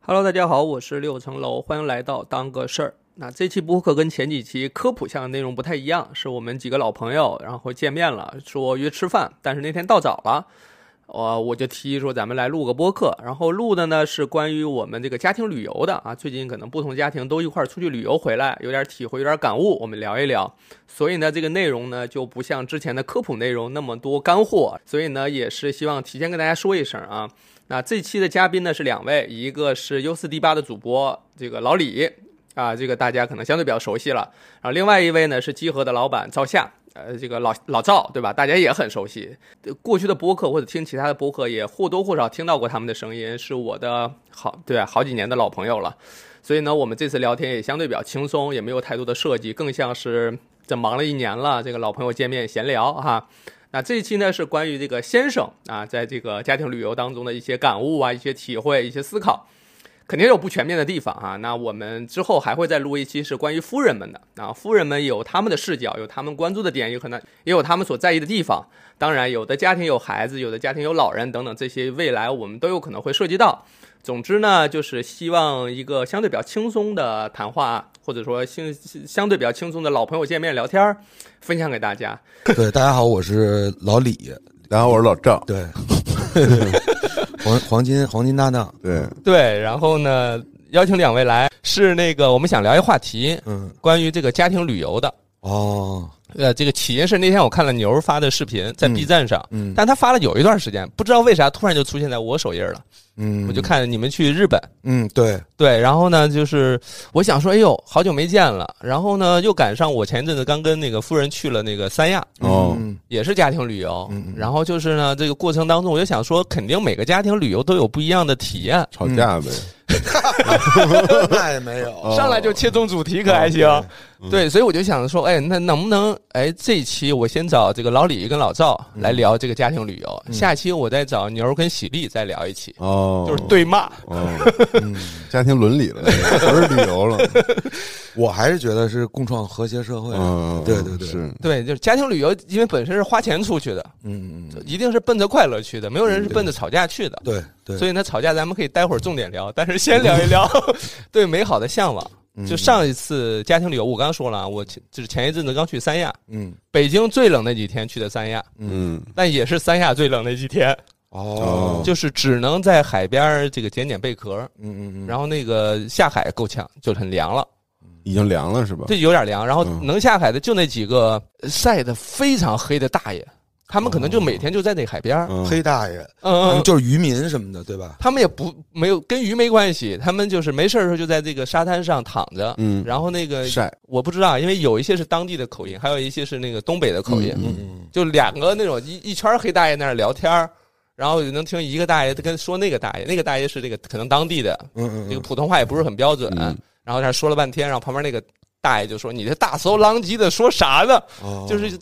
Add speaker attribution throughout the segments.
Speaker 1: Hello，大家好，我是六层楼，欢迎来到当个事儿。那这期播客跟前几期科普项的内容不太一样，是我们几个老朋友然后见面了，说约吃饭，但是那天到早了，呃，我就提议说咱们来录个播客，然后录的呢是关于我们这个家庭旅游的啊，最近可能不同家庭都一块儿出去旅游回来，有点体会，有点感悟，我们聊一聊。所以呢，这个内容呢就不像之前的科普内容那么多干货，所以呢也是希望提前跟大家说一声啊。那这期的嘉宾呢是两位，一个是 U 四 D 八的主播这个老李啊，这个大家可能相对比较熟悉了。然后另外一位呢是集合的老板赵夏，呃，这个老老赵对吧？大家也很熟悉。呃过去的播客或者听其他的播客也或多或少听到过他们的声音，是我的好对、啊、好几年的老朋友了。所以呢，我们这次聊天也相对比较轻松，也没有太多的设计，更像是这忙了一年了，这个老朋友见面闲聊哈。那这一期呢是关于这个先生啊，在这个家庭旅游当中的一些感悟啊、一些体会、一些思考，肯定有不全面的地方啊。那我们之后还会再录一期是关于夫人们的啊，夫人们有他们的视角，有他们关注的点，有可能也有他们所在意的地方。当然，有的家庭有孩子，有的家庭有老人等等，这些未来我们都有可能会涉及到。总之呢，就是希望一个相对比较轻松的谈话，或者说相相对比较轻松的老朋友见面聊天儿，分享给大家。
Speaker 2: 对，大家好，我是老李。
Speaker 3: 然后我是老赵，
Speaker 2: 对， 黄黄金黄金搭档，
Speaker 3: 对，
Speaker 1: 对，然后呢，邀请两位来是那个我们想聊一话题，
Speaker 2: 嗯，
Speaker 1: 关于这个家庭旅游的。
Speaker 2: 哦，
Speaker 1: 呃，这个起因是那天我看了牛儿发的视频在
Speaker 2: 嗯
Speaker 1: B 站上，
Speaker 2: 嗯
Speaker 1: 但他发了有一段时间，不知道为啥突然就出现在我首页了。
Speaker 2: 嗯，
Speaker 1: 我就，看你们去日本，
Speaker 2: 嗯，对，
Speaker 1: 对，然后呢，就是我想说，哎呦，好久没见了，然后呢，又赶上我前一阵子刚跟那个夫人去了那个三亚，
Speaker 3: 哦
Speaker 2: 嗯
Speaker 1: 也是家庭旅游
Speaker 2: 嗯嗯，
Speaker 1: 然后就是呢，这个过程当中，我就想说，肯定每个家庭旅游都有不一样的体验，
Speaker 3: 吵架呗，
Speaker 2: 那也没有，
Speaker 1: 上来就切中主题，可
Speaker 2: 哦
Speaker 1: 还行？
Speaker 2: 嗯
Speaker 1: 对，所以我就想说，哎，那能不能，哎，这一期我先找这个老李跟老赵来
Speaker 2: 嗯
Speaker 1: 聊这个家庭旅游，下期我再找牛儿跟喜力再聊一期，
Speaker 3: 哦，
Speaker 1: 嗯就是，对骂。
Speaker 3: 哦，家庭 伦理了，不是旅游了，
Speaker 2: 我还是觉得是共创和谐社会，啊
Speaker 3: 嗯，
Speaker 2: 对对对，
Speaker 3: 是，
Speaker 1: 对，就是家庭旅游，因为本身是花钱出去的，
Speaker 2: 嗯嗯嗯，
Speaker 1: 一定是奔着快乐去的，没有人是奔着吵架去的。
Speaker 2: 对对，嗯
Speaker 1: 所以呢，吵架咱们可以待会儿重点聊，但是先聊一聊 对美好的向往。就上一次家庭旅游，我刚说了啊，我前就是前一阵子刚去三亚，
Speaker 2: 嗯
Speaker 1: 北京最冷那几天去的三亚，
Speaker 3: 嗯，
Speaker 1: 但也是三亚最冷那几天。
Speaker 2: 哦，
Speaker 1: 就是只能在海边儿这个捡捡贝壳，
Speaker 2: 嗯嗯嗯，
Speaker 1: 然后那个下海够呛，就很凉了，
Speaker 3: 已经凉了是吧？
Speaker 1: 这有点凉。然后
Speaker 3: 嗯
Speaker 1: 能下海的就那几个晒得非常黑的大爷，他们可能就每天就在那海边儿，
Speaker 3: 嗯，
Speaker 2: 黑大爷，
Speaker 1: 哦嗯嗯，
Speaker 2: 就是渔民什么的，对吧？
Speaker 1: 他们也不没有跟鱼没关系，他们就是没事儿的时候就在这个沙滩上躺着。
Speaker 3: 嗯，
Speaker 1: 然后那个
Speaker 3: 晒，
Speaker 1: 我不知道，因为有一些是当地的口音，还有一些是那个东北的口音，
Speaker 3: 嗯
Speaker 2: 嗯
Speaker 1: 就两个那种一一圈儿黑大爷那儿聊天儿，然后能听一个大爷跟说那个大爷，那个大爷是这个可能当地的，
Speaker 2: 嗯
Speaker 1: 这个
Speaker 2: 嗯，
Speaker 1: 普通话也不是很标准，啊
Speaker 3: 嗯
Speaker 1: 然后在那说了半天，然后旁边那个大爷就说：“你这大手狼藉的说啥呢？”
Speaker 2: 嗯哦
Speaker 1: 就是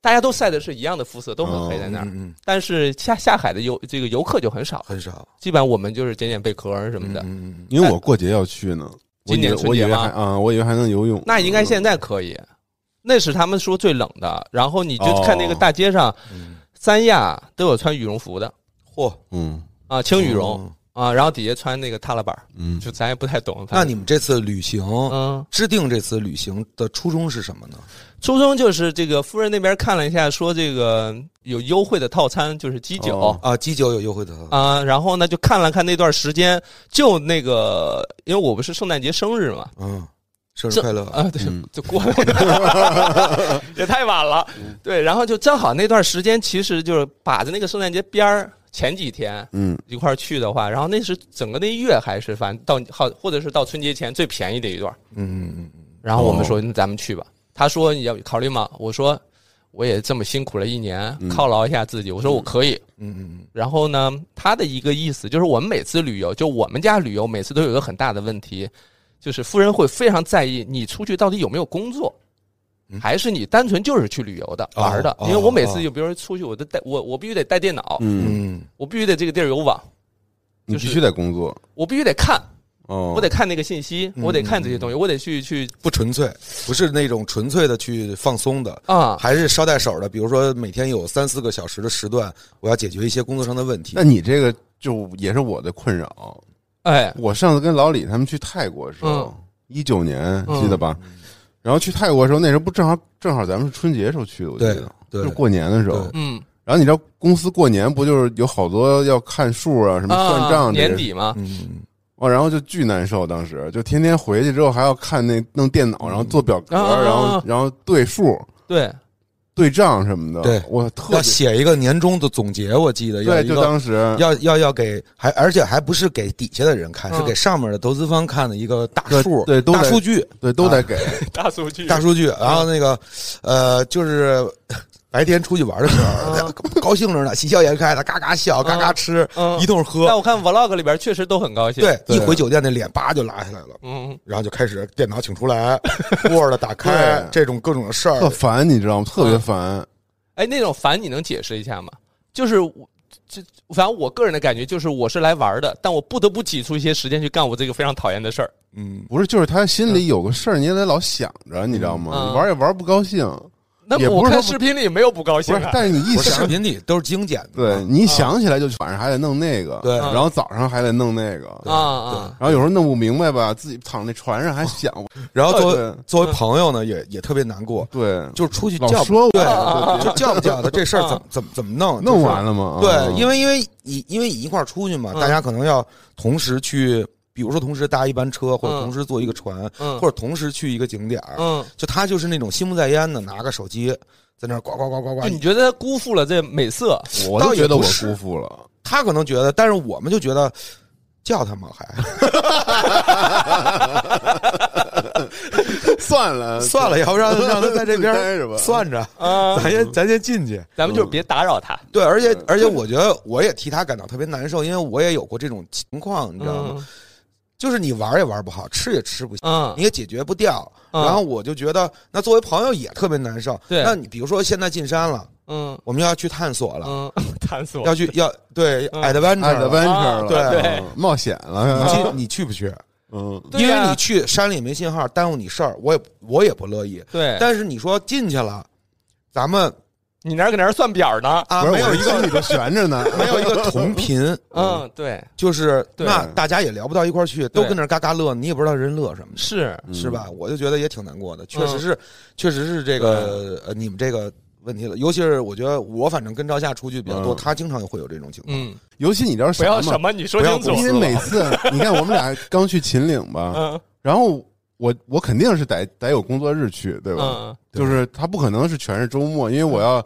Speaker 1: 大家都晒的是一样的肤色，都很黑在那儿，
Speaker 2: 嗯嗯，
Speaker 1: 但是下下海的游这个游客就很少，
Speaker 2: 很少
Speaker 1: 基本上我们就是捡捡贝壳儿什么的。
Speaker 2: 嗯
Speaker 3: 因为我过节要去呢，我
Speaker 1: 今年
Speaker 3: 以为
Speaker 1: 春节
Speaker 3: 我以为
Speaker 1: 吗
Speaker 3: 还啊，我以为还能游泳，
Speaker 1: 那应该现在可以，那是他们说最冷的。然后你就看那个大街上，
Speaker 2: 哦嗯，
Speaker 1: 三亚都有穿羽绒服的
Speaker 2: 嚯，
Speaker 3: 嗯
Speaker 1: 啊，轻羽
Speaker 2: 哦
Speaker 1: 绒、，
Speaker 2: 嗯
Speaker 1: 啊，然后底下穿那个踏拉板儿，
Speaker 3: 嗯，
Speaker 1: 就咱也不太懂。反
Speaker 2: 那
Speaker 1: 正
Speaker 2: 你们这次旅行，
Speaker 1: 嗯，
Speaker 2: 制定这次旅行的初衷是什么呢？
Speaker 1: 初中就是这个夫人那边看了一下，说这个有优惠的套餐，就是鸡酒啊
Speaker 3: 哦、
Speaker 2: 啊，鸡酒有优惠的
Speaker 1: 然后呢就看了看那段时间，就那个因为我不是圣诞节生日嘛，
Speaker 2: 嗯，生日
Speaker 1: 这
Speaker 2: 快乐！
Speaker 1: 啊，对
Speaker 3: 嗯，
Speaker 1: 就过了， 也太晚了，
Speaker 2: 嗯
Speaker 1: 对，然后就正好那段时间，其实就是把着那个圣诞节边儿前几天。
Speaker 3: 嗯
Speaker 1: 一块儿去的话，然后那是整个那一月还是反正到好，或者是到春节前最便宜的一段，
Speaker 2: 嗯嗯嗯
Speaker 1: 然后我们
Speaker 3: 哦
Speaker 1: 说，那咱们去吧。他说你要考虑吗？我说我也这么辛苦了一年，犒劳一下自己。我说我可以。
Speaker 2: 嗯嗯
Speaker 1: 然后呢，他的一个意思就是，我们每次旅游，就我们家旅游，每次都有一个很大的问题，就是夫人会非常在意你出去到底有没有工作。还是你单纯就是去旅游的
Speaker 2: 嗯哦
Speaker 1: 玩儿的，
Speaker 2: 哦
Speaker 1: 因为我每次
Speaker 2: 哦
Speaker 1: 就比如说出去，我都带我我必须得带电脑，
Speaker 3: 嗯，
Speaker 2: 嗯
Speaker 1: 我必须得这个地儿有网，
Speaker 3: 你
Speaker 1: 就是
Speaker 3: 必须得工作
Speaker 1: 我必须得看，
Speaker 3: 哦，嗯
Speaker 1: 我得看那个信息，我得看这些东西，我得去去
Speaker 2: 嗯，不纯粹，不是那种纯粹的去放松的，
Speaker 1: 啊，
Speaker 2: 还是捎带手的。比如说每天有三四个小时的时段，我要解决一些工作上的问题
Speaker 3: 那。你这个就也是我的困扰，
Speaker 1: 哎，
Speaker 3: 我上次跟老李他们去泰国的时候，
Speaker 2: 嗯
Speaker 3: 一九年
Speaker 1: 嗯
Speaker 3: 记得吧？然后去泰国的时候，那时候不正好正好咱们是春节时候去的，我记
Speaker 2: 对
Speaker 3: 得就
Speaker 2: 对
Speaker 3: 是，过年的时候
Speaker 2: 对。
Speaker 1: 嗯，
Speaker 3: 然后你知道公司过年不就是有好多要看数啊，什么算
Speaker 1: 啊
Speaker 3: 账这些
Speaker 1: 年底嘛，
Speaker 2: 嗯，
Speaker 3: 哦，然后就巨难受，当时就天天回去之后还要看那弄电脑，然后做表
Speaker 2: 嗯
Speaker 3: 格，
Speaker 1: 啊
Speaker 3: 然后然后对数、
Speaker 1: 对，
Speaker 3: 对账什么的。
Speaker 2: 对
Speaker 3: 我特别
Speaker 2: 要写一个年终的总结，我记得要
Speaker 3: 对，
Speaker 2: 一
Speaker 3: 就
Speaker 2: 个
Speaker 3: 当时
Speaker 2: 要要要给，还而且还不是给底下的人看，
Speaker 1: 嗯
Speaker 2: 是给上面的投资方看的一个大
Speaker 3: 对
Speaker 2: 数，
Speaker 3: 啊对都
Speaker 2: 大
Speaker 3: 得
Speaker 2: 数据，
Speaker 3: 对都
Speaker 2: 啊
Speaker 3: 得给，
Speaker 1: 大数据
Speaker 2: 大数据。然后那个，呃，就是白天出去玩的时
Speaker 3: 啊
Speaker 2: 候， 高兴着呢，喜笑颜开的，嘎嘎笑，嘎嘎吃，
Speaker 1: 嗯
Speaker 2: 一，顿喝
Speaker 1: 但。我看 vlog 里边确实都很高兴，
Speaker 2: 对，
Speaker 3: 啊对
Speaker 2: 一回酒店那脸叭就拉下来了，
Speaker 1: 嗯，
Speaker 2: 然后就开始电脑请出来，Word 打开
Speaker 3: 对，
Speaker 2: 这种各种的事儿
Speaker 3: 特。烦，你知道吗？特
Speaker 2: 啊
Speaker 3: 别烦。
Speaker 1: 哎，那种烦你能解释一下吗？就是我这，反正我个人的感觉就是我是来玩的，但我不得不挤出一些时间去干我这个非常讨厌的事儿。
Speaker 2: 嗯，
Speaker 3: 不是，就是他心里有个事儿，你也得老想着，你知道吗？
Speaker 1: 嗯
Speaker 3: 你玩也玩不高兴，
Speaker 1: 那
Speaker 3: 也不
Speaker 1: 我
Speaker 3: 是
Speaker 1: 看
Speaker 3: 说
Speaker 1: 视频里也没有不高
Speaker 3: 不
Speaker 1: 兴啊
Speaker 3: 是
Speaker 1: 的，，
Speaker 3: 但是你一
Speaker 2: 不是视
Speaker 3: 想，
Speaker 2: 频里都是精简的
Speaker 3: 对，你一想起来就晚上还得弄那个，
Speaker 2: 嗯对嗯
Speaker 3: 然后早上还得弄那个，
Speaker 1: 啊啊，
Speaker 3: 然后有时候弄不明白吧，自己躺那船上还想，
Speaker 2: 然后作为
Speaker 3: 对
Speaker 2: 作为朋友呢，也也特别难过，
Speaker 3: 对，
Speaker 2: 就是出去
Speaker 3: 老
Speaker 2: 叫
Speaker 3: 说我
Speaker 2: 对，
Speaker 3: 对
Speaker 2: 就叫不叫的这事儿怎么 怎么怎么弄，
Speaker 3: 弄
Speaker 2: 就
Speaker 3: 啊哦
Speaker 2: 是
Speaker 3: 完了吗？
Speaker 2: 对，因
Speaker 3: 为
Speaker 2: 为因为一因为一块儿出去嘛，
Speaker 1: 嗯
Speaker 2: 大家可能要同时去，比如说同时搭一班车，或者
Speaker 1: 嗯
Speaker 2: 同时坐一个船，
Speaker 1: 嗯
Speaker 2: 或者同时去一个景点儿。
Speaker 1: 嗯，
Speaker 2: 就他就是那种心不在焉的，拿个手机在那儿呱呱呱呱呱
Speaker 1: 就。你觉得他辜负了这美 色？
Speaker 3: 我
Speaker 2: 倒
Speaker 3: 都
Speaker 2: 也
Speaker 3: 觉得
Speaker 2: 不
Speaker 3: 我
Speaker 2: 是
Speaker 3: 辜负了，
Speaker 2: 他可能觉得，但是我们就觉得叫他嘛，还
Speaker 3: 算 了
Speaker 2: 算了，要不然让他在这边
Speaker 3: 自己待着吧
Speaker 2: 儿算着，
Speaker 1: 啊，
Speaker 2: 咱先咱先进去。
Speaker 1: 咱们就是别打扰他，
Speaker 2: 嗯对，而且
Speaker 3: 嗯
Speaker 2: 而且，我觉得我也替他感到特别难受，因为我也有过这种情况，你知道吗？
Speaker 1: 嗯
Speaker 2: 就是你玩儿也玩儿不好，吃也吃不
Speaker 1: 嗯
Speaker 2: 你也解决不掉。
Speaker 1: 嗯
Speaker 2: 然后我就觉得，那作为朋友也特别难受。
Speaker 1: 对
Speaker 2: 那你比如说现在进山了，
Speaker 1: 嗯
Speaker 2: 我们要去探索了，
Speaker 1: 嗯， 弹死我！
Speaker 2: 要去要对
Speaker 1: 嗯
Speaker 2: adventure，
Speaker 3: 爱的
Speaker 2: 了
Speaker 3: 哎
Speaker 2: 啊
Speaker 3: adventure 了，
Speaker 2: 对啊
Speaker 1: 对
Speaker 3: 嗯冒险
Speaker 2: 你
Speaker 3: 了，
Speaker 2: 去你去不去？
Speaker 3: 嗯，
Speaker 1: 对
Speaker 2: 因为
Speaker 1: 呀
Speaker 2: 你去山里没信号，耽误你事儿，我也我也不乐意。
Speaker 1: 对，
Speaker 2: 但是你说进去了，咱们
Speaker 1: 你那儿搁那儿算表呢？
Speaker 2: 啊
Speaker 3: 不是
Speaker 2: 没有
Speaker 3: 我
Speaker 2: 一个
Speaker 3: 心里都悬着呢，
Speaker 2: 没有一个同频，
Speaker 1: 嗯，对，
Speaker 2: 就是
Speaker 1: 对
Speaker 2: 那大家也聊不到一块儿去，都
Speaker 1: 对
Speaker 2: 跟那儿嘎嘎乐，你也不知道人乐什么。
Speaker 1: 是，
Speaker 3: 嗯
Speaker 2: 是吧？？我就觉得也挺难过的，确
Speaker 1: 嗯
Speaker 2: 实是，确实是这个呃，你们这个问题了。尤其是我觉得我反正跟赵夏出去比较多，
Speaker 3: 嗯
Speaker 2: 他经常会有这种情况。
Speaker 1: 嗯，
Speaker 3: 尤其你知道
Speaker 1: 不要什
Speaker 3: 么
Speaker 1: 么，你说
Speaker 2: 不要
Speaker 1: 清楚
Speaker 3: 吗？。因为每次你看我们俩刚去秦岭吧，
Speaker 1: 嗯
Speaker 3: 然后我我肯定是得得有工作日去，对吧？
Speaker 1: 嗯，
Speaker 2: 对
Speaker 3: 就是他不可能是全是周末，因为我要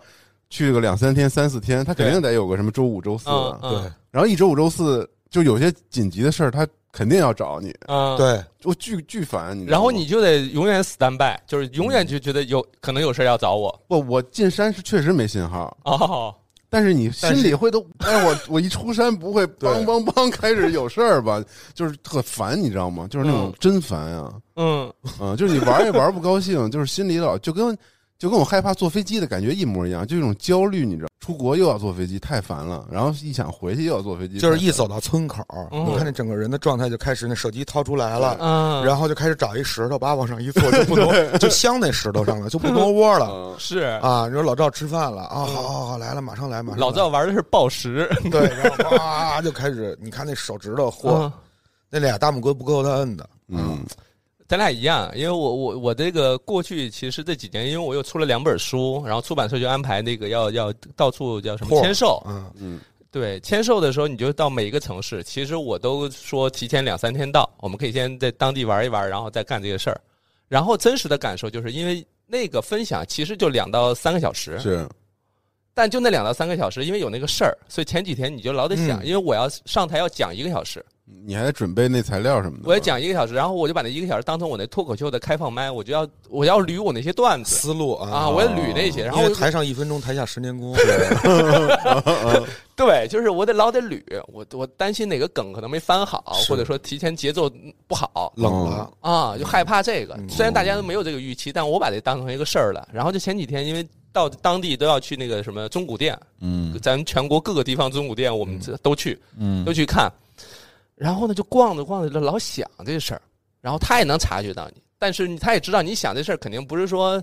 Speaker 3: 去个两三天、三四天，他肯定得有个什么周五、周四
Speaker 1: 嗯
Speaker 3: 的。
Speaker 1: 嗯
Speaker 3: 然后一周五、周四就有些紧急的事儿，他肯定要找你，
Speaker 1: 嗯，。
Speaker 2: 对
Speaker 3: 我巨巨烦你知道吗。
Speaker 1: 然后你就得永远 stand by，就是永远就觉得有可能有事儿要找我
Speaker 3: 不，我进山是确实没信号，
Speaker 1: 哦。
Speaker 3: 但是你
Speaker 2: 但
Speaker 3: 心
Speaker 2: 是
Speaker 3: 里会都，哎，我我一出山不 会梆梆梆开始有事儿吧？就是特烦，你知道吗？就是那种
Speaker 1: 嗯
Speaker 3: 真烦啊，
Speaker 1: 嗯，
Speaker 3: 啊，就是你玩也玩不高兴，就是心里老就跟就跟我害怕坐飞机的感觉一模一样，就一种焦虑，你知道，出国又要坐飞机，太烦了，然后一想回去又要坐飞机，
Speaker 2: 就是
Speaker 3: 太
Speaker 2: 一走到村口，
Speaker 1: 嗯
Speaker 2: 你看那整个人的状态就开始，那手机掏出来了，
Speaker 1: 嗯，
Speaker 2: 然后就开始找一石头，叭往上一坐，就不 挪，就镶那石头上了，就不
Speaker 1: 嗯
Speaker 2: 挪窝
Speaker 3: 烦
Speaker 2: 了。
Speaker 3: 了。
Speaker 1: 是
Speaker 2: 啊，你说老赵吃饭了啊，好好好，来了，马上来，马上来
Speaker 1: 嗯老赵玩的是暴食，
Speaker 2: 对，然后哇就开始，你看那手指头，嚯，
Speaker 1: 嗯
Speaker 2: 那俩大拇哥不够他摁的，
Speaker 3: 嗯，
Speaker 1: 咱俩一样，因为我我我这个过去其实这几年，因为我又出了两本书，然后出版社就安排那个要要到处叫什么
Speaker 2: 拓
Speaker 1: 签售，
Speaker 2: 嗯
Speaker 3: 嗯，
Speaker 1: 对，签售的时候你就到每一个城市，其实我都说提前两三天到，我们可以先在当地玩一玩，然后再干这个事儿。然后真实的感受就是因为那个分享其实就两到三个小时，
Speaker 3: 嗯是
Speaker 1: 但就那两到三个小时，因为有那个事儿，所以前几天你就老得想，
Speaker 2: 嗯
Speaker 1: 因为我要上台要讲一个小时，
Speaker 3: 你还得准备那材料什么的吧。
Speaker 1: 我要讲一个小时，然后我就把那一个小时当成我那脱口秀的开放麦，我就要我要捋我那些段 子
Speaker 2: 思路
Speaker 1: 啊，我要捋那些，然后
Speaker 2: 因
Speaker 1: 我
Speaker 2: 为
Speaker 1: 就
Speaker 2: 台上一分钟，台下十年功。
Speaker 1: 对，就是我得老得捋，我我担心哪个梗可能没翻好，
Speaker 2: 是
Speaker 1: 或者说提前节奏不好，
Speaker 2: 冷了，
Speaker 1: 啊，就害怕这个。
Speaker 2: 嗯
Speaker 1: 虽然大家都没有这个预期，但我把这当成一个事儿了。然后就前几天，因为到当地都要去那个什么中古店，
Speaker 3: 嗯
Speaker 1: 咱们全国各个地方中古店我们
Speaker 2: 嗯
Speaker 1: 这都去，
Speaker 3: 嗯
Speaker 1: 都去看。然后呢，就逛着逛着，就老想这事儿。然后他也能察觉到你，但是你他也知道你想这事儿肯定不是说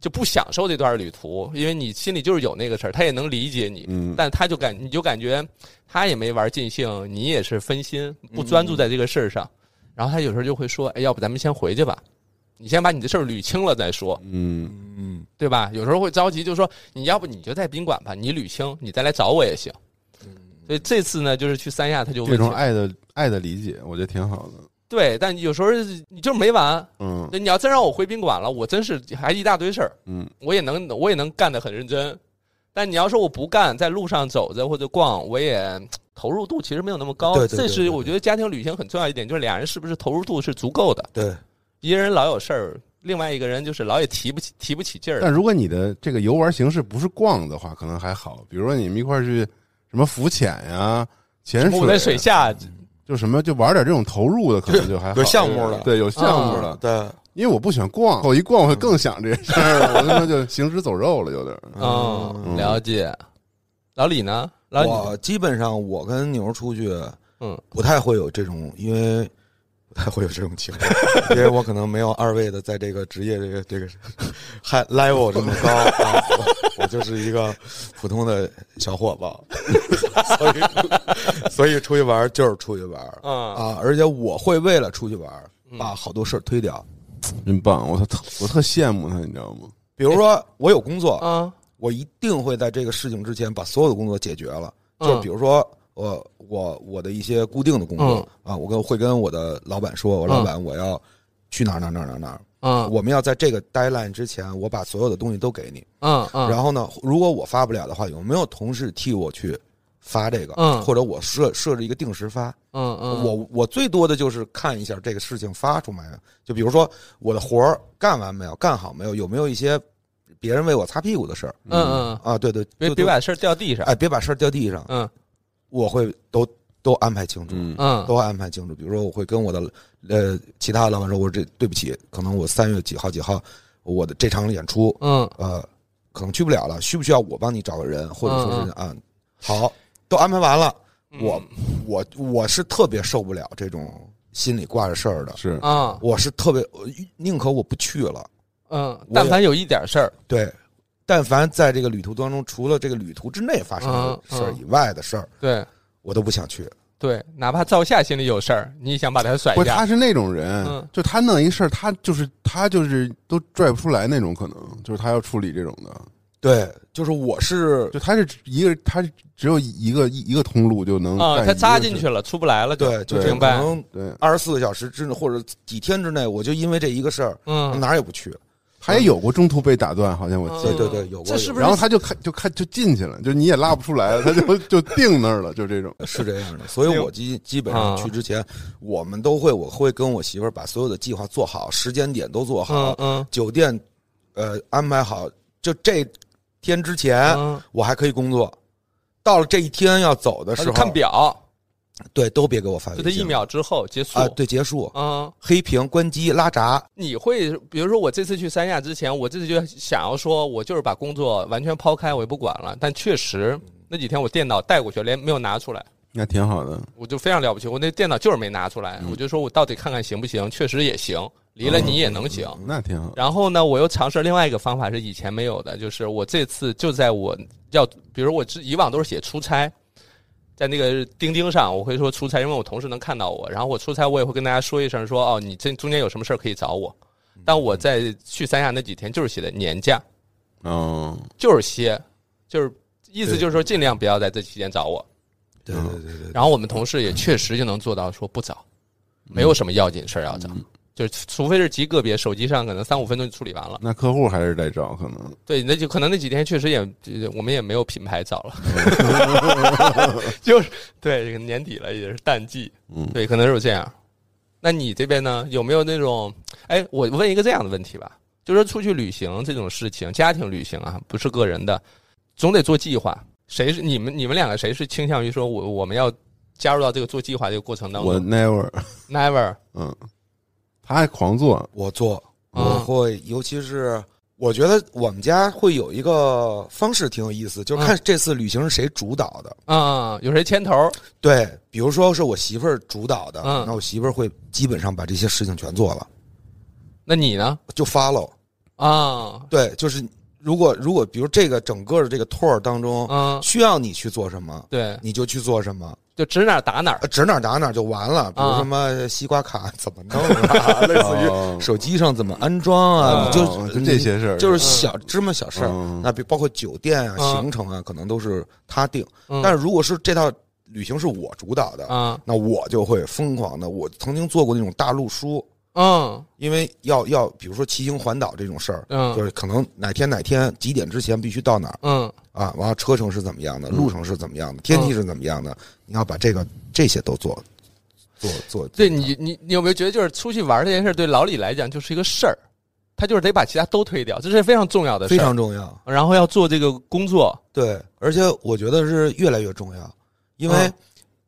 Speaker 1: 就不享受这段旅途，因为你心里就是有那个事儿，他也能理解你，
Speaker 3: 嗯，
Speaker 1: 但他就感你就感觉他也没玩尽兴，你也是分心，不专注在这个事儿
Speaker 3: 嗯
Speaker 1: 上。然后他有时候就会说：“哎，要不咱们先回去吧，你先把你的事儿捋清了再说，
Speaker 3: 嗯
Speaker 2: 嗯，
Speaker 1: 对吧？”有时候会着急，就说：“你要不你就在宾馆吧，你捋清，你再来找我也行。”
Speaker 3: 嗯
Speaker 1: 所以这次呢，就是去三亚，他就
Speaker 3: 这
Speaker 1: 问
Speaker 3: 种
Speaker 1: 起
Speaker 3: 爱的爱的理解，我觉得挺好的。
Speaker 1: 对，但有时候你就是没完。
Speaker 3: 嗯
Speaker 1: 你要真让我回宾馆了，我真是还一大堆事儿，
Speaker 3: 嗯
Speaker 1: 我也能我也能干得很认真。但你要说我不干，在路上走着或者逛，我也投入度其实没有那么高。
Speaker 2: 对对对
Speaker 1: 这是
Speaker 2: 对
Speaker 1: 我觉得家庭旅行很重要一点，就是俩人是不是投入度是足够的。
Speaker 2: 对，
Speaker 1: 一个人老有事儿，另外一个人就是老也提不起提不起劲儿。
Speaker 3: 但如果你的这个游玩形式不是逛的话，可能还好。比如说你们一块儿去什么浮潜呀、潜水
Speaker 1: 我
Speaker 3: 啊，
Speaker 1: 在水下，
Speaker 3: 就什么就玩点这种投入的，可能就还好。
Speaker 2: 有项目啊了
Speaker 3: 对，有项目了。
Speaker 2: 嗯对，
Speaker 3: 因为我不喜欢逛，我一逛我更想这事儿， 我他妈就行尸走肉了，有点儿。
Speaker 1: 嗯，了解。老李呢？老李，
Speaker 2: 我基本上我跟牛出去，
Speaker 1: 嗯，
Speaker 2: 不太会有这种，因为不太会有这种情况， 因为我可能没有二位的在这个职业这个这个还 level 这么高，啊、我我就是一个普通的小伙子， 所以所以出去玩就是出去玩
Speaker 1: 嗯，
Speaker 2: 啊，而且我会为了出去玩把好多事儿推掉，
Speaker 3: 真棒！我特我特羡慕他，你知道吗？
Speaker 2: 比如说我有工作，
Speaker 1: 啊，
Speaker 2: 我一定会在这个事情之前把所有的工作解决了。
Speaker 1: 嗯
Speaker 2: 就是比如说，我我我的一些固定的工作、
Speaker 1: 嗯
Speaker 2: 啊，我跟会跟我的老板说，我老板我要去哪儿哪儿哪儿哪儿哪儿，
Speaker 1: 嗯，
Speaker 2: 我们要在这个 deadline 之前，我把所有的东西都给你。
Speaker 1: 嗯嗯，
Speaker 2: 然后呢，如果我发不了的话，有没有同事替我去发这个？
Speaker 1: 嗯
Speaker 2: 或者我设设置一个定时发？
Speaker 1: 嗯嗯，
Speaker 2: 我我最多的就是看一下这个事情发出没有，就比如说我的活儿干完没有，干好没有，有没有一些别人为我擦屁股的事儿。
Speaker 1: 嗯嗯，
Speaker 2: 啊，对对，
Speaker 1: 别
Speaker 2: 就
Speaker 1: 别
Speaker 2: 都
Speaker 1: 把事儿掉地上。
Speaker 2: 哎，别把事儿掉地上，
Speaker 1: 嗯
Speaker 2: 我会都都安排清楚，
Speaker 3: 嗯
Speaker 1: 嗯
Speaker 2: 都安排清楚。比如说，我会跟我的呃其他的老板说，我这对不起，可能我三月几号几号我的这场演出
Speaker 1: 嗯，
Speaker 2: 呃可能去不了了，需不需要我帮你找个人，或者说
Speaker 1: 嗯
Speaker 2: 是啊、好，都安排完了，我
Speaker 1: 嗯
Speaker 2: 我我是特别受不了这种心里挂着事儿的，
Speaker 3: 是
Speaker 1: 啊
Speaker 2: 我是特别我宁可我不去了。
Speaker 1: 嗯，
Speaker 2: 也
Speaker 1: 但凡有一点事儿，
Speaker 2: 对，但凡在这个旅途当中，除了这个旅途之内发生的
Speaker 1: 嗯
Speaker 2: 事儿
Speaker 1: 嗯
Speaker 2: 以外的事儿，
Speaker 1: 对
Speaker 2: 我都不想去。
Speaker 1: 对，哪怕赵夏心里有事儿，你也想把他甩
Speaker 3: 不，
Speaker 1: 下
Speaker 3: 他。是那种人，
Speaker 1: 嗯
Speaker 3: 就他弄一事儿，他就是他就是都拽不出来那种，可能就是他要处理这种的，
Speaker 2: 对，就是我是
Speaker 3: 就他是一个，他是只有一个一一个通路就能
Speaker 1: 啊，
Speaker 3: 干
Speaker 1: 他
Speaker 3: 一
Speaker 1: 扎
Speaker 3: 个
Speaker 1: 进
Speaker 3: 事
Speaker 1: 去了，出不来了。
Speaker 2: 对，就
Speaker 3: 对
Speaker 2: 是
Speaker 1: 明
Speaker 2: 可
Speaker 1: 白
Speaker 2: 能
Speaker 3: 对，
Speaker 2: 二十四个小时之内或者几天之内，我就因为这一个事儿，
Speaker 1: 嗯，
Speaker 2: 哪儿也不去。
Speaker 3: 他也有过中途被打断，好像我记
Speaker 2: 对
Speaker 3: 得，
Speaker 2: 对对，有过
Speaker 1: 这是
Speaker 2: 有
Speaker 1: 不是
Speaker 2: 过
Speaker 3: 然后他就看就看就进去了，就你也拉不出来了，他就就定那儿了，就这种。
Speaker 2: 是这样的，所
Speaker 1: 哎
Speaker 2: 以我基基本
Speaker 1: 啊
Speaker 2: 上去之前，我们都会我会跟我媳妇儿把所有的计划做好，时间点都做
Speaker 1: 嗯
Speaker 2: 好，
Speaker 1: 嗯
Speaker 2: 酒店呃安排好，就这天之前
Speaker 1: 嗯，
Speaker 2: 我还可以工作。到了这一天要走的
Speaker 1: 他
Speaker 2: 时
Speaker 1: 就
Speaker 2: 候，
Speaker 1: 看表，
Speaker 2: 对，都别给我发
Speaker 1: 就
Speaker 2: 微
Speaker 1: 他
Speaker 2: 信。
Speaker 1: 一秒之后结束
Speaker 2: 啊，。对，结束，
Speaker 1: 嗯，
Speaker 2: 黑屏、关机、拉闸，
Speaker 1: 你会比如说我这次去三亚之前，我这次就想要说，我就是把工作完全抛开，我也不管了。但确实那几天我电脑带过去，连没有拿出来。
Speaker 3: 那挺好的，
Speaker 1: 我就非常了不起，我那电脑就是没拿出来，我就说我到底看看行不行，确实也行，离了你也能行。
Speaker 3: 那挺好。
Speaker 1: 然后呢，我又尝试另外一个方法，是以前没有的，就是我这次就在我要，比如我之以往都是写出差，在那个钉钉上，我会说出差，因为我同事能看到我。然后我出差，我也会跟大家说一声说，哦，你这中间有什么事儿可以找我。但我在去三亚那几天就是写的年假，
Speaker 3: 哦，
Speaker 1: 就是歇，就是意思就是说尽量不要在这期间找我。
Speaker 2: 对对对对，
Speaker 1: 然后我们同事也确实就能做到说不找，
Speaker 2: 嗯
Speaker 1: 没有什么要紧事儿要找，就是除非是极个别，手机上可能三五分钟就处理完了。
Speaker 3: 那客户还是得找，可能
Speaker 1: 对，那就可能那几天确实也呃我们也没有品牌找了， 就是对这个年底了也是淡季，
Speaker 3: 嗯
Speaker 1: 对，可能是这样。那你这边呢，有没有那种？哎，我问一个这样的问题吧，就说出去旅行这种事情，家庭旅行啊，不是个人的，总得做计划。谁是你们？你们两个谁是倾向于说我我们要加入到这个做计划这个过程当
Speaker 3: 我
Speaker 1: 中
Speaker 3: never，
Speaker 1: ？Never，
Speaker 3: 嗯，他还狂做，
Speaker 2: 我做，
Speaker 1: 嗯
Speaker 2: 我会，尤其是我觉得我们家会有一个方式挺有意思，就是看这次旅行是谁主导的。
Speaker 1: 嗯，有谁牵头？
Speaker 2: 对，比如说是我媳妇儿主导的，
Speaker 1: 嗯
Speaker 2: 那我媳妇儿会基本上把这些事情全做了，
Speaker 1: 那你呢？
Speaker 2: 就 follow。
Speaker 1: 啊，
Speaker 2: 对，就是如果如果比如这个整个的这个 tour 当中
Speaker 1: 嗯，
Speaker 2: 需要你去做什么，
Speaker 1: 对，
Speaker 2: 你就去做什么，
Speaker 1: 就指哪儿打哪儿
Speaker 2: 呃指哪儿打哪儿就完了。比如
Speaker 1: 啊
Speaker 2: 什么西瓜卡怎么弄 啊，类似于
Speaker 3: 哦
Speaker 2: 手机上怎么安装啊，
Speaker 1: 哦
Speaker 2: 你
Speaker 3: 哦
Speaker 2: 就
Speaker 3: 就这些事儿，
Speaker 2: 就是小芝麻小事儿。
Speaker 3: 嗯
Speaker 2: 那比包括酒店啊、
Speaker 1: 嗯
Speaker 2: 行程啊，可能都是他定。
Speaker 1: 嗯
Speaker 2: 但是如果是这套旅行是我主导的，
Speaker 1: 啊，
Speaker 2: 那我就会疯狂的。我曾经做过那种大路书，
Speaker 1: 嗯
Speaker 2: 因为要要，比如说骑行环岛这种事儿，就
Speaker 1: 嗯
Speaker 2: 是可能哪天哪天几点之前必须到哪儿
Speaker 1: 嗯
Speaker 2: 啊，完了车程是怎么样的，
Speaker 3: 嗯
Speaker 2: 路程是怎么样的，天气是怎么样的，你要把这个这些都做做做。
Speaker 1: 对你，你你有没有觉得，就是出去玩这件事，对老李来讲就是一个事儿，他就是得把其他都推掉，这是非常重要的事
Speaker 2: 非
Speaker 1: 儿。
Speaker 2: 常重要，
Speaker 1: 然后要做这个工作，
Speaker 2: 对，而且我觉得是越来越重要，因为，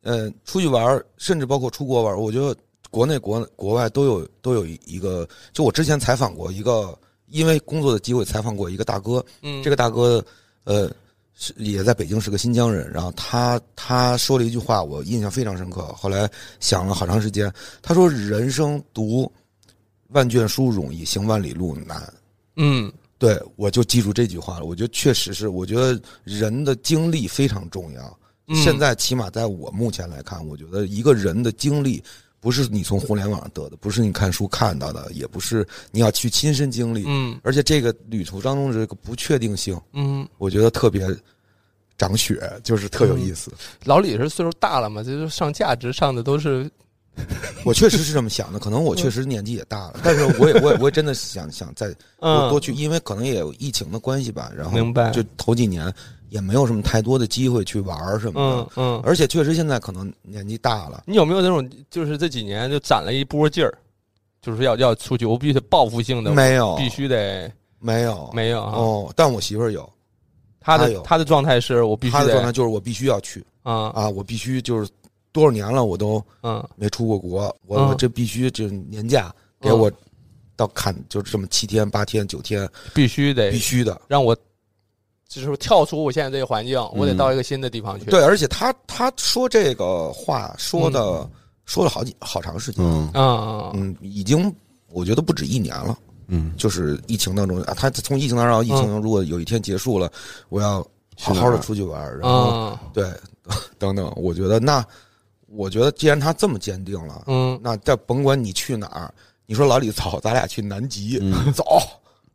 Speaker 2: 呃，出去玩儿，甚至包括出国玩儿，我觉得国内、国国外都有都有一个。就我之前采访过一个，因为工作的机会采访过一个大哥，
Speaker 1: 嗯，
Speaker 2: 这个大哥，呃，是也在北京，是个新疆人。然后他他说了一句话，我印象非常深刻。后来想了好长时间，他说：“人生读万卷书容易，行万里路难。”
Speaker 1: 嗯
Speaker 2: 对，我就记住这句话了。我觉得确实是，我觉得人的经历非常重要。
Speaker 1: 嗯
Speaker 2: 现在起码在我目前来看，我觉得一个人的经历不是你从互联网上得的，不是你看书看到的，也不是你要去亲身经历。
Speaker 1: 嗯
Speaker 2: 而且这个旅途当中的这个不确定性，
Speaker 1: 嗯，
Speaker 2: 我觉得特别长血，就是特有意思。
Speaker 1: 老李是岁数大了嘛，就是上价值上的都是
Speaker 2: 我确实是这么想的，可能我确实年纪也大了，但是我也我也我也真的想想再多
Speaker 1: 嗯
Speaker 2: 多去，因为可能也有疫情的关系吧。然后
Speaker 1: 明白
Speaker 2: 就头几年也没有什么太多的机会去玩儿什么的，
Speaker 1: 嗯嗯，
Speaker 2: 而且确实现在可能年纪大了，
Speaker 1: 你有没有那种就是这几年就攒了一波劲儿，就是要要出去，我必须得报复性的，
Speaker 2: 没有
Speaker 1: 必须得
Speaker 2: 没有
Speaker 1: 没有啊。
Speaker 2: 哦，但我媳妇儿有，
Speaker 1: 他
Speaker 2: 他
Speaker 1: 的
Speaker 2: 有
Speaker 1: 他的状态是我必须
Speaker 2: 她的状态
Speaker 1: 得
Speaker 2: 就是我必须要去
Speaker 1: 啊
Speaker 2: 啊，我必须就是多少年了我都
Speaker 1: 嗯
Speaker 2: 没出过国，我、
Speaker 1: 嗯
Speaker 2: 我这必须就是年假给我到砍就是这么七天八天九天
Speaker 1: 必须得
Speaker 2: 必须的。
Speaker 1: 让我就是跳出我现在这个环境，我得
Speaker 3: 嗯
Speaker 1: 到一个新的地方去。
Speaker 2: 对，而且她她说这个话说的、说了好几好长时间，
Speaker 3: 嗯
Speaker 1: 嗯，嗯
Speaker 2: 嗯，已经我觉得不止一年了。
Speaker 3: 嗯，
Speaker 2: 就是疫情当中啊，他从疫情当中
Speaker 1: 嗯
Speaker 2: 到疫情，如果有一天结束了，我要好好的出去玩儿，然后、
Speaker 1: 嗯
Speaker 2: 对 等等，我觉得那我觉得既然他这么坚定了，
Speaker 1: 嗯，
Speaker 2: 那再甭管你去哪儿，你说老李走，咱俩去南极、
Speaker 3: 嗯
Speaker 2: 走，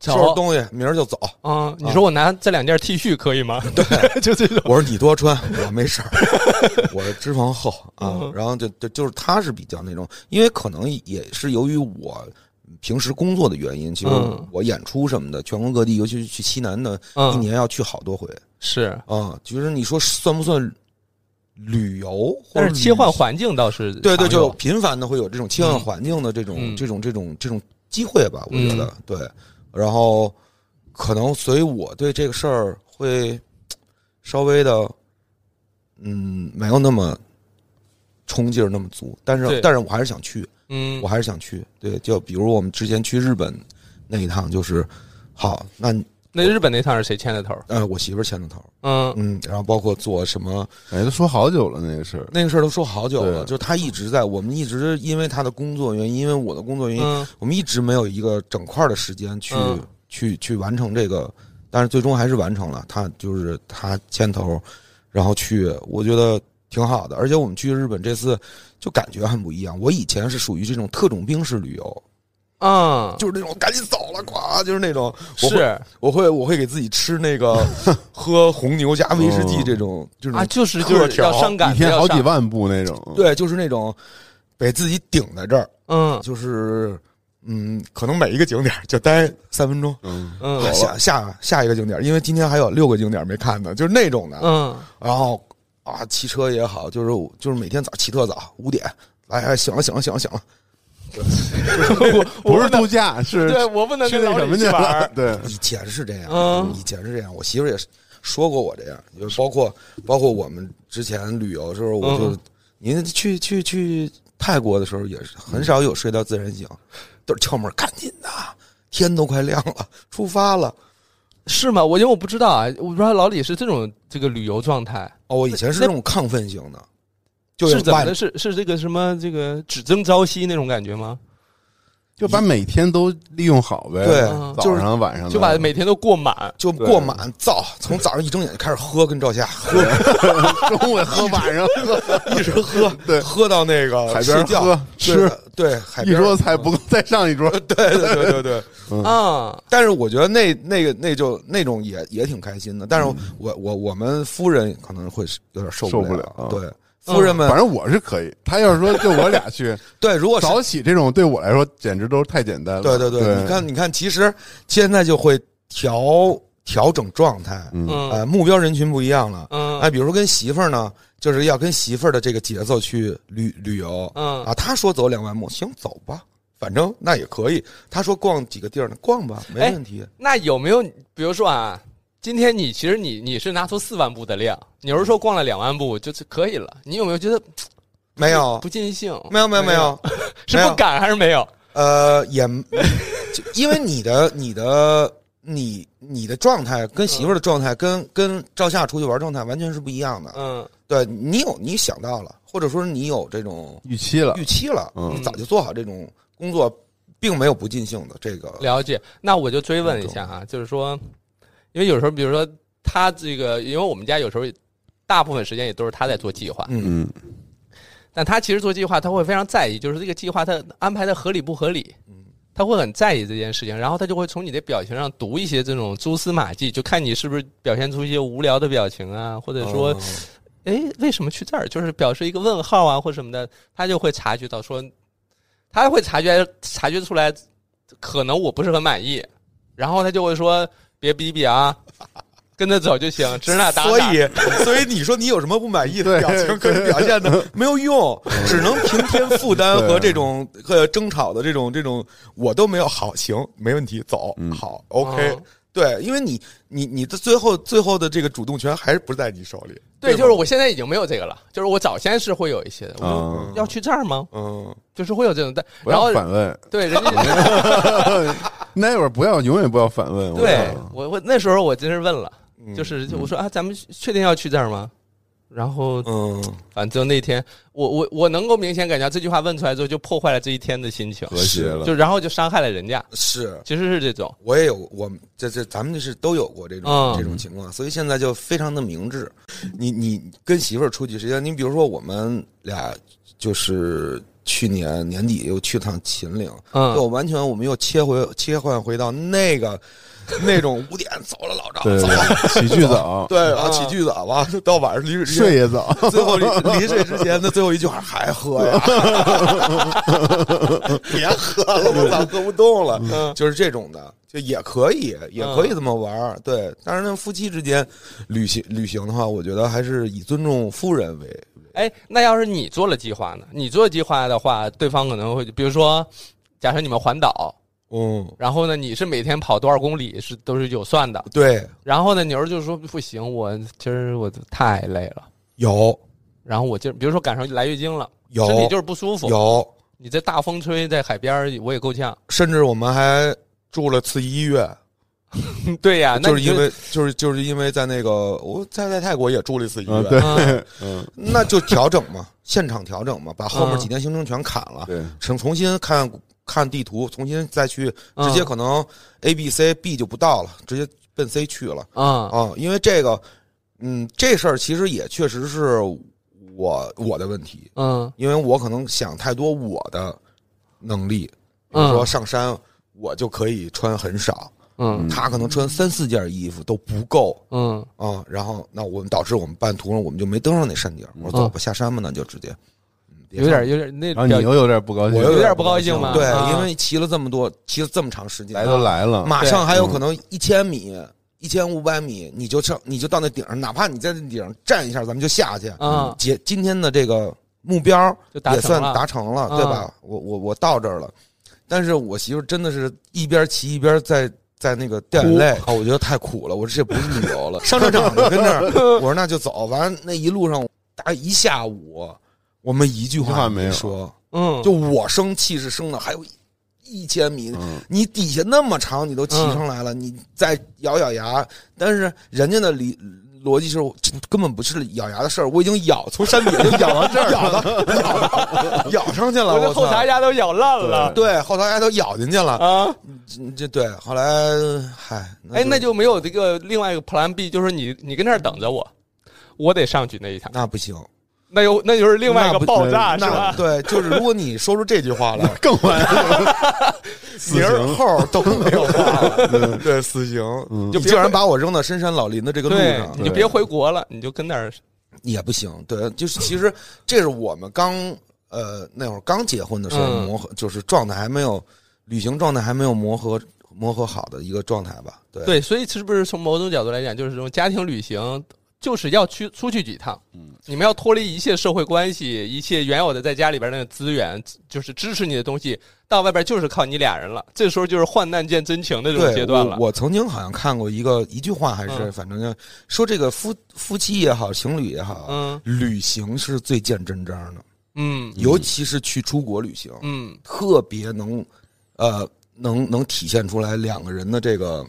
Speaker 2: 收
Speaker 1: 走
Speaker 2: 拾东西，明儿 就走。
Speaker 1: 嗯，你说我拿这两件 T 恤可以吗？对， 就这种。
Speaker 2: 我说你多穿，我 没事儿，我脂肪厚啊
Speaker 1: 嗯。
Speaker 2: 然后就就就是他是比较那种，因为可能也是由于我平时工作的原因，其实
Speaker 1: 嗯
Speaker 2: 我演出什么的，全国各地，尤其是去西南的，一
Speaker 1: 嗯，
Speaker 2: 年要去好多回
Speaker 1: 是，
Speaker 2: 啊。就是你说算不算旅游？或
Speaker 1: 但
Speaker 2: 者
Speaker 1: 是切换
Speaker 2: 旅
Speaker 1: 环境倒是
Speaker 2: 对对，
Speaker 1: 常有
Speaker 2: 就频繁的会有这种切换
Speaker 1: 嗯
Speaker 2: 环境的这
Speaker 1: 嗯
Speaker 2: 种这种这种这种机会吧，我觉
Speaker 1: 嗯
Speaker 2: 得对。然后可能，所以我对这个事儿会稍微的，嗯，没有那么冲劲儿那么足，但
Speaker 1: 对
Speaker 2: 是但是我还是想去，
Speaker 1: 嗯
Speaker 2: 我还是想去。对，就比如我们之前去日本那一趟，就是好，那
Speaker 1: 那日本那趟是谁牵的头？
Speaker 2: 呃，我媳妇儿牵的头，
Speaker 1: 嗯
Speaker 2: 嗯，然后包括做什么
Speaker 3: 哎，都说好久了那个事儿，
Speaker 2: 那个事儿都说好久了，
Speaker 3: 对
Speaker 2: 就他一直在，我们一直因为他的工作原因，因为我的工作原因，
Speaker 1: 嗯
Speaker 2: 我们一直没有一个整块儿的时间去、
Speaker 1: 嗯
Speaker 2: 去去完成这个，但是最终还是完成了。他就是他牵头，然后去，我觉得挺好的。而且我们去日本这次就感觉很不一样。我以前是属于这种特种兵式旅游，
Speaker 1: 嗯，
Speaker 2: 就是那种赶紧走了，咵，就是那种我会
Speaker 1: 是
Speaker 2: 我会我会给自己吃那个 喝红牛加威士忌这种、这种
Speaker 1: 啊，就是
Speaker 2: 特
Speaker 1: 就是
Speaker 2: 调
Speaker 1: 要上赶
Speaker 3: 一天
Speaker 1: 要
Speaker 3: 好几
Speaker 1: 上
Speaker 3: 万步那种，，
Speaker 2: 对，就是那种给自己顶在这儿，
Speaker 1: 嗯
Speaker 2: 就是嗯，可能每一个景点儿就待三分钟。
Speaker 3: 嗯，
Speaker 1: 嗯
Speaker 2: 下下下一个景点，因为今天还有六个景点没看呢，就是那种的。
Speaker 1: 嗯
Speaker 2: 然后啊，骑车也好，就是就是每天早起特早，五点，哎哎，醒了醒了醒了醒了，
Speaker 3: 不是度假，是
Speaker 1: 对我不能
Speaker 3: 去
Speaker 1: 跟
Speaker 3: 那
Speaker 1: 老
Speaker 3: 什么
Speaker 1: 李
Speaker 3: 去
Speaker 1: 去玩
Speaker 3: 了
Speaker 1: 儿，，
Speaker 3: 对，
Speaker 2: 以前是这样，
Speaker 1: 嗯
Speaker 2: 以前是这样，我媳妇儿也是说过我这样，就是包括包括我们之前旅游的时候，我就、
Speaker 1: 嗯
Speaker 2: 您去去去泰国的时候也是很少有睡到自然醒，都是敲门赶紧的，天都快亮了，出发了。
Speaker 1: 是吗？我因为我不知道啊，我不知道老李是这种这个旅游状态，
Speaker 2: 哦，我以前是
Speaker 1: 那
Speaker 2: 那种亢奋型的，就是
Speaker 1: 怎么
Speaker 2: 晚嗯
Speaker 1: 的？是是这个什么这个只争朝夕那种感觉吗？
Speaker 3: 就把每天都利用好呗。
Speaker 2: 对
Speaker 1: 嗯
Speaker 3: 早上晚上的
Speaker 1: 就 把每天都过满，
Speaker 2: 就过满造，从早上一睁眼就开始喝，跟赵夏喝，
Speaker 3: 中午喝，晚上喝，
Speaker 2: 一直喝，
Speaker 3: 对
Speaker 2: 喝到那个
Speaker 3: 海边
Speaker 2: 呃睡觉
Speaker 3: 喝吃
Speaker 2: 对，对海
Speaker 3: 一
Speaker 2: 边
Speaker 3: 桌菜不够，再上一桌。
Speaker 2: 对对对对对。
Speaker 1: 啊，
Speaker 2: 但是我觉得那那个那就那种也也挺开心的，但是我我我们夫人可能会有点受
Speaker 3: 受不
Speaker 2: 了，
Speaker 3: 了啊
Speaker 2: 对。夫人们，
Speaker 3: 反正我是可以，他要是说就我俩去
Speaker 2: 对，
Speaker 1: 哦
Speaker 2: 如果是
Speaker 3: 早起这种，对我来说简直都是太简单了。
Speaker 2: 对对
Speaker 3: 对，
Speaker 2: 对，你，看你看，其实现在就会调调整状态，
Speaker 3: 嗯，
Speaker 1: 嗯
Speaker 2: 呃，目标人群不一样了，
Speaker 1: 嗯
Speaker 2: 哎，比如说跟媳妇儿呢，就是要跟媳妇儿的这个节奏去旅旅游，
Speaker 1: 嗯
Speaker 2: 啊，她说走两万步，行，走吧，反正那也可以。她说逛几个地儿呢，逛吧，没
Speaker 1: 哎
Speaker 2: 问题。
Speaker 1: 那有没有比如说啊？今天你其实你你是拿出四万步的量，你要是说逛了两万步就是可以了，你有没有觉得
Speaker 2: 没有
Speaker 1: 不，尽兴？
Speaker 2: 没有，没有，没有，
Speaker 1: 是
Speaker 2: 没有
Speaker 1: 不敢还是没有？
Speaker 2: 呃，也， 就因为你的你的你你的状态跟媳妇儿的状态跟跟赵夏出去玩状态完全是不一样的。
Speaker 1: 嗯
Speaker 2: 对你有你想到了，或者说你有这种
Speaker 3: 预期了，
Speaker 2: 预期了，
Speaker 3: 嗯
Speaker 2: 你早就做好这种工作，并没有不尽兴的这个。
Speaker 1: 了解，那我就追问一下啊，就是说，因为有时候，比如说他这个，因为我们家有时候大部分时间也都是他在做计划，
Speaker 2: 嗯，
Speaker 3: 嗯，
Speaker 1: 但他其实做计划，他会非常在意，就是这个计划他安排的合理不合理，
Speaker 2: 嗯
Speaker 1: 他会很在意这件事情，然后他就会从你的表情上读一些这种蛛丝马迹，就看你是不是表现出一些无聊的表情啊，或者说，
Speaker 2: 嗯
Speaker 1: 哎、为什么去这儿，就是表示一个问号啊，或什么的，他就会察觉到说，他会察觉察觉出来，可能我不是很满意，然后他就会说别逼逼啊，跟着走就行，指哪打哪。
Speaker 2: 所以，所以你说你有什么不满意的
Speaker 3: 对
Speaker 2: 表情可以表现 的，没有用，只能平添负担
Speaker 3: 对
Speaker 2: 和这种呃争吵的这种这种，我都没有好，行，没问题，走，好，OK，、
Speaker 1: 嗯
Speaker 2: 对，因为你你你的最后最后的这个主动权还是不在你手里，
Speaker 1: 对，
Speaker 2: 吗
Speaker 1: 就是我现在已经没有这个了，就是我早先是会有一些的，我就
Speaker 3: 啊，
Speaker 1: 要去这儿吗？
Speaker 2: 嗯，
Speaker 1: 就是会有这种的，
Speaker 3: 不
Speaker 1: 然
Speaker 3: 要
Speaker 1: 后
Speaker 3: 反问，
Speaker 1: 对人家
Speaker 3: 那会儿不要，永远不要反问。我
Speaker 1: 对
Speaker 3: 操
Speaker 1: 我我那时候我真是问了，
Speaker 2: 嗯
Speaker 1: 就是就我说啊，咱们确定要去这儿吗？然后
Speaker 2: 嗯，
Speaker 1: 反正那天我我我能够明显感觉到这句话问出来之后，就破坏了这一天的心情，
Speaker 3: 和谐了，
Speaker 1: 就然后就伤害了人家，
Speaker 2: 是。
Speaker 1: 其实是这种，
Speaker 2: 我也有，我们这这咱们这是都有过这种、
Speaker 1: 嗯
Speaker 3: 啊
Speaker 2: 这种情况，所以现在就非常的明智。你你跟媳妇儿出去，实际上你比如说我们俩就是去年年底又去趟秦岭，
Speaker 3: 啊
Speaker 1: 嗯
Speaker 2: 就完全我们又切回切换回到那个那种五点走了老
Speaker 3: 对
Speaker 2: 赵走
Speaker 3: 对
Speaker 2: 了，
Speaker 3: 对，起居早，
Speaker 2: 对，然后
Speaker 1: 啊
Speaker 2: 起句早吧，到晚上离离
Speaker 3: 睡也早，
Speaker 2: 最后临临睡之前的最后一句话还喝呀， 别喝了，我咋喝不动了？
Speaker 1: 嗯
Speaker 2: 就是这种的，就也可以，也可以这么玩儿。对，但是那夫妻之间旅行旅行的话，我觉得还是以尊重夫人为。
Speaker 1: 哎，那要是你做了计划呢？你做计划的话，对方可能会，比如说，假设你们环岛，
Speaker 2: 嗯，
Speaker 1: 然后呢，你是每天跑多少公里是都是有算的，
Speaker 2: 对，
Speaker 1: 然后呢，牛儿就说不行，我今儿我太累了，
Speaker 2: 有
Speaker 1: 然后我今儿比如说赶上来月经了，
Speaker 2: 有
Speaker 1: 身体就是不舒服，
Speaker 2: 有，嗯
Speaker 1: 你这大风吹在海边儿我也够呛。
Speaker 2: 甚至我们还住了次医院，
Speaker 1: 对呀、那
Speaker 2: 就是
Speaker 1: 你就
Speaker 2: 因为就是就是因为在那个我在在泰国也住了一次医
Speaker 3: 啊，
Speaker 2: 院，
Speaker 3: 对，
Speaker 1: 嗯
Speaker 3: 嗯，
Speaker 2: 那就调整嘛，现场调整嘛，把后面
Speaker 1: 嗯
Speaker 2: 几天行程全砍了，
Speaker 3: 对，
Speaker 2: 重重新看看地图，重新再去，
Speaker 1: 嗯
Speaker 2: 直接可能 A、B、C、B 就不到了，直接奔 C 去了
Speaker 1: 啊、
Speaker 2: 啊、因为这个，嗯，这事儿其实也确实是我我的问题，
Speaker 1: 嗯
Speaker 2: 因为我可能想太多我的能力，比如说
Speaker 1: 嗯
Speaker 2: 上山我就可以穿很少，
Speaker 1: 嗯
Speaker 2: 他可能穿三四件衣服都不够。
Speaker 1: 嗯
Speaker 2: 啊、然后那我们导致我们半途上我们就没登上那山顶儿。我说走吧，下山吧，那就直接，嗯别
Speaker 1: 嗯有点有点那
Speaker 3: 然后
Speaker 1: 表
Speaker 3: 你又有点不高兴，嗯
Speaker 2: 我
Speaker 1: 有点不
Speaker 2: 高
Speaker 1: 高兴嘛
Speaker 2: 对，
Speaker 1: 啊
Speaker 2: 因为骑了这么多，骑了这么长时间，
Speaker 3: 来都来了，
Speaker 2: 马
Speaker 1: 对
Speaker 2: 上还有可能一千米、一千五百米，你就上，你就到那顶上，哪怕你在那顶上站一下，咱们就下去。
Speaker 1: 嗯
Speaker 2: 姐，今天的这个目标
Speaker 1: 就达
Speaker 2: 也
Speaker 1: 成
Speaker 2: 算
Speaker 1: 了，
Speaker 2: 达成了，
Speaker 1: 嗯
Speaker 2: 对吧？我我我到这儿了，但是我媳妇真的是一边骑一边在。在那个掉眼泪，啊，我觉得太苦了。我说这不是旅游了，上战场就跟这儿。我说那就走，完了那一路上大概一下午，我们一句
Speaker 3: 一句
Speaker 2: 话
Speaker 3: 话
Speaker 2: 也
Speaker 3: 没有
Speaker 2: 说。
Speaker 1: 嗯
Speaker 2: 就我生气是生的，还有一一千米，
Speaker 3: 嗯，
Speaker 2: 你底
Speaker 1: 嗯
Speaker 2: 下那么长，你都骑上来了，你再咬咬牙，但是人家的里逻辑是我这根本不是咬牙的事儿，我已经咬从山底下就咬到这儿，咬 到咬咬上去
Speaker 1: 我
Speaker 2: 了，我
Speaker 1: 这后
Speaker 2: 操
Speaker 1: 槽牙都咬烂了
Speaker 2: 对后槽牙都咬进去了，
Speaker 1: 啊！
Speaker 2: 这这对，后来嗨，
Speaker 1: 哎，那就没有这个另外一个 Plan B，就是你你跟那儿等着我，我得上去那一趟，
Speaker 2: 那不行，
Speaker 1: 那又那就是另外一
Speaker 2: 那
Speaker 1: 个
Speaker 2: 不
Speaker 1: 爆炸是
Speaker 2: 那
Speaker 1: 吧？
Speaker 2: 对，就是如果你说出这句话来，
Speaker 3: 更完
Speaker 2: 名儿后都没有 话了，对，死刑，
Speaker 3: 嗯
Speaker 2: 就
Speaker 1: 就别
Speaker 2: 竟然把我扔到深山老林的这个路
Speaker 1: 对，
Speaker 2: 上
Speaker 1: 你就别回国了，你就跟那儿
Speaker 2: 也不行，对，就是其实这是我们刚呃那会儿刚结婚的时候
Speaker 1: 嗯
Speaker 2: 磨合，就是状态还没有旅行状态还没有磨合磨合好的一个状态吧，对
Speaker 1: 对，所以是不是从某种角度来讲，就是这种家庭旅行，就是要去出去几趟，
Speaker 3: 嗯
Speaker 1: 你们要脱离一切社会关系，一切原有的在家里边的资源，就是支持你的东西，到外边就是靠你俩人了。这时候就是患难见真情的这种
Speaker 2: 对
Speaker 1: 阶段了。
Speaker 2: 我。我曾经好像看过一个一句话，还是、
Speaker 1: 嗯
Speaker 2: 反正就说这个夫夫妻也好，情侣也好，
Speaker 1: 嗯
Speaker 2: 旅行是最见真章的，
Speaker 1: 嗯
Speaker 2: 尤其是去出国旅行，
Speaker 1: 嗯，
Speaker 2: 特别能呃能能体现出来两个人的这个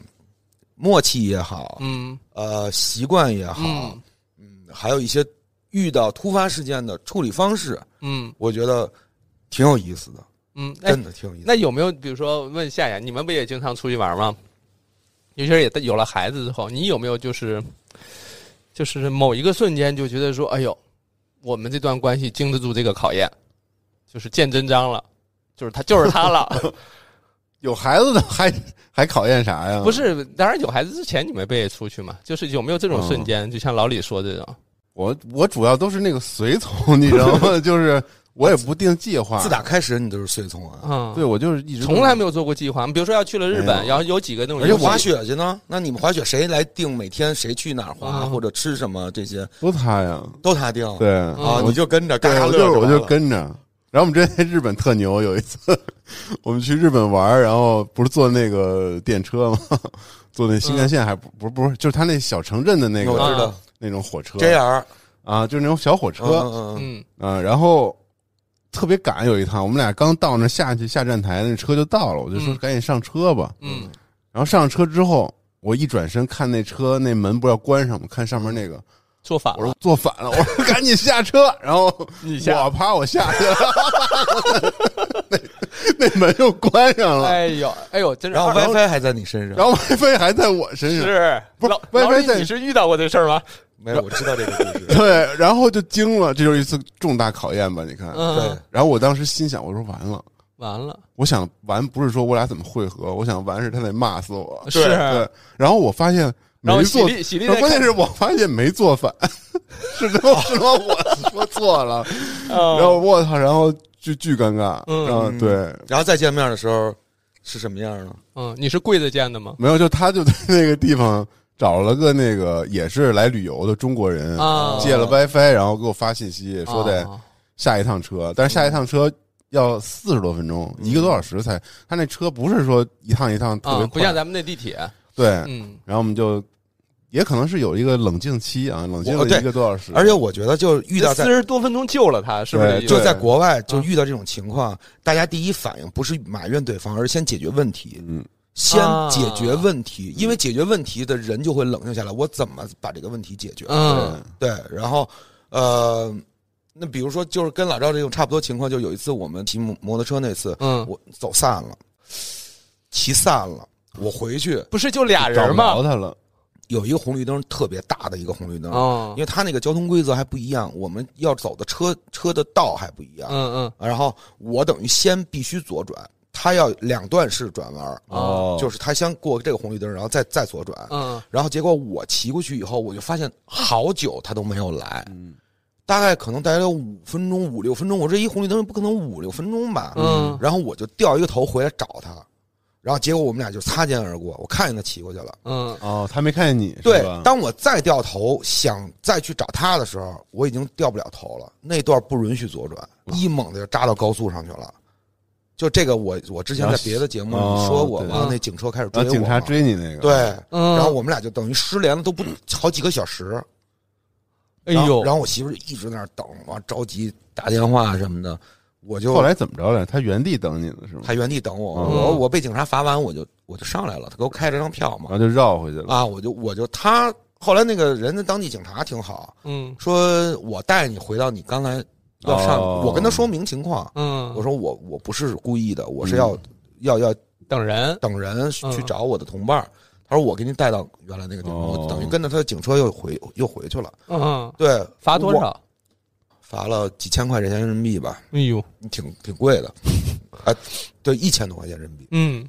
Speaker 2: 默契也好，
Speaker 1: 嗯
Speaker 2: 呃习惯也好。
Speaker 1: 嗯
Speaker 2: 还有一些遇到突发事件的处理方式，
Speaker 1: 嗯
Speaker 2: 我觉得挺有意思的，
Speaker 1: 嗯，哎，
Speaker 2: 真的挺有意思的。
Speaker 1: 那有没有比如说问夏夏，你们不也经常出去玩吗？尤其是也有了孩子之后，你有没有就是就是某一个瞬间就觉得说，哎呦，我们这段关系经得住这个考验，就是见真章了， 就是他就是他
Speaker 3: 嗯
Speaker 1: 了。
Speaker 3: 有孩子的还还考验啥呀？
Speaker 1: 不是，当然有孩子之前你没被出去嘛，就是有没有这种
Speaker 3: 嗯
Speaker 1: 瞬间，就像老李说这种，
Speaker 3: 我，我主要都是那个随从，你知道 吗？就是我也不定计划，
Speaker 2: 自打开始你就是随从啊，
Speaker 1: 嗯，
Speaker 3: 对，我就是一直
Speaker 1: 从来没有做过计划。比如说要去了日
Speaker 3: 没
Speaker 1: 本，
Speaker 3: 有
Speaker 1: 然后有几个那种
Speaker 2: 而且
Speaker 1: 游戏，
Speaker 2: 滑雪去呢，那你们滑雪谁来定每天谁去哪儿滑、
Speaker 1: 啊
Speaker 2: 或者吃什么这些
Speaker 3: 都他呀，
Speaker 2: 都他定
Speaker 3: 对
Speaker 1: 哦
Speaker 2: 啊，你就跟着，嘎
Speaker 3: 对，
Speaker 2: 嘎
Speaker 3: 我
Speaker 2: 乐
Speaker 3: 就我
Speaker 2: 完
Speaker 3: 就
Speaker 2: 了
Speaker 3: 跟着。然后我们之前在日本特牛，有一次 我们去日本玩，然后不是坐那个电车吗？坐那新
Speaker 2: 嗯
Speaker 3: 干线还不不是不是，就是他那小城镇的那
Speaker 2: 我
Speaker 3: 个
Speaker 1: 啊
Speaker 2: 知道
Speaker 3: 那种火车
Speaker 2: JR，
Speaker 3: 啊，就是那种小火
Speaker 2: 嗯
Speaker 3: 车
Speaker 2: 嗯嗯，
Speaker 1: 嗯
Speaker 3: 啊。然后特别赶，有一趟我们俩刚到那儿下去下站台，那车就到了，我就说
Speaker 1: 嗯
Speaker 3: 赶紧上车吧。
Speaker 1: 嗯
Speaker 3: 然后上车之后，我一转身看那车那门不是要关上吗？看上面那个，
Speaker 1: 做反
Speaker 3: 我说
Speaker 1: 了，
Speaker 3: 坐反了，我说赶紧下车，然后
Speaker 1: 你下
Speaker 3: 我啪我下去了， 那那门又关上了，
Speaker 1: 哎呦哎呦，真是
Speaker 2: 然后
Speaker 1: 二
Speaker 2: WiFi 还在你身上，
Speaker 3: 然后 WiFi 还在我身上，
Speaker 1: 是，
Speaker 3: 哎不是
Speaker 1: 老
Speaker 3: WiFi
Speaker 1: 老李，
Speaker 3: 在
Speaker 1: 你是遇到过这事儿吗？
Speaker 2: 没有，我知道这个故事，
Speaker 3: 对，然后就惊了，这就是一次重大考验吧？你看，
Speaker 2: 对
Speaker 1: 嗯，，
Speaker 3: 然后我当时心想，我说完了，
Speaker 1: 完了，
Speaker 3: 我想完不是说我俩怎么会合，我想完是他得骂死我，
Speaker 1: 是啊
Speaker 3: 对，然后我发现
Speaker 1: 然后
Speaker 3: 没
Speaker 1: 喜
Speaker 3: 做
Speaker 1: 力喜力
Speaker 3: 那
Speaker 1: 在
Speaker 3: 关键
Speaker 1: 看
Speaker 3: 是我发现没做反， 是他妈是他妈我说错了，
Speaker 1: 嗯
Speaker 3: 然后我操，然后就巨尴尬，
Speaker 1: 嗯
Speaker 3: 然后对，
Speaker 2: 然后再见面的时候是什么样呢？
Speaker 1: 嗯，你是跪着见的吗？
Speaker 3: 没有，就他就在那个地方找了个那个也是来旅游的中国人，
Speaker 1: 啊，
Speaker 3: 嗯借了 WiFi，然后给我发信息说得
Speaker 1: 啊
Speaker 3: 下一趟车，但是下一趟车。要四十多分钟，一个多小时才。他那车不是说一趟一趟特别
Speaker 1: 啊，不像
Speaker 3: 快，
Speaker 1: 咱们那地铁，
Speaker 3: 对。
Speaker 1: 嗯
Speaker 3: 然后我们就，也可能是有一个冷静期啊，冷静
Speaker 2: 我
Speaker 3: 了
Speaker 2: 对
Speaker 3: 一个多小时。
Speaker 2: 而且我觉得就遇到在
Speaker 1: 四十多分钟救了他，是不是这
Speaker 3: 对
Speaker 1: 意思？
Speaker 2: 就
Speaker 3: 对
Speaker 2: 在国外，
Speaker 1: 啊
Speaker 2: 就遇到这种情况，大家第一反应不是埋怨对方，而是先解决问题，
Speaker 3: 嗯，
Speaker 2: 先
Speaker 1: 啊嗯
Speaker 2: 解决问题，因为解决问题的人就会冷静下来，我怎么把这个问题解决？
Speaker 1: 嗯
Speaker 2: 对，然后呃，那比如说就是跟老赵这种差不多情况，就有一次我们骑摩摩托车那次，
Speaker 1: 嗯，
Speaker 2: 我走散了，骑散了，我回去
Speaker 1: 不是就俩
Speaker 3: 找
Speaker 1: 人
Speaker 3: 不
Speaker 1: 吗
Speaker 3: 着？他了，
Speaker 2: 有一个红绿灯特别大的一个红绿灯。
Speaker 1: 哦
Speaker 2: 因，为他那个交通规则还不一样，我们要走的车车的道还不一样，
Speaker 1: 嗯嗯，
Speaker 2: 然后我等于先必须左转，他要两段式转弯，
Speaker 1: 哦
Speaker 2: 啊就是他先过这个红绿灯，然后再再左转，
Speaker 1: 嗯
Speaker 2: 然后结果我骑过去以后，我就发现好久他都没有来，
Speaker 3: 嗯
Speaker 2: 大概可能大概有五分钟五六分钟，我这一红绿灯不可能五六分钟吧，
Speaker 1: 嗯
Speaker 2: 然后我就掉一个头回来找他，然后结果我们俩就擦肩而过，我看见他骑过去了。
Speaker 1: 嗯
Speaker 3: 哦，他没看见你，是
Speaker 2: 对
Speaker 3: 吧，
Speaker 2: 当我再掉头想再去找他的时候，我已经掉不了头了。那段不允许左转，一猛的就扎到高速上去了。就这个我，我之前在别的节目
Speaker 3: 哦
Speaker 2: 里说过，
Speaker 3: 对
Speaker 2: 然后那警车开始追
Speaker 3: 然
Speaker 2: 我
Speaker 3: 后
Speaker 2: 嘛，
Speaker 3: 警察追你那个，
Speaker 2: 对，
Speaker 1: 嗯，
Speaker 2: 然后我们俩就等于失联了，都不好几个小时。
Speaker 1: 哎
Speaker 2: 然后
Speaker 1: 呦，
Speaker 2: 然后我媳妇儿就一直在那儿等，完着急打电话什么的，我就
Speaker 3: 后来怎么着了？他原地等你了是吗？
Speaker 2: 还原地等我，
Speaker 3: 嗯
Speaker 2: 我我被警察罚完，我就我就上来了，他给我开了张票嘛
Speaker 3: 嗯然，后就绕回去了。
Speaker 2: 啊，我就我就他后来那个人的当地警察挺好，
Speaker 1: 嗯
Speaker 2: 说我带你回到你刚才要上，
Speaker 3: 哦
Speaker 2: 我跟他说明情况，
Speaker 1: 嗯，
Speaker 2: 我说我我不是故意的，我是要、要要
Speaker 1: 等人，
Speaker 2: 等人
Speaker 1: 嗯
Speaker 2: 去找我的同伴儿。他说我给你带到原来那个地方，
Speaker 3: 哦
Speaker 2: 我等于跟着他的警车又回又回去了。
Speaker 1: 嗯嗯，
Speaker 2: 对，
Speaker 1: 罚多
Speaker 2: 我？
Speaker 1: 少？
Speaker 2: 罚了几千块钱人民币吧，
Speaker 1: 哎呦，
Speaker 2: 挺挺贵 的，啊，对，一千多块钱人民币。
Speaker 1: 嗯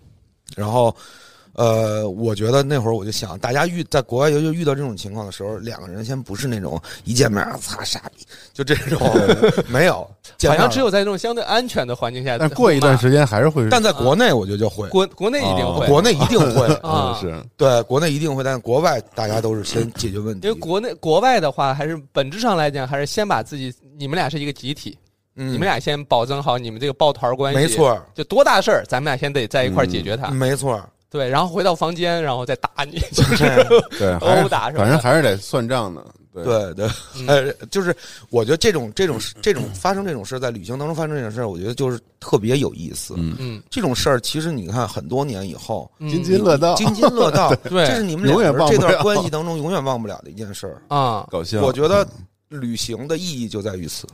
Speaker 2: 然后，呃，我觉得那会儿我就想，大家遇在国外尤其遇到这种情况的时候，两个人先不是那种一见面啊，擦傻逼，就这 种没有，见
Speaker 1: 好
Speaker 2: 面
Speaker 1: 像只有在这种相对安全的环境下，
Speaker 3: 但过一段时间还是会
Speaker 2: 但在国内我觉得就会，
Speaker 1: 国国内一定会，
Speaker 2: 国内一定会，
Speaker 1: 啊
Speaker 3: 嗯是
Speaker 2: 对，国内一定会，但是国外大家都是先解决问
Speaker 1: 因为
Speaker 2: 题，
Speaker 1: 国内国外的话，还是本质上来讲，还是先把自己，你们俩是一个集体，
Speaker 2: 嗯，
Speaker 1: 你们俩先保证好你们这个抱团关系，
Speaker 2: 没，错嗯儿，
Speaker 1: 就多大事儿，咱们俩先得在一块儿解决它，
Speaker 2: 没错 儿，
Speaker 1: 对，然后回到房间，然后再打你，
Speaker 3: 对，还
Speaker 1: 殴
Speaker 3: 是
Speaker 1: 打什么
Speaker 3: 反正
Speaker 1: 的，
Speaker 3: 还是得算账的。对
Speaker 2: 对对，
Speaker 1: 嗯
Speaker 2: 呃，就是我觉得这种这种这种发生这种事儿，在旅行当中发生这种事儿，我觉得就是特别有意思。
Speaker 3: 嗯，
Speaker 1: 嗯，
Speaker 2: 这种事儿其实你看，很多年以后，
Speaker 1: 嗯
Speaker 3: 津津乐道，
Speaker 2: 津津乐 道，
Speaker 1: 对
Speaker 2: 这是你们两
Speaker 3: 永
Speaker 2: 个
Speaker 3: 远
Speaker 2: 人
Speaker 3: 忘不
Speaker 2: 这
Speaker 3: 了
Speaker 2: 段关系当中永远忘不了的一件事儿。
Speaker 1: 啊，
Speaker 3: 搞笑。
Speaker 2: 我觉得
Speaker 3: 嗯
Speaker 2: 旅行的意义就在于此。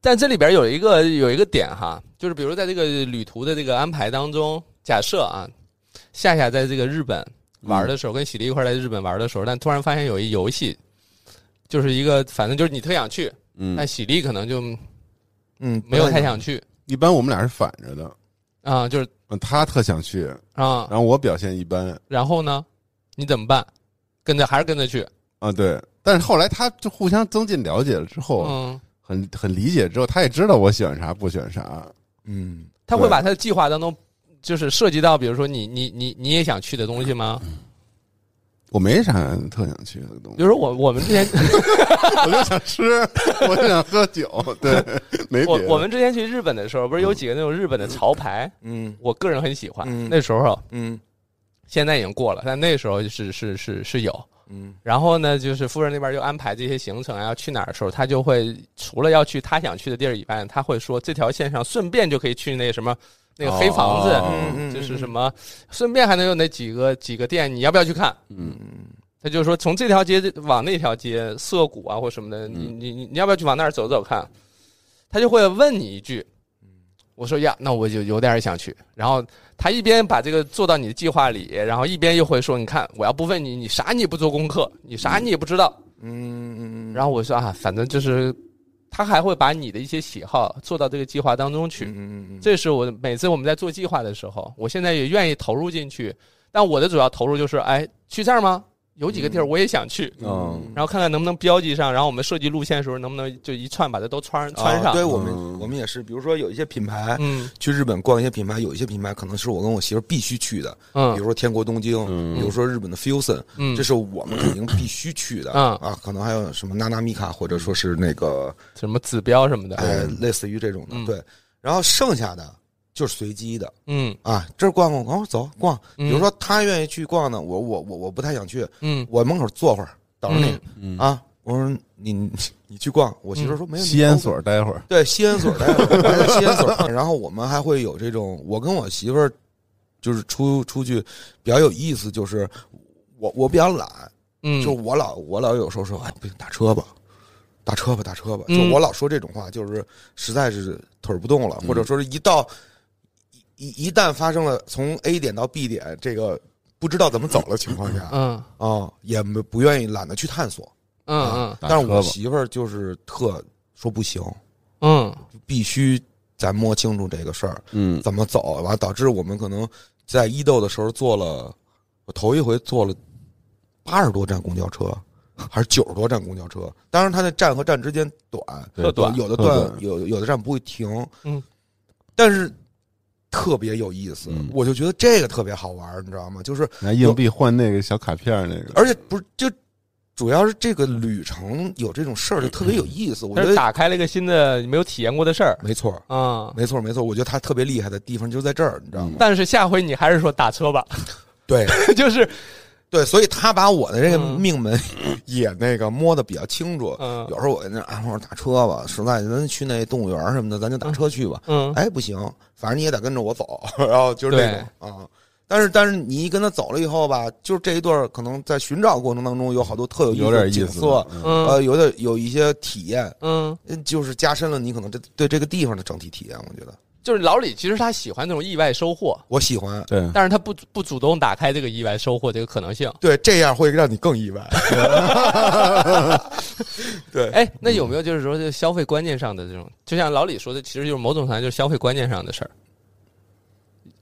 Speaker 1: 但这里边有一个有一个点哈，就是比如在这个旅途的这个安排当中，假设啊，夏夏在这个日本玩的时候，跟喜力一块儿在日本玩的时候，但突然发现有一游戏，就是一个反正就是你特想去，
Speaker 3: 嗯
Speaker 1: 但，喜力可能就
Speaker 2: 嗯，
Speaker 1: 没有太想去
Speaker 3: 一般我们俩是反着的，
Speaker 1: 啊、就是
Speaker 3: 嗯他特想去，
Speaker 1: 啊、
Speaker 3: 然后我表现一般
Speaker 1: 然后呢，你怎么办？跟着还是跟着去？
Speaker 3: 啊，对。但是后来他就互相增进了解了之后，
Speaker 1: 嗯，
Speaker 3: 很很理解之后，他也知道我喜欢啥不喜欢啥。
Speaker 2: 嗯，
Speaker 1: 他会
Speaker 3: 对
Speaker 1: 把他的计划当中，就是涉及到比如说你你你你也想去的东西吗？
Speaker 3: 嗯我没啥特想去的东
Speaker 1: 比
Speaker 3: 西，
Speaker 1: 如说我我们之前
Speaker 3: 我就 想吃，我就想喝酒，对，没
Speaker 1: 我
Speaker 3: 别的。
Speaker 1: 我们之前去日本的时候，不是有几个那种日本的潮牌，
Speaker 2: 嗯
Speaker 1: 我个人很喜欢。
Speaker 2: 嗯
Speaker 1: 那时候
Speaker 2: 嗯
Speaker 1: 现在已经过了，但那时候是是是是有。
Speaker 2: 嗯
Speaker 1: 然后呢，就是夫人那边就安排这些行程啊，要去哪儿的时候，他就会除了要去他想去的地儿以外，他会说这条线上顺便就可以去那什么那个黑房子，
Speaker 3: 哦
Speaker 2: 嗯嗯，
Speaker 1: 就是什么，顺便还能有哪几个几个店，你要不要去看？
Speaker 3: 嗯，
Speaker 1: 他就说从这条街往那条街，涩谷啊或什么的，
Speaker 2: 嗯
Speaker 1: 你你你你要不要去往那儿走走看？他就会问你一句，我说呀，那我就有点想去。然后他一边把这个做到你的计划里，然后一边又会说，你看我要不问你，你啥你也不做功课，你啥你也不知道。
Speaker 2: 嗯嗯，
Speaker 1: 然后我说啊，反正就是他还会把你的一些喜好做到这个计划当中去。
Speaker 2: 嗯嗯
Speaker 1: 这是我每次我们在做计划的时候，我现在也愿意投入进去，但我的主要投入就是，哎，去这儿吗？有几个地儿我也想去，
Speaker 2: 啊
Speaker 3: 嗯
Speaker 1: 然后看看能不能标记上，然后我们设计路线的时候能不能就一串把它都穿穿
Speaker 2: 啊
Speaker 1: 上。
Speaker 2: 对我们
Speaker 3: 嗯
Speaker 2: 我们也是，比如说有一些品牌。
Speaker 1: 嗯
Speaker 2: 去日本逛一些品牌，有一些品牌可能是我跟我媳妇儿必须去的，比如
Speaker 1: 嗯
Speaker 2: 说天国东京，
Speaker 3: 嗯
Speaker 2: 比如说日本的 Fusion，
Speaker 1: 嗯，
Speaker 2: 这是我们肯定必须去的
Speaker 1: 嗯
Speaker 2: 啊，可能还有什么娜娜米卡，或者说是那个
Speaker 3: 嗯
Speaker 1: 什么指标什么的。
Speaker 2: 呃，类似于这种的，
Speaker 1: 嗯
Speaker 2: 对。然后剩下的就是随机的
Speaker 1: 嗯
Speaker 2: 啊，这儿逛逛，哦，走逛。
Speaker 1: 嗯
Speaker 2: 比如说他愿意去逛呢，我我我我不太想去，
Speaker 1: 嗯
Speaker 2: 我门口坐会儿，等着你、
Speaker 3: 嗯
Speaker 2: 啊。我说你你你去逛，我媳妇说没有
Speaker 3: 吸烟。所待会儿，
Speaker 2: 对吸烟所待会儿，我还在吸烟所。然后我们还会有这种，我跟我媳妇儿就是出出去比较有意思，就是我我比较懒，
Speaker 1: 嗯，
Speaker 2: 就是我老我老有时候说，哎，不行，打车吧，打车吧，打车吧。就
Speaker 1: 嗯
Speaker 2: 我老说这种话，就是实在是腿儿不动了，
Speaker 3: 嗯
Speaker 2: 或者说是一到一一一旦发生了从 A 点到 B 点这个不知道怎么走的情况 下，啊、
Speaker 1: 嗯
Speaker 2: 也没不愿意懒得去探索。
Speaker 1: 嗯嗯
Speaker 2: 但是我
Speaker 3: 打车吧
Speaker 2: 媳妇儿就是特说不行，
Speaker 1: 嗯
Speaker 2: 必须咱摸清楚这个事儿
Speaker 3: 嗯，
Speaker 2: 怎么走，完导致我们可能在伊豆的时候坐了，我头一回坐了八十多站公交车，还是九十多站公交车。当然，它的站和站之间短，
Speaker 3: 对
Speaker 1: 特短
Speaker 2: 有的
Speaker 3: 特
Speaker 2: 段
Speaker 3: 短
Speaker 2: 有有的站不会停，
Speaker 1: 嗯，
Speaker 2: 但是特别有意思，
Speaker 3: 嗯
Speaker 2: 我就觉得这个特别好玩儿，你知道吗？就是
Speaker 3: 拿硬币换那个小卡片儿那个，
Speaker 2: 而且不是就主要是这个旅程有这种事儿就特别有意思，我
Speaker 1: 他是
Speaker 2: 觉得
Speaker 1: 打开了一个新的你没有体验过的事儿
Speaker 2: 没错儿。
Speaker 1: 啊。
Speaker 2: 没错儿，没错儿，我觉得它特别厉害的地方就在这儿，你知道吗？
Speaker 1: 但是下回你还是说打车吧，
Speaker 2: 对，
Speaker 1: 就是
Speaker 2: 对，所以他把我的这个
Speaker 1: 嗯
Speaker 2: 命门 也那个摸得比较清楚。
Speaker 1: 嗯
Speaker 2: 有时候我跟那啊，我说打车吧，实在咱去那动物园什么的，咱就打车去吧。
Speaker 1: 嗯
Speaker 2: 哎，不行，反正你也得跟着我走，然后就是那种啊，但是但是你一跟他走了以后吧，就是这一段儿可能在寻找过程当中有好多特有
Speaker 3: 有
Speaker 2: 的
Speaker 3: 点意
Speaker 2: 景
Speaker 3: 思
Speaker 2: 色，
Speaker 3: 嗯
Speaker 2: 呃，有点有一些体验，
Speaker 1: 嗯，
Speaker 2: 嗯就是加深了你可能这对这个地方的整体体验。我觉得
Speaker 1: 就是老李其实他喜欢那种意外收获，
Speaker 2: 我喜欢，
Speaker 3: 对，
Speaker 1: 但是他不不主动打开这个意外收获这个可能性。
Speaker 2: 对，这样会让你更意外。 对，
Speaker 1: 哎，那有没有就是说这消费观念上的这种，就像老李说的，其实就是某种程度上就是消费观念上的事儿，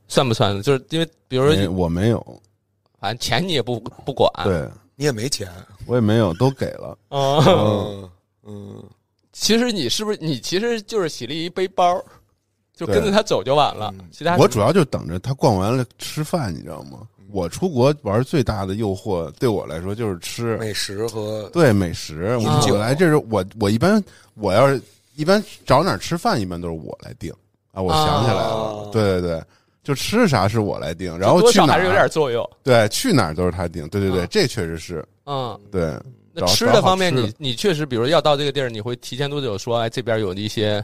Speaker 1: 算不算？就是因为比如
Speaker 3: 没
Speaker 1: 说，
Speaker 3: 我没有，
Speaker 1: 反正钱你也不不管，
Speaker 3: 对
Speaker 2: 你也没钱，
Speaker 3: 我也没有，都给了，
Speaker 1: 嗯，
Speaker 2: 嗯嗯，
Speaker 1: 其实你是不是你其实就是喜力一背包，就跟着
Speaker 3: 对
Speaker 1: 他走就完了，其他
Speaker 3: 嗯我主要就等着他逛完了吃饭，你知道吗？我出国玩最大的诱惑对我来说就是吃，
Speaker 2: 嗯美食和
Speaker 3: 对美食，
Speaker 2: 饮
Speaker 3: 我
Speaker 2: 酒
Speaker 3: 我来这是我我一般我要是一般找哪儿吃饭，一般都是我来定啊，我想起来了
Speaker 2: 啊，
Speaker 3: 对对对，就吃啥是我来定，然后
Speaker 1: 多
Speaker 3: 去
Speaker 1: 少
Speaker 3: 哪
Speaker 1: 还是有点
Speaker 3: 儿啊
Speaker 1: 作用。
Speaker 3: 对去哪儿都是他定，对对对
Speaker 1: 啊，
Speaker 3: 这确实是
Speaker 1: 嗯，
Speaker 3: 对。
Speaker 1: 那
Speaker 3: 找
Speaker 1: 吃
Speaker 3: 找
Speaker 1: 的
Speaker 3: 好
Speaker 1: 方面，
Speaker 3: 吃
Speaker 1: 你你确实，比如要到这个地儿，你会提前多久说，哎，这边有一些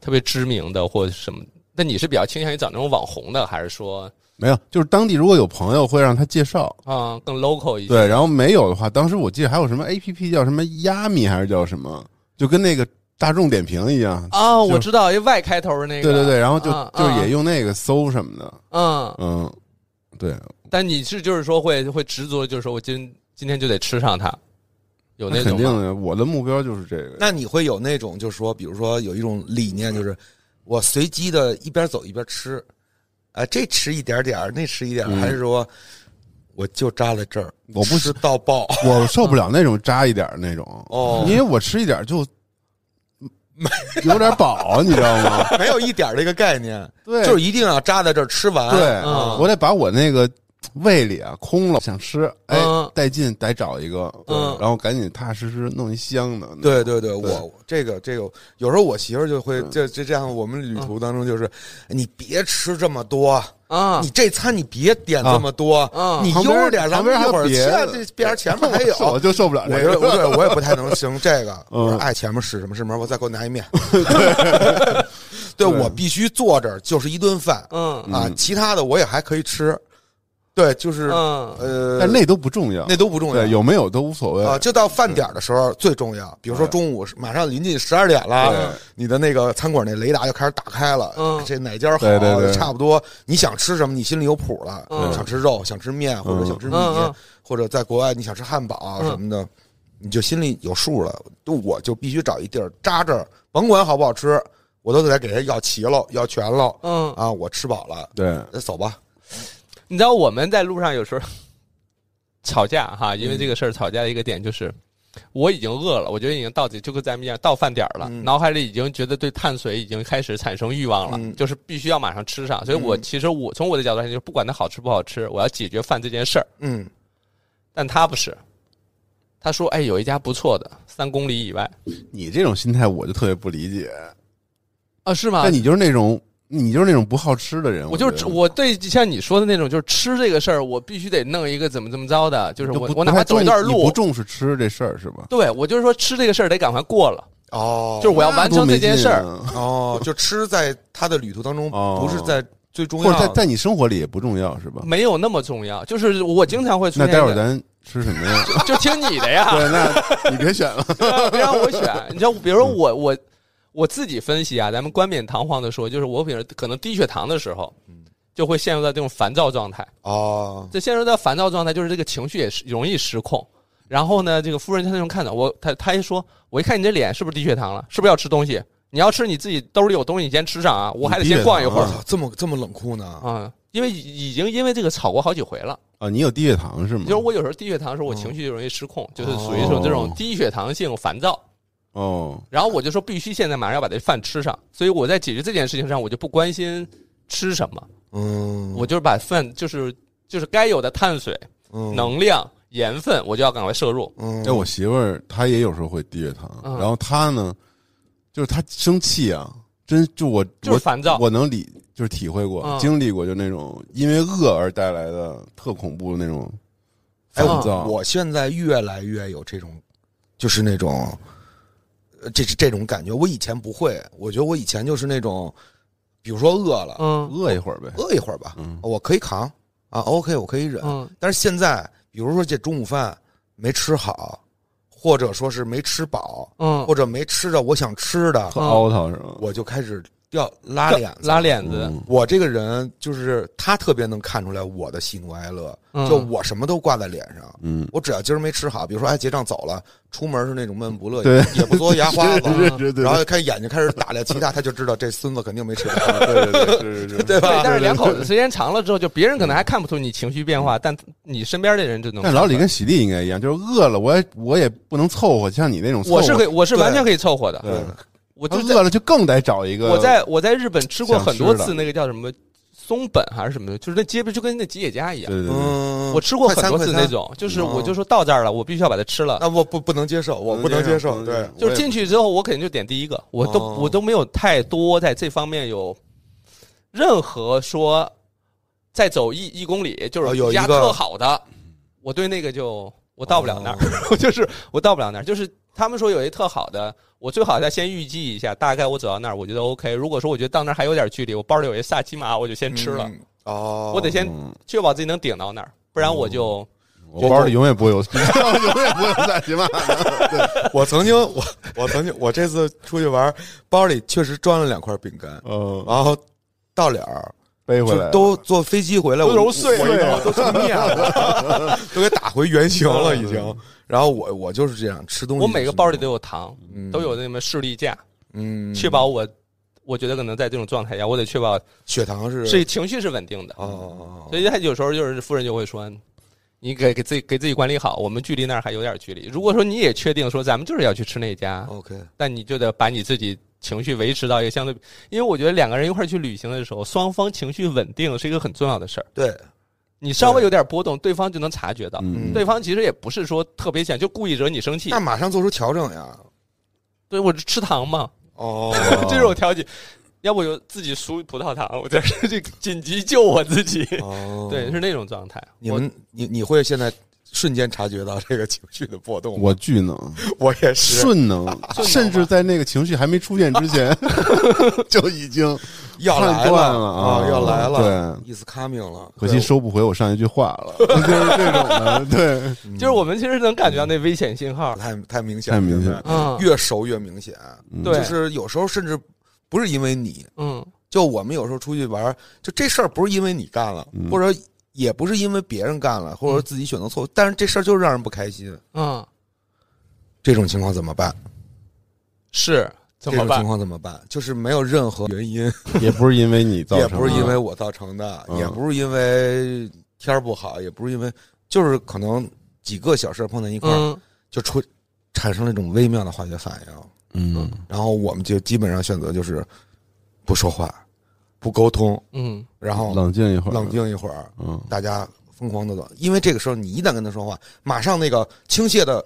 Speaker 1: 特别知名的或者什么？那你是比较倾向于找那种网红的，还是说，
Speaker 3: 没有，就是当地如果有朋友会让他介绍，
Speaker 1: 嗯，更 local 一些？
Speaker 3: 对，然后没有的话，当时我记得还有什么 A P P 叫什么 Yami 还是叫什么，就跟那个大众点评一样。
Speaker 1: 啊，
Speaker 3: 就
Speaker 1: 我知道，一 Y 开头的那个，
Speaker 3: 对对对，然后就、
Speaker 1: 啊
Speaker 3: 就是也
Speaker 1: 啊
Speaker 3: 用那个搜什么的，
Speaker 1: 嗯，
Speaker 3: 嗯，对，
Speaker 1: 但你是就是说会会执着，就是说我今今天就得吃上它，有
Speaker 3: 那
Speaker 1: 种
Speaker 3: 肯定
Speaker 1: 吗
Speaker 3: 的，我的目标就是这个。
Speaker 2: 那你会有那种，就是说，比如说有一种理念，就是我随机的一边走一边吃，啊、这吃一点点儿，那吃一点儿，
Speaker 3: 嗯
Speaker 2: 还是说我就扎在这儿，
Speaker 3: 我不
Speaker 2: 吃到 爆，
Speaker 3: 我受不了那种扎一点儿那种，
Speaker 2: 哦
Speaker 3: 因为我吃一点儿就 有点饱，你知道 吗？
Speaker 2: 没有一点儿这个概念，
Speaker 3: 对，
Speaker 2: 就是一定要扎在这儿吃完。
Speaker 3: 对，
Speaker 1: 嗯
Speaker 3: 我得把我那个胃里啊空了，想吃，哎
Speaker 1: 嗯，
Speaker 3: 带劲，得找一个，
Speaker 1: 嗯
Speaker 3: 然后赶紧踏踏实实弄一箱的，
Speaker 2: 对对对，我这个这个，有时候我媳妇儿就
Speaker 3: 嗯
Speaker 2: 会这这这样，我们旅途当中就是，哎你别吃这么多，
Speaker 1: 啊
Speaker 2: 你这餐你别点这么多，
Speaker 1: 啊
Speaker 2: 你
Speaker 3: 旁边
Speaker 2: 悠着点，咱
Speaker 3: 旁
Speaker 2: 们
Speaker 3: 边还
Speaker 2: 一
Speaker 3: 有
Speaker 2: 会儿
Speaker 3: 别的
Speaker 2: 这边儿前面还有，
Speaker 3: 我就受不了
Speaker 2: 我
Speaker 3: 这
Speaker 2: 就
Speaker 3: 个。
Speaker 2: 对 我也不太能形容这个，
Speaker 3: 嗯
Speaker 2: 我说爱哎前面是什么是什么，我再给我拿一 面。对，我必须坐这儿就是一顿饭
Speaker 1: 嗯
Speaker 2: 啊，其他的我也还可以吃。对，就是
Speaker 1: 嗯
Speaker 2: 呃，
Speaker 3: 但那都不重要，
Speaker 2: 那都不重
Speaker 3: 对
Speaker 2: 要
Speaker 3: 有没有都无所谓
Speaker 2: 啊，就到饭点儿的时候最重要。比如说中午马上临近十二点了
Speaker 3: 对，
Speaker 2: 你的那个餐馆那雷达就开始打开了
Speaker 1: 嗯，
Speaker 2: 这哪家好
Speaker 3: 对对对
Speaker 2: 差不多，你想吃什么，你心里有谱了
Speaker 1: 嗯。
Speaker 2: 想吃肉，想吃面，或者
Speaker 3: 嗯
Speaker 2: 想吃米，
Speaker 1: 嗯嗯
Speaker 2: 或者在国外你想吃汉堡啊
Speaker 1: 嗯
Speaker 2: 什么的，你就心里有数了。就我就必须找一地儿扎这儿，甭管好不好吃，我都得给他要齐喽，要全喽。
Speaker 1: 嗯，
Speaker 2: 啊，我吃饱了，
Speaker 3: 对，
Speaker 2: 那走吧。
Speaker 1: 你知道我们在路上有时候吵架哈，因
Speaker 3: 嗯
Speaker 1: 为这个事儿吵架的一个点就是，我已经饿了，我觉得已经到底就跟咱们一样到饭点儿了，
Speaker 2: 嗯
Speaker 1: 脑海里已经觉得对碳水已经开始产生欲望了，
Speaker 2: 嗯
Speaker 1: 就是必须要马上吃上。所以我
Speaker 2: 嗯
Speaker 1: 其实我从我的角度来讲，就是不管它好吃不好吃，我要解决饭这件事儿。
Speaker 2: 嗯，
Speaker 1: 但他不是，他说：“哎，有一家不错的，三公里以外
Speaker 3: 你这种心态我就特别不理解。
Speaker 1: 啊，是吗
Speaker 3: 但你就是那种，你就是那种不好吃的人，
Speaker 1: 我
Speaker 3: 我
Speaker 1: 就
Speaker 3: 觉
Speaker 1: 是
Speaker 3: 得
Speaker 1: 我对像你说的那种，就是吃这个事儿，我必须得弄一个怎么怎么着的，就是
Speaker 3: 就
Speaker 1: 我
Speaker 3: 不
Speaker 1: 我哪
Speaker 3: 不
Speaker 1: 怕
Speaker 3: 太
Speaker 1: 走一
Speaker 3: 重
Speaker 1: 段
Speaker 3: 你
Speaker 1: 路
Speaker 3: 不，重视吃这事儿是吧？
Speaker 1: 对我就是说吃这个事儿得赶快过了，
Speaker 2: 哦，
Speaker 1: 就是我要完成这件事
Speaker 3: 那
Speaker 1: 儿。
Speaker 3: 多没劲啊
Speaker 2: 哦，就吃在他的旅途当中，
Speaker 3: 哦
Speaker 2: 不是在最重
Speaker 3: 或
Speaker 2: 要
Speaker 3: 者在
Speaker 2: 的。
Speaker 3: 在你生活里也不重要是吧？
Speaker 1: 没有那么重要，嗯就是我经常会出
Speaker 3: 啊
Speaker 1: 现
Speaker 3: 那
Speaker 1: 一
Speaker 3: 待会儿
Speaker 1: 个，
Speaker 3: 咱吃什么呀？
Speaker 1: 就听你的呀，
Speaker 3: 对，那你别选了。
Speaker 1: 别让我选。你知道，比如说我我我自己分析啊，咱们冠冕堂皇的说，就是我比如可能低血糖的时候，
Speaker 3: 嗯
Speaker 1: 就会陷入到这种烦躁状态。
Speaker 2: 哦，
Speaker 1: 这陷入到烦躁状态，就是这个情绪也是容易失控。然后呢，这个夫人她那种看到我，她她一说，我一看你这脸是不是低血糖了？是不是要吃东西？你要吃你自己兜里有东西，你先吃上啊！我还得先逛一会
Speaker 2: 我
Speaker 1: 儿
Speaker 3: 你
Speaker 2: 操，这么这么冷酷呢？
Speaker 1: 啊、因为已已经因为这个吵过好几回了。
Speaker 3: 啊，你有低血糖是吗？
Speaker 1: 就是我有时候低血糖的时候，我情绪就容易失控，就是属于一种
Speaker 3: 哦
Speaker 1: 这种低血糖性烦躁。
Speaker 3: 哦，
Speaker 1: 然后我就说必须现在马上要把这饭吃上，所以我在解决这件事情上，我就不关心吃什么，
Speaker 2: 嗯，
Speaker 1: 我就是把饭就是就是该有的碳水、
Speaker 2: 嗯
Speaker 1: 能量、盐分，我就要赶快摄入。
Speaker 2: 嗯，
Speaker 3: 哎，我媳妇儿她也有时候会低血糖，
Speaker 1: 嗯
Speaker 3: 然后她呢，就是她生气啊，真就我
Speaker 1: 就是烦躁
Speaker 3: 我我能理就是体会过、
Speaker 1: 嗯
Speaker 3: 经历过，就那种因为饿而带来的特恐怖的那种
Speaker 2: 哎
Speaker 3: 烦
Speaker 2: 我
Speaker 3: 躁。
Speaker 2: 我现在越来越有这种，就是那种，呃这这种感觉。我以前不会，我觉得我以前就是那种，比如说饿了，
Speaker 1: 嗯
Speaker 3: 饿一会儿呗，嗯
Speaker 2: 饿一会儿吧，我可以扛啊，OK，我可以忍。
Speaker 4: 嗯，
Speaker 2: 但是现在，比如说这中午饭没吃好，或者说是没吃饱，
Speaker 4: 嗯
Speaker 2: 或者没吃着我想吃的，
Speaker 4: 嗯
Speaker 3: 凹槽是吧？
Speaker 2: 我就开始掉拉脸子。
Speaker 1: 拉脸子，
Speaker 2: 我这个人就是他特别能看出来我的喜怒哀乐，
Speaker 4: 嗯
Speaker 2: 就我什么都挂在脸上。
Speaker 3: 嗯，
Speaker 2: 我只要今儿没吃好，比如说哎结账走了，出门是那种闷不乐
Speaker 3: 对
Speaker 2: 意，也不嘬牙花子，
Speaker 3: 是是，对，
Speaker 2: 然后开始眼睛开始打量其他，他就知道这孙子肯定没吃好，
Speaker 3: 对对 对是是。
Speaker 2: 对吧？嗯
Speaker 1: 但是两口 子时间长了之后，就别人可能还看不出你情绪变化，但你身边的人就能看
Speaker 3: 但
Speaker 1: 出来。
Speaker 3: 老李跟喜力应该一样，就是饿了，我也我也不能凑合，像你那种凑合，
Speaker 1: 我是可以，我是
Speaker 2: 对
Speaker 1: 完全可以凑合的。嗯
Speaker 3: 对，
Speaker 1: 我
Speaker 3: 他
Speaker 1: 就在
Speaker 3: 饿了就更得找一个。
Speaker 1: 我在我在日本吃过很多
Speaker 3: 想吃
Speaker 1: 次
Speaker 3: 的
Speaker 1: 那个叫什么松本还是什么的，就是那街边就跟那吉野家一样。
Speaker 3: 对对对，
Speaker 2: 嗯，
Speaker 1: 我吃过很多
Speaker 2: 快
Speaker 1: 次
Speaker 2: 餐
Speaker 1: 那，种，就是
Speaker 2: 嗯
Speaker 1: 我就说到这儿了，我必须要把它吃了。
Speaker 2: 那我不不能接受，我不能接受，
Speaker 3: 不能接受
Speaker 2: 对，
Speaker 1: 就是
Speaker 2: 我也
Speaker 1: 进去之后，我肯定就点第一个，我都
Speaker 2: 哦
Speaker 1: 我都没有太多在这方面有任何说再走一一公里就
Speaker 2: 哦
Speaker 1: 是
Speaker 2: 有一
Speaker 1: 家
Speaker 2: 个
Speaker 1: 特好的，我对那个就我到不了那儿，
Speaker 2: 哦
Speaker 1: 就是 我到不了那儿，就是他们说有一特好的，我最好再先预计一下，大概我走到那儿，我觉得 OK。如果说我觉得到那儿还有点距离，我包里有一萨琪玛，我就先吃了，
Speaker 2: 嗯哦，
Speaker 1: 我得先
Speaker 3: 嗯
Speaker 1: 确保自己能顶到那儿，不然我就
Speaker 3: 我包里 永远不会有，永远不会有萨琪玛。
Speaker 2: 我曾经我我曾经我这次出去玩，包里确实装了两块饼干，
Speaker 3: 嗯，
Speaker 2: 然后到了儿
Speaker 3: 背回来
Speaker 2: 就都坐飞机回来，我
Speaker 3: 揉碎
Speaker 2: 我
Speaker 3: 了
Speaker 2: 都成面了，都给打回原形了已
Speaker 3: 嗯
Speaker 2: 经。然后我我就是这样吃东西，
Speaker 1: 我每个包里都有糖，
Speaker 2: 嗯
Speaker 1: 都有那什么士力架，
Speaker 2: 嗯
Speaker 1: 确保我。我觉得可能在这种状态下，我得确保
Speaker 2: 血糖是
Speaker 1: 是情绪是稳定的，
Speaker 2: 哦哦
Speaker 1: 所以他有时候就是夫人就会说，你给给自己给自己管理好，我们距离那儿还有点距离。如果说你也确定说咱们就是要去吃那家
Speaker 2: 哦，，OK，
Speaker 1: 但你就得把你自己情绪维持到一个相对，因为我觉得两个人一块儿去旅行的时候，双方情绪稳定是一个很重要的事儿。
Speaker 2: 对，
Speaker 1: 你稍微有点波动，对方就能察觉到。
Speaker 3: 嗯
Speaker 1: 对方其实也不是说特别想就故意惹你生气
Speaker 2: 那，马上做出调整呀。
Speaker 1: 对我吃糖嘛，
Speaker 2: 哦，
Speaker 1: 这种调节，要不就自己输葡萄糖，我在这 就紧急救我自己，
Speaker 2: 哦
Speaker 1: 对，是那种状态。
Speaker 2: 你
Speaker 1: 我
Speaker 2: 们你你会现在瞬间察觉到这个情绪的波动吗？
Speaker 3: 我巨能，
Speaker 2: 我也是，
Speaker 3: 顺能，甚至在那个情绪还没出现之前， 就已经
Speaker 2: 要来
Speaker 3: 判断了啊
Speaker 2: 啊，要来了，
Speaker 3: 对
Speaker 2: 意思 coming 了。
Speaker 3: 可惜
Speaker 2: 对
Speaker 3: 收不回我上一句话 了，就是这种的，对，
Speaker 1: 就是我们其实能感觉到那危险信号
Speaker 2: 嗯太太明显，
Speaker 3: 太明显
Speaker 2: 了，
Speaker 1: 嗯，
Speaker 2: 越熟越明显。
Speaker 3: 嗯
Speaker 1: 对，
Speaker 2: 就是有时候甚至不是因为你，
Speaker 1: 嗯
Speaker 2: 就我们有时候出去玩儿，就这事儿不是因为你干了，
Speaker 3: 嗯
Speaker 2: 或者也不是因为别人干了，或者自己选择错误，但是这事儿就是让人不开心。
Speaker 1: 嗯，
Speaker 2: 这种情况怎么办？
Speaker 1: 是怎么
Speaker 2: 这种情
Speaker 1: 办？嗯
Speaker 2: 况怎么办？就是没有任何原因，
Speaker 3: 也不是因为你造
Speaker 2: 也
Speaker 3: 成的，
Speaker 2: 不是因为我造成的，
Speaker 3: 嗯
Speaker 2: 也不是因为天儿不好，也不是因为，就是可能几个小事儿碰在一块儿，
Speaker 1: 嗯，
Speaker 2: 就出产生了一种微妙的化学反应。
Speaker 3: 嗯，
Speaker 2: 然后我们就基本上选择就是不说话，不沟通，
Speaker 1: 嗯
Speaker 2: 然后
Speaker 3: 冷静一会儿，
Speaker 2: 冷，静一会儿，
Speaker 3: 嗯，
Speaker 2: 大家疯狂的走。因为这个时候你一旦跟他说话，马上那个倾泻的，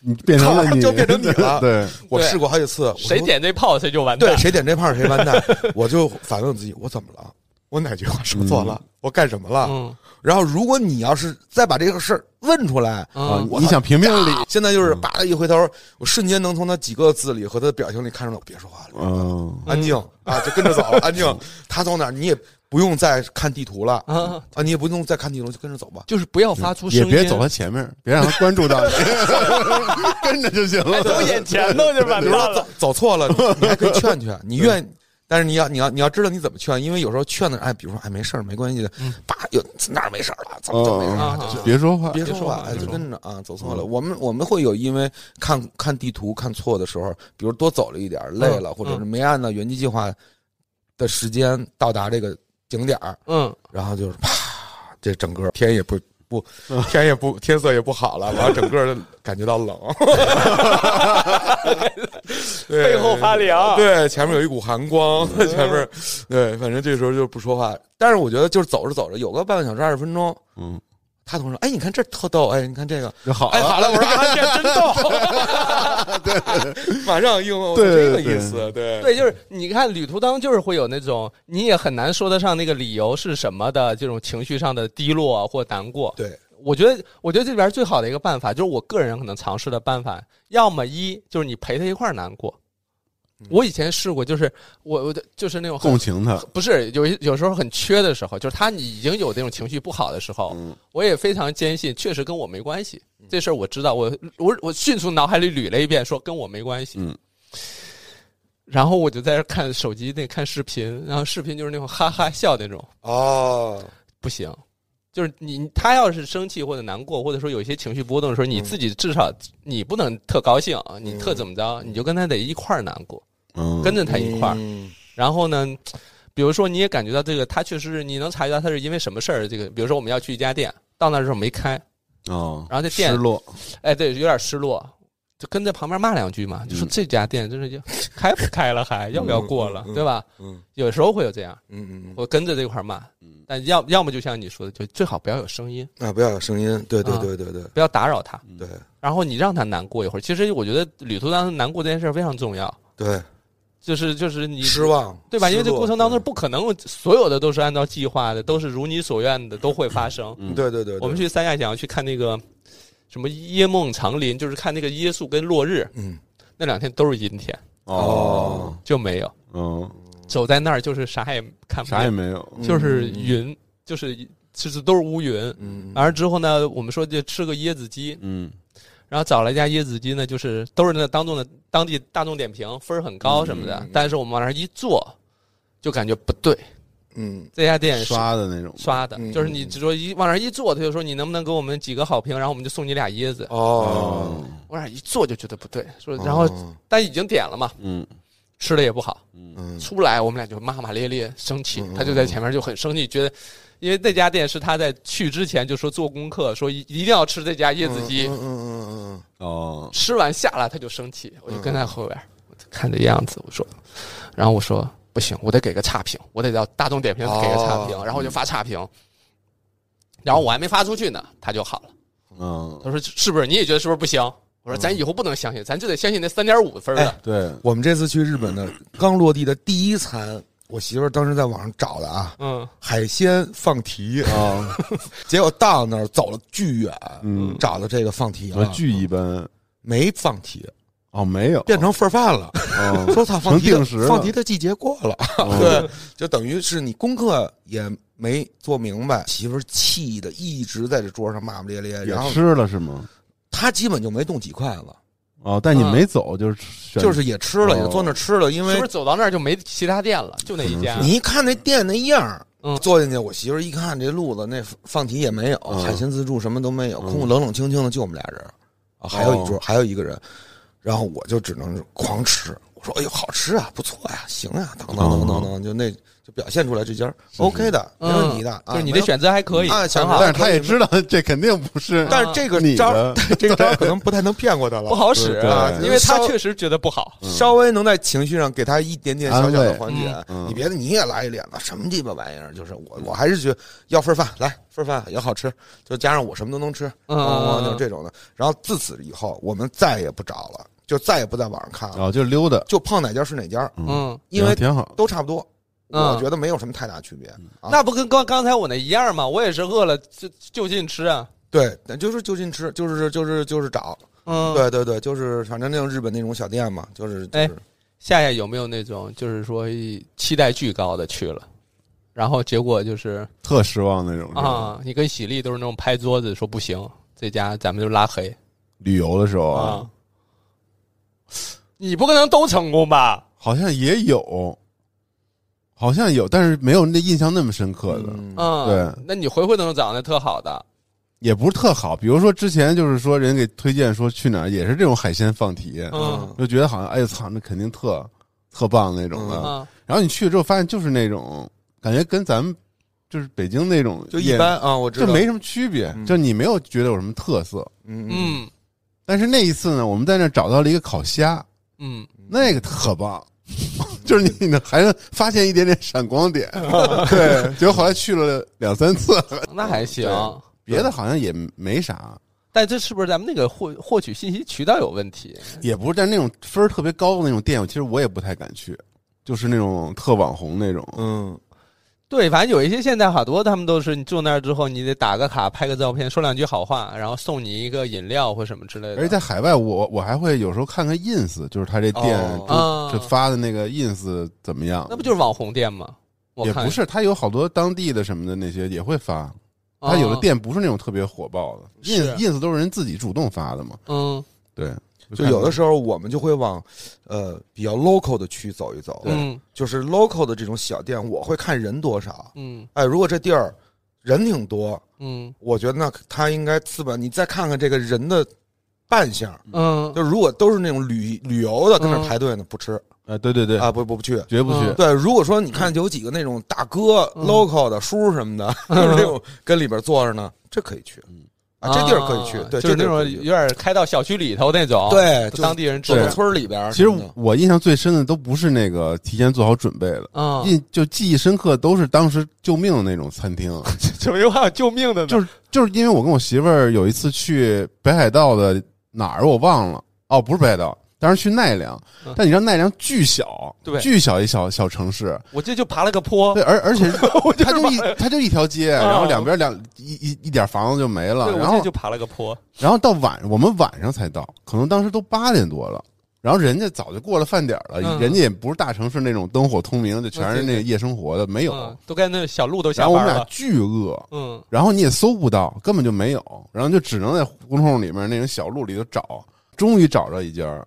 Speaker 3: 你变成了 你，
Speaker 2: 就变成你了
Speaker 3: 对，
Speaker 2: 我
Speaker 1: 对
Speaker 2: 试过好几次，我 说
Speaker 1: 谁点这炮谁就完蛋
Speaker 2: 对。谁点这炮 谁完蛋，我就反问自己，我怎么了？我哪句话说错了？我干什么了？
Speaker 1: 嗯
Speaker 2: 然后，如果你要是再把这个事儿问出来，
Speaker 3: 啊
Speaker 1: 嗯，，
Speaker 2: 我
Speaker 3: 你想评评理，
Speaker 2: 现在就是叭一回头，我瞬间能从他几个字里和他的表情里看出来，别说话了，
Speaker 3: 嗯，
Speaker 2: 安静啊，就跟着走，安静。他走哪儿你也不用再看地图了
Speaker 1: 啊，
Speaker 2: 啊，你也不用再看地图，就跟着走吧。
Speaker 1: 就是不要发出声
Speaker 3: 也
Speaker 1: 音，
Speaker 3: 别走
Speaker 2: 啊
Speaker 3: 他前面，别让他关注 到你， 跟着就行
Speaker 1: 哎走
Speaker 3: 了。
Speaker 1: 眼前头就完
Speaker 2: 比如
Speaker 1: 蛋
Speaker 2: 说
Speaker 1: 了
Speaker 2: 走。走错了，你你还可以劝 劝，你愿。但是你要你要你要知道你怎么劝，因为有时候劝的哎，比如说哎没事儿没关系的
Speaker 1: 嗯，
Speaker 2: 叭又哪儿没事儿了，怎么怎么没事儿
Speaker 1: 啊
Speaker 2: 了，就
Speaker 1: 啊
Speaker 2: 是
Speaker 3: 别说话，
Speaker 2: 别
Speaker 1: 别
Speaker 2: 说
Speaker 1: 说话
Speaker 2: 话，哎
Speaker 1: 别
Speaker 2: 就
Speaker 1: 说嗯
Speaker 2: 跟着啊，走错了。我们我们会有因为看看地图看错的时候，比如多走了一点儿，
Speaker 1: 嗯
Speaker 2: 累了，或者是没按照原计计划的时间到达这个景点儿，
Speaker 1: 嗯，
Speaker 2: 然后就是啪，这整个天也不不天也不天色也不好了，然后整个感觉到冷， 对
Speaker 1: 背后发凉。
Speaker 2: 对，前面有一股寒光，前面对，反正这时候就不说话。但是我觉得就是走着走着，有个半个小时二十分钟，
Speaker 3: 嗯，
Speaker 2: 他同事说哎，你看这儿特逗，哎，你看这个。
Speaker 3: 就好
Speaker 2: 哎，
Speaker 3: 了。
Speaker 2: 好了，我说啊，这真逗， 对，马上应了，我说
Speaker 3: 对
Speaker 2: 这个
Speaker 3: 对
Speaker 2: 意思，对
Speaker 1: 对，就是你看旅途当中就是会有那种你也很难说得上那个理由是什么的这种情绪上的低落啊或难过。
Speaker 2: 对，
Speaker 1: 我觉得，我觉得这里边最好的一个办法就是我个人可能尝试的办法，要么一就是你陪他一块儿难过，我以前试过，就是我我的就是那种很
Speaker 3: 共情他，
Speaker 1: 不是有一有时候很缺的时候，就是他已经有那种情绪不好的时候，
Speaker 3: 嗯
Speaker 1: 我也非常坚信，确实跟我没关系。这事儿我知道，我我我迅速脑海里捋了一遍，说跟我没关系。
Speaker 3: 嗯，
Speaker 1: 然后我就在这看手机那看视频，然后视频就是那种哈哈笑那种，
Speaker 2: 哦，
Speaker 1: 不行。就是你，他要是生气或者难过，或者说有一些情绪波动的时候，你
Speaker 2: 嗯
Speaker 1: 自己至少你不能特高兴，你特怎么着，你就跟他得一块儿难过，
Speaker 3: 嗯，
Speaker 1: 跟着他一块儿。
Speaker 2: 嗯
Speaker 1: 然后呢，比如说你也感觉到这个，他确实是你能察觉到他是因为什么事儿。这个，比如说我们要去一家店，到那儿的时候没开，
Speaker 3: 哦，
Speaker 1: 然后这店
Speaker 3: 失落，
Speaker 1: 哎，对，有点失落，就跟在旁边骂两句嘛，就说
Speaker 3: 嗯
Speaker 1: 这家店真是就开不开了还，要不要过了
Speaker 2: 嗯，嗯
Speaker 1: 对吧？
Speaker 2: 嗯
Speaker 1: 有时候会有这样，
Speaker 2: 嗯嗯
Speaker 1: 我跟着这块儿骂，
Speaker 3: 嗯
Speaker 1: 但要要么就像你说的，就最好不要有声音，
Speaker 2: 嗯，啊，不要有声音，对对
Speaker 1: 啊
Speaker 2: 对对对
Speaker 1: 不要打扰他，
Speaker 2: 对
Speaker 1: 然后你让他难过一会儿。其实我觉得旅途当中难过这件事儿非常重要，
Speaker 2: 对，
Speaker 1: 就是就是你
Speaker 2: 失望，
Speaker 1: 对吧？因为
Speaker 2: 失
Speaker 1: 这
Speaker 2: 落嗯
Speaker 1: 过程当中，不可能所有的都是按照计划的，都是如你所愿的，都会发生。
Speaker 2: 嗯对对对，对
Speaker 1: 我们，去三亚想要去看那个什么耶梦长林，就是看那个耶稣跟落日，
Speaker 2: 嗯，
Speaker 1: 那两天都是阴天，
Speaker 3: 哦，
Speaker 1: 就没有。
Speaker 3: 嗯，
Speaker 1: 走在那儿就是啥也看不见，
Speaker 3: 啥
Speaker 2: 嗯
Speaker 3: 也没有，
Speaker 1: 就是云，就是就是都是乌云。
Speaker 2: 嗯，嗯
Speaker 1: 完了之后呢，我们说就吃个椰子鸡，
Speaker 3: 嗯，
Speaker 1: 然后找了一家椰子鸡呢，就是都是那当中的当地大众点评分儿很高什么的，
Speaker 2: 嗯嗯嗯
Speaker 1: 但是我们往那儿一坐，就感觉不对，
Speaker 2: 嗯
Speaker 1: 这家店是
Speaker 3: 刷的那种，
Speaker 1: 刷的，
Speaker 2: 嗯
Speaker 1: 就是你只说一往那儿一坐，他就说你能不能给我们几个好评，然后我们就送你俩椰子。
Speaker 2: 哦，
Speaker 3: 哦，
Speaker 1: 往那儿一坐就觉得不对，说然后但已经点了嘛，
Speaker 3: 嗯
Speaker 1: 吃的也不好。
Speaker 3: 嗯
Speaker 2: 嗯
Speaker 1: 出来，我们俩就骂骂咧咧，生气
Speaker 2: 嗯。
Speaker 1: 他就在前面就很生气，觉得因为那家店是他在去之前就说做功课，说一一定要吃这家椰子鸡
Speaker 2: 嗯，嗯嗯
Speaker 3: 哦，
Speaker 1: 吃完下来他就生气。我就跟在后边我就看这样子，我说，然后我说不行，我得给个差评，我得到大众点评给个差评，然后我就发差评。然后我还没发出去呢，他就好了。
Speaker 3: 嗯，
Speaker 1: 他说是不是？你也觉得是不是不行？我说咱以后不能相信，咱就得相信那三点五分的
Speaker 2: 哎。
Speaker 3: 对，
Speaker 2: 我们这次去日本的刚落地的第一餐，我媳妇儿当时在网上找的啊，
Speaker 1: 嗯，
Speaker 2: 海鲜放题啊，
Speaker 3: 啊，
Speaker 2: 结果到那儿走了巨远，
Speaker 3: 嗯
Speaker 2: 找的这个放题
Speaker 3: 我
Speaker 2: 啊，
Speaker 3: 巨一般，
Speaker 2: 没放题，
Speaker 3: 哦，没有，
Speaker 2: 变成份儿饭了。
Speaker 3: 哦
Speaker 2: 说他放题的
Speaker 3: 成定时了
Speaker 2: 放题的季节过了，
Speaker 3: 哦
Speaker 2: 对，就等于是你功课也没做明白，媳妇儿气的一直在这桌上骂骂咧咧，然后
Speaker 3: 也吃了是吗？
Speaker 2: 她基本就没动几筷子，
Speaker 3: 哦，但你
Speaker 1: 嗯
Speaker 3: 没走，就是选
Speaker 2: 就是也吃了，
Speaker 3: 哦
Speaker 2: 也坐那儿吃了，因
Speaker 1: 是
Speaker 2: 为
Speaker 1: 不是走到那儿就没其他店了，就那一家？
Speaker 2: 你一看那店那样儿
Speaker 1: 嗯
Speaker 2: 坐进去，我媳妇儿一看这路子，那放题也没有，
Speaker 3: 嗯
Speaker 2: 海鲜自助什么都没有，
Speaker 3: 嗯
Speaker 2: 空冷冷清清的，就我们俩人，啊，还有一
Speaker 1: 哦
Speaker 2: 桌，还有一个人，然后我就只能狂吃。我说：“哎呦，好吃啊，不错呀、行啊，等等等等
Speaker 1: 哦
Speaker 2: 等，就那就表现出来这家儿 OK 的，没问题的，
Speaker 1: 嗯就
Speaker 2: 啊
Speaker 1: 是你
Speaker 2: 没
Speaker 1: 的
Speaker 2: 有
Speaker 1: 选择还可以，
Speaker 2: 啊想
Speaker 1: 很
Speaker 2: 法
Speaker 1: 好，
Speaker 3: 但是他也知道这肯定不是
Speaker 2: 但是这个
Speaker 3: 你
Speaker 2: 招 儿，
Speaker 3: 的，
Speaker 2: 这个招儿可能不太能骗过他了，
Speaker 1: 不好使
Speaker 3: 对对
Speaker 2: 啊，
Speaker 1: 因为他
Speaker 2: 稍
Speaker 1: 确实觉得不好。
Speaker 2: 稍微能在情绪上给他一点点小小的缓解
Speaker 1: 安慰。
Speaker 3: 嗯嗯
Speaker 2: 你别的你也来一脸子，什么鸡巴玩意儿？就是我，我还是觉得要份儿饭来，份儿饭也好吃，就加上我什么都能吃，
Speaker 1: 嗯
Speaker 2: 咣咣咣
Speaker 1: 嗯嗯
Speaker 2: 就这种的。然后自此以后，我们再也不找了，就再也不在网上看了，
Speaker 3: 哦，就是溜达，
Speaker 2: 就碰哪家是哪家，
Speaker 1: 嗯，
Speaker 2: 因为
Speaker 3: 挺好，
Speaker 2: 都差不多。
Speaker 1: 嗯
Speaker 2: 我觉得没有什么太大区别。啊
Speaker 1: 那不跟刚刚才我那一样吗？我也是饿了就就近吃啊。
Speaker 2: 对，但就是就近吃，就是就是就是找，
Speaker 1: 嗯，
Speaker 2: 对对对，就是反正那种日本那种小店嘛，就是就
Speaker 1: 哎
Speaker 2: 是
Speaker 1: 夏夏有没有那种就是说期待巨高的去了，然后结果就是
Speaker 3: 特失望那种是吧
Speaker 1: 啊，你跟喜力都是那种拍桌子说不行，这家咱们就拉黑
Speaker 3: 旅游的时候啊
Speaker 1: 啊，。你不可能都成功吧？
Speaker 3: 好像也有，好像有，但是没有那印象那么深刻的，
Speaker 2: 嗯
Speaker 1: 嗯，
Speaker 3: 对，
Speaker 1: 那你回回都能找到那特好的，
Speaker 3: 也不是特好。比如说之前就是说人给推荐说去哪儿，也是这种海鲜放题，
Speaker 1: 嗯
Speaker 3: 就觉得好像哎呦操，那肯定特特棒那种的。
Speaker 2: 嗯
Speaker 1: 啊，
Speaker 3: 然后你去了之后发现就是那种感觉跟咱们就是北京那种
Speaker 2: 就
Speaker 3: 也
Speaker 2: 一般啊，我知
Speaker 3: 就
Speaker 2: 道
Speaker 3: 没什么区别，
Speaker 2: 嗯
Speaker 3: 就你没有觉得有什么特色。
Speaker 2: 嗯嗯
Speaker 1: 嗯
Speaker 3: 但是那一次呢，我们在那儿找到了一个烤虾，
Speaker 1: 嗯，
Speaker 3: 那个特棒， 就是你呢还能发现一点点闪 光点。对，结果后来去了两三次，
Speaker 1: 嗯那还行。
Speaker 3: 对别的好像也没啥，
Speaker 1: 但这是不是咱们那个获获取信息渠道有问题？
Speaker 3: 也不是。但那种分儿特别高的那种店，其实我也不太敢去，就是那种特网红那种。
Speaker 2: 嗯
Speaker 1: 对，反正有一些现在好多他们都是你住那儿之后，你得打个卡，拍个照片，说两句好话，然后送你一个饮料或什么之类的。
Speaker 3: 而且在海外，我我还会有时候看看 ins，就是他这店
Speaker 2: 哦
Speaker 3: 就、
Speaker 1: 啊
Speaker 3: 就发的那个 ins 怎么样？
Speaker 1: 那不就是网红店吗？我
Speaker 3: 也
Speaker 1: 看
Speaker 3: 不，是，他有好多当地的什么的那些也会发。他有的
Speaker 1: 哦，
Speaker 3: 店不是那种特别火爆的
Speaker 1: 是
Speaker 3: ，ins ins 都是人自己主动发的嘛。
Speaker 1: 嗯
Speaker 3: 对，
Speaker 2: 就有的
Speaker 3: 是
Speaker 2: 时候我们就会往，呃，比较 local 的区走一走，
Speaker 1: 嗯
Speaker 2: 就是 local 的这种小店，我会看人多少。
Speaker 1: 嗯
Speaker 2: 哎，如果这地儿人挺多，
Speaker 1: 嗯
Speaker 2: 我觉得那他应该资本，你再看看这个人的扮相，
Speaker 1: 嗯，
Speaker 2: 就如果都是那种旅旅游的跟那
Speaker 1: 嗯
Speaker 2: 儿排队呢，不吃
Speaker 3: 啊，对对对，
Speaker 2: 啊，不不不去。
Speaker 3: 绝不去
Speaker 1: 嗯。
Speaker 2: 对，如果说你看有几个那种大哥、
Speaker 1: 嗯
Speaker 2: local 的叔什么的， 就是那种跟里边坐着呢，这可以去
Speaker 3: 嗯，
Speaker 2: 啊，这地儿可以去
Speaker 1: 啊，
Speaker 2: 对，
Speaker 1: 就是那
Speaker 2: 这地儿
Speaker 1: 种
Speaker 2: 可以去
Speaker 1: 有点开到小区里头那种，，
Speaker 2: 对，就
Speaker 1: 当地人
Speaker 2: 走
Speaker 1: 住
Speaker 3: 对
Speaker 2: 到
Speaker 1: 的，
Speaker 2: 村儿里边儿
Speaker 3: 其实
Speaker 2: 什么的。
Speaker 3: 我印象最深的都不是那个提前做好准备的，
Speaker 1: 嗯，
Speaker 3: 印就记忆深刻都是当时救命的那种餐厅。
Speaker 1: 怎么又还有救命的呢？
Speaker 3: 就是就是因为我跟我媳妇儿有一次去北海道的哪儿我忘了，哦，不是北海道，当时去奈良
Speaker 1: 嗯，
Speaker 3: 但你知道奈良巨小，
Speaker 1: 对
Speaker 3: 巨小一小小城市，
Speaker 1: 我这就爬了个坡
Speaker 3: 对，，而而 且它
Speaker 1: 是
Speaker 3: 就一它就一条街，
Speaker 1: 啊
Speaker 3: 然后两边两一一一点房子就没了，
Speaker 1: 对，
Speaker 3: 然
Speaker 1: 我这
Speaker 3: 后
Speaker 1: 就爬了个坡，
Speaker 3: 然后到晚我们晚上才到，可能当时都八点多了。然后人家早就过了饭点了，
Speaker 1: 嗯
Speaker 3: 人家也不是大城市那种灯火通明，就全是
Speaker 1: 嗯
Speaker 3: 那
Speaker 1: 对对
Speaker 3: 夜生活的，没有。
Speaker 1: 嗯，都该那小路都
Speaker 3: 然
Speaker 1: 下
Speaker 3: 后我
Speaker 1: 班
Speaker 3: 们俩
Speaker 1: 了，
Speaker 3: 巨饿，
Speaker 1: 嗯
Speaker 3: 然后你也搜不到，根本就没有，然后就只能在胡同里面那种小路里头找，终于找着一家儿，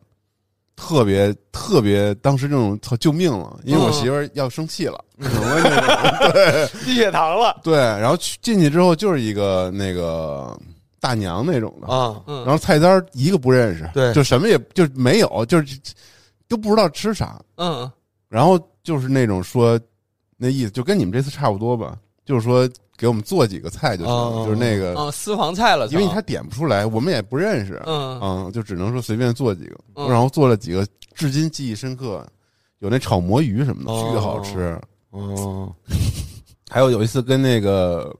Speaker 3: 特别特别，当时这种操救命了，因为我
Speaker 1: 嗯
Speaker 3: 媳妇儿要生气了，可能那种
Speaker 1: 低血糖了，
Speaker 3: 对，然后去进去之后就是一个那个大娘那种的，
Speaker 2: 啊，
Speaker 1: 嗯，
Speaker 3: 然后菜单儿一个不认识，
Speaker 2: 对
Speaker 3: 就什么也就没有，就是都不知道吃啥，
Speaker 1: 嗯
Speaker 3: 然后就是那种说，那意思就跟你们这次差不多吧，就是说给我们做几个菜就行，
Speaker 2: 哦
Speaker 3: 就是那个。
Speaker 1: 嗯，私房菜了，
Speaker 3: 因为
Speaker 1: 操
Speaker 3: 他点不出来，我们也不认识，
Speaker 1: 嗯
Speaker 3: 嗯，就只能说随便做几个，
Speaker 1: 嗯
Speaker 3: 然后做了几个，至今记忆深刻。有那炒魔芋什么的，
Speaker 2: 哦
Speaker 3: 巨好吃。
Speaker 2: 哦，
Speaker 3: 还有有一次跟那个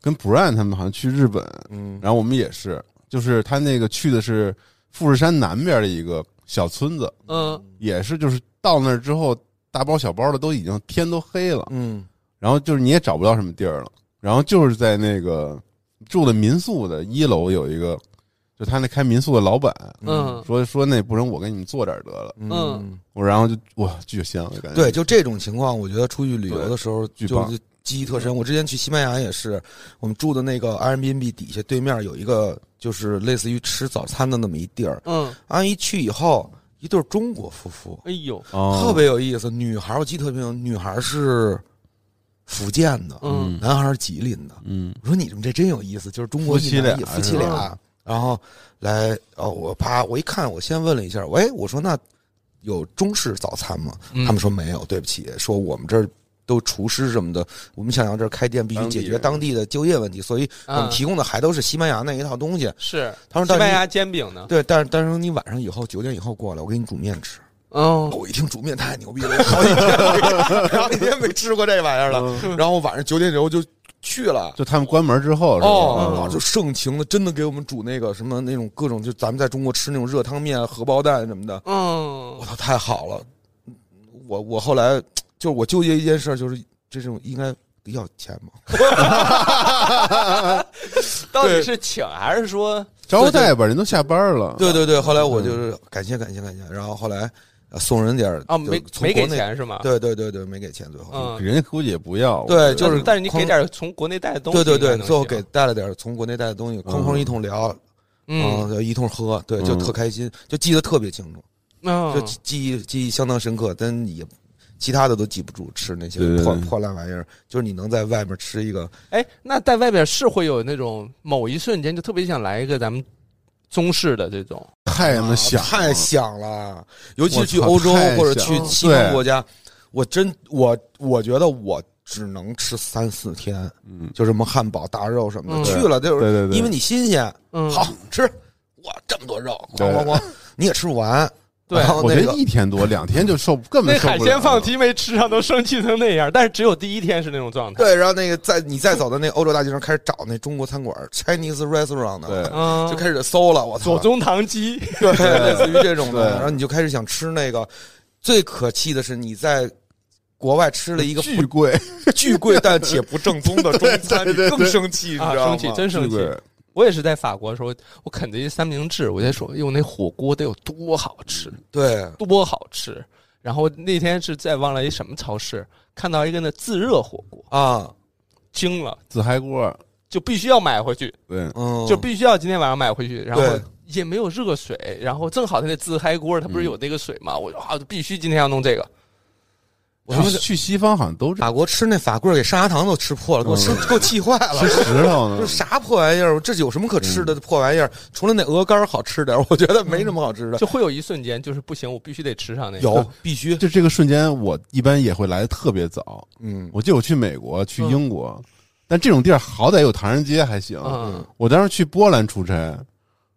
Speaker 3: 跟 Brian 他们好像去日本，
Speaker 2: 嗯，
Speaker 3: 然后我们也是，就是他那个去的是富士山南边的一个小村子，
Speaker 1: 嗯
Speaker 3: 也是就是到那儿之后，大包小包的都已经天都黑了，
Speaker 2: 嗯，
Speaker 3: 然后就是你也找不到什么地儿了，然后就是在那个住的民宿的一楼有一个，就他那开民宿的老板
Speaker 1: 嗯
Speaker 3: 说说那不然我给你们做点儿得了，
Speaker 2: 嗯
Speaker 1: 嗯
Speaker 3: 我然后就哇巨香的感觉，
Speaker 2: 对，就这种情况，我觉得出去旅游的时候
Speaker 3: 巨
Speaker 2: 就
Speaker 3: 棒
Speaker 2: 是记忆特深。我之前去西班牙也是，我们住的那个 Airbnb 底下对面有一个就是类似于吃早餐的那么一地儿。啊
Speaker 1: 嗯，
Speaker 2: 安一去以后，一对中国夫妇
Speaker 1: 哎呦，
Speaker 3: 哦，
Speaker 2: 特别有意思，女孩儿我记得特别清，女孩儿是福建的，
Speaker 1: 嗯
Speaker 2: 男孩儿是吉林的。
Speaker 3: 嗯
Speaker 2: 我说你们这真有意思，就是中国
Speaker 3: 夫妻
Speaker 2: 一男
Speaker 3: 俩
Speaker 2: 一夫妻
Speaker 3: 是吧
Speaker 2: 俩，然后来哦，我啪，我一看，我先问了一下，喂，我说那有中式早餐吗？
Speaker 1: 嗯
Speaker 2: 他们说没有，对不起，说我们这儿都厨师什么的，我们想要这儿开店必须
Speaker 3: 当地
Speaker 2: 解决
Speaker 3: 人
Speaker 2: 当地的就业问题，所以我们
Speaker 1: 啊
Speaker 2: 提供的还都是西班牙那一套东西。
Speaker 1: 是
Speaker 2: 他说
Speaker 1: 西
Speaker 2: 但
Speaker 1: 班
Speaker 2: 是
Speaker 1: 牙煎饼 呢
Speaker 2: 你，对，但是但是你晚上以后九点以后过来，我给你煮面吃。
Speaker 1: 嗯
Speaker 2: 我一听煮面太牛逼了，我 好几 天好几天没吃过这玩意儿了。然后我晚上九点以后就去了，
Speaker 3: 就他们关门之后是吧嗯
Speaker 1: 哦
Speaker 2: 啊，就盛情的，真的给我们煮那个什么那种各种，就咱们在中国吃那种热汤面、荷包蛋什么的，
Speaker 1: 嗯
Speaker 2: 我，操，太好了！我我后来就是我纠结一件事儿，就是这种应该要钱吗？
Speaker 1: 到底是请还是说
Speaker 3: 招待吧，人都下班了，
Speaker 2: 对对对，后来
Speaker 3: 嗯
Speaker 2: 我就是感谢感谢感谢，然后后来呃送人点儿
Speaker 1: 啊
Speaker 2: 就
Speaker 1: 没
Speaker 2: 从
Speaker 1: 没给
Speaker 2: 国内，
Speaker 1: 钱是吗？
Speaker 2: 对对对对，没给钱，最后
Speaker 1: 嗯，
Speaker 3: 人家估计也不要，
Speaker 2: 对
Speaker 3: 我觉得
Speaker 2: 就
Speaker 1: 但
Speaker 2: 是
Speaker 1: 但是你
Speaker 2: 空
Speaker 1: 给点从国内带的东西
Speaker 2: 对
Speaker 1: 应该
Speaker 2: 对
Speaker 1: 能行，
Speaker 2: 对，最后给带了点儿从国内带的东西，哐哐
Speaker 3: 嗯
Speaker 2: 一通聊，
Speaker 1: 嗯
Speaker 2: 嗯，一通喝，对，就
Speaker 3: 嗯
Speaker 2: 特开心，就记得特别清楚。
Speaker 1: 嗯
Speaker 2: 就记记忆记忆相当深刻，但也其他的都记不住，吃那些
Speaker 3: 对对对
Speaker 2: 破破烂玩意儿，就是你能在外面吃一个，
Speaker 1: 哎，那在外边是会有那种某一瞬间就特别想来一个咱们中式的这种，
Speaker 3: 太他妈
Speaker 2: 啊
Speaker 3: 想
Speaker 2: 太
Speaker 3: 了
Speaker 2: 想了，尤其
Speaker 3: 我
Speaker 2: 是去
Speaker 3: 操
Speaker 2: 欧洲
Speaker 3: 太
Speaker 2: 或者
Speaker 3: 想
Speaker 2: 去
Speaker 3: 了
Speaker 2: 西方
Speaker 3: 对
Speaker 2: 国家，我真我我觉得我只能吃三四天，
Speaker 3: 嗯，
Speaker 2: 就什么汉堡、大肉什么的，
Speaker 1: 嗯
Speaker 2: 去了就是
Speaker 3: 对对对
Speaker 2: 因为你新鲜，
Speaker 1: 嗯，
Speaker 2: 好吃，哇，这么多肉，
Speaker 3: 对
Speaker 2: 咣咣咣，你也吃不 完，
Speaker 1: 对
Speaker 2: 然后
Speaker 3: 我觉
Speaker 2: 哦那
Speaker 3: 得
Speaker 2: 个
Speaker 3: 一天多两天就受根本
Speaker 1: 那
Speaker 3: 受
Speaker 1: 海
Speaker 3: 不了
Speaker 1: 鲜
Speaker 3: 了
Speaker 1: 放题没吃上都生气成那样，但是只有第一天是那种状态。
Speaker 2: 对，然后那个在你再走到那个欧洲大街上开始找那中国餐馆 Chinese restaurant 呢，
Speaker 3: 对
Speaker 1: 嗯，
Speaker 2: 就开始搜了，我操，
Speaker 1: 左宗棠鸡，
Speaker 2: 对，类似于这种
Speaker 3: 对
Speaker 2: 的，然后你就开始想吃那个。最可气的是，你在国外吃了一个
Speaker 3: 巨贵，
Speaker 2: 巨贵但且不正宗的中餐，你
Speaker 3: 对对对
Speaker 2: 更生气，你知
Speaker 1: 啊，
Speaker 2: 道
Speaker 1: 生
Speaker 2: 吗？
Speaker 1: 气，真
Speaker 3: 巨
Speaker 1: 生气！
Speaker 3: 贵。
Speaker 1: 我也是在法国的时候，我啃着一三明治，我在说，哟，那火锅得有多好吃，
Speaker 2: 嗯对，
Speaker 1: 多好吃！然后那天是在忘了一什么超市，看到一个那自热火锅，
Speaker 2: 啊，
Speaker 1: 惊了，
Speaker 3: 紫嗨锅，
Speaker 1: 就必须要买回去，
Speaker 3: 对，
Speaker 2: 嗯，
Speaker 1: 就必须要今天晚上买回去，然后
Speaker 2: 对。
Speaker 1: 也没有热水，然后正好他那自嗨锅，它不是有那个水嘛？我说啊，必须今天要弄这个。
Speaker 2: 我
Speaker 3: 去去西方好像都是
Speaker 2: 法国吃那法棍儿给砂糖都吃破了，给我吃 给我气坏了
Speaker 3: 吃。石头
Speaker 2: 这
Speaker 3: 呢，
Speaker 2: 啥破玩意儿？这有什么可吃的破玩意儿？除了那鹅肝儿好吃点儿，我觉得没什么好吃的。
Speaker 1: 就会有一瞬间，就是不行，我必须得吃上那个。
Speaker 2: 有必须，
Speaker 3: 就这个瞬间，我一般也会来的特别早。
Speaker 2: 嗯，
Speaker 3: 我记得我去美国、去英国，但这种地儿好歹有唐人街还行。
Speaker 1: 嗯，
Speaker 3: 我当时去波兰出差，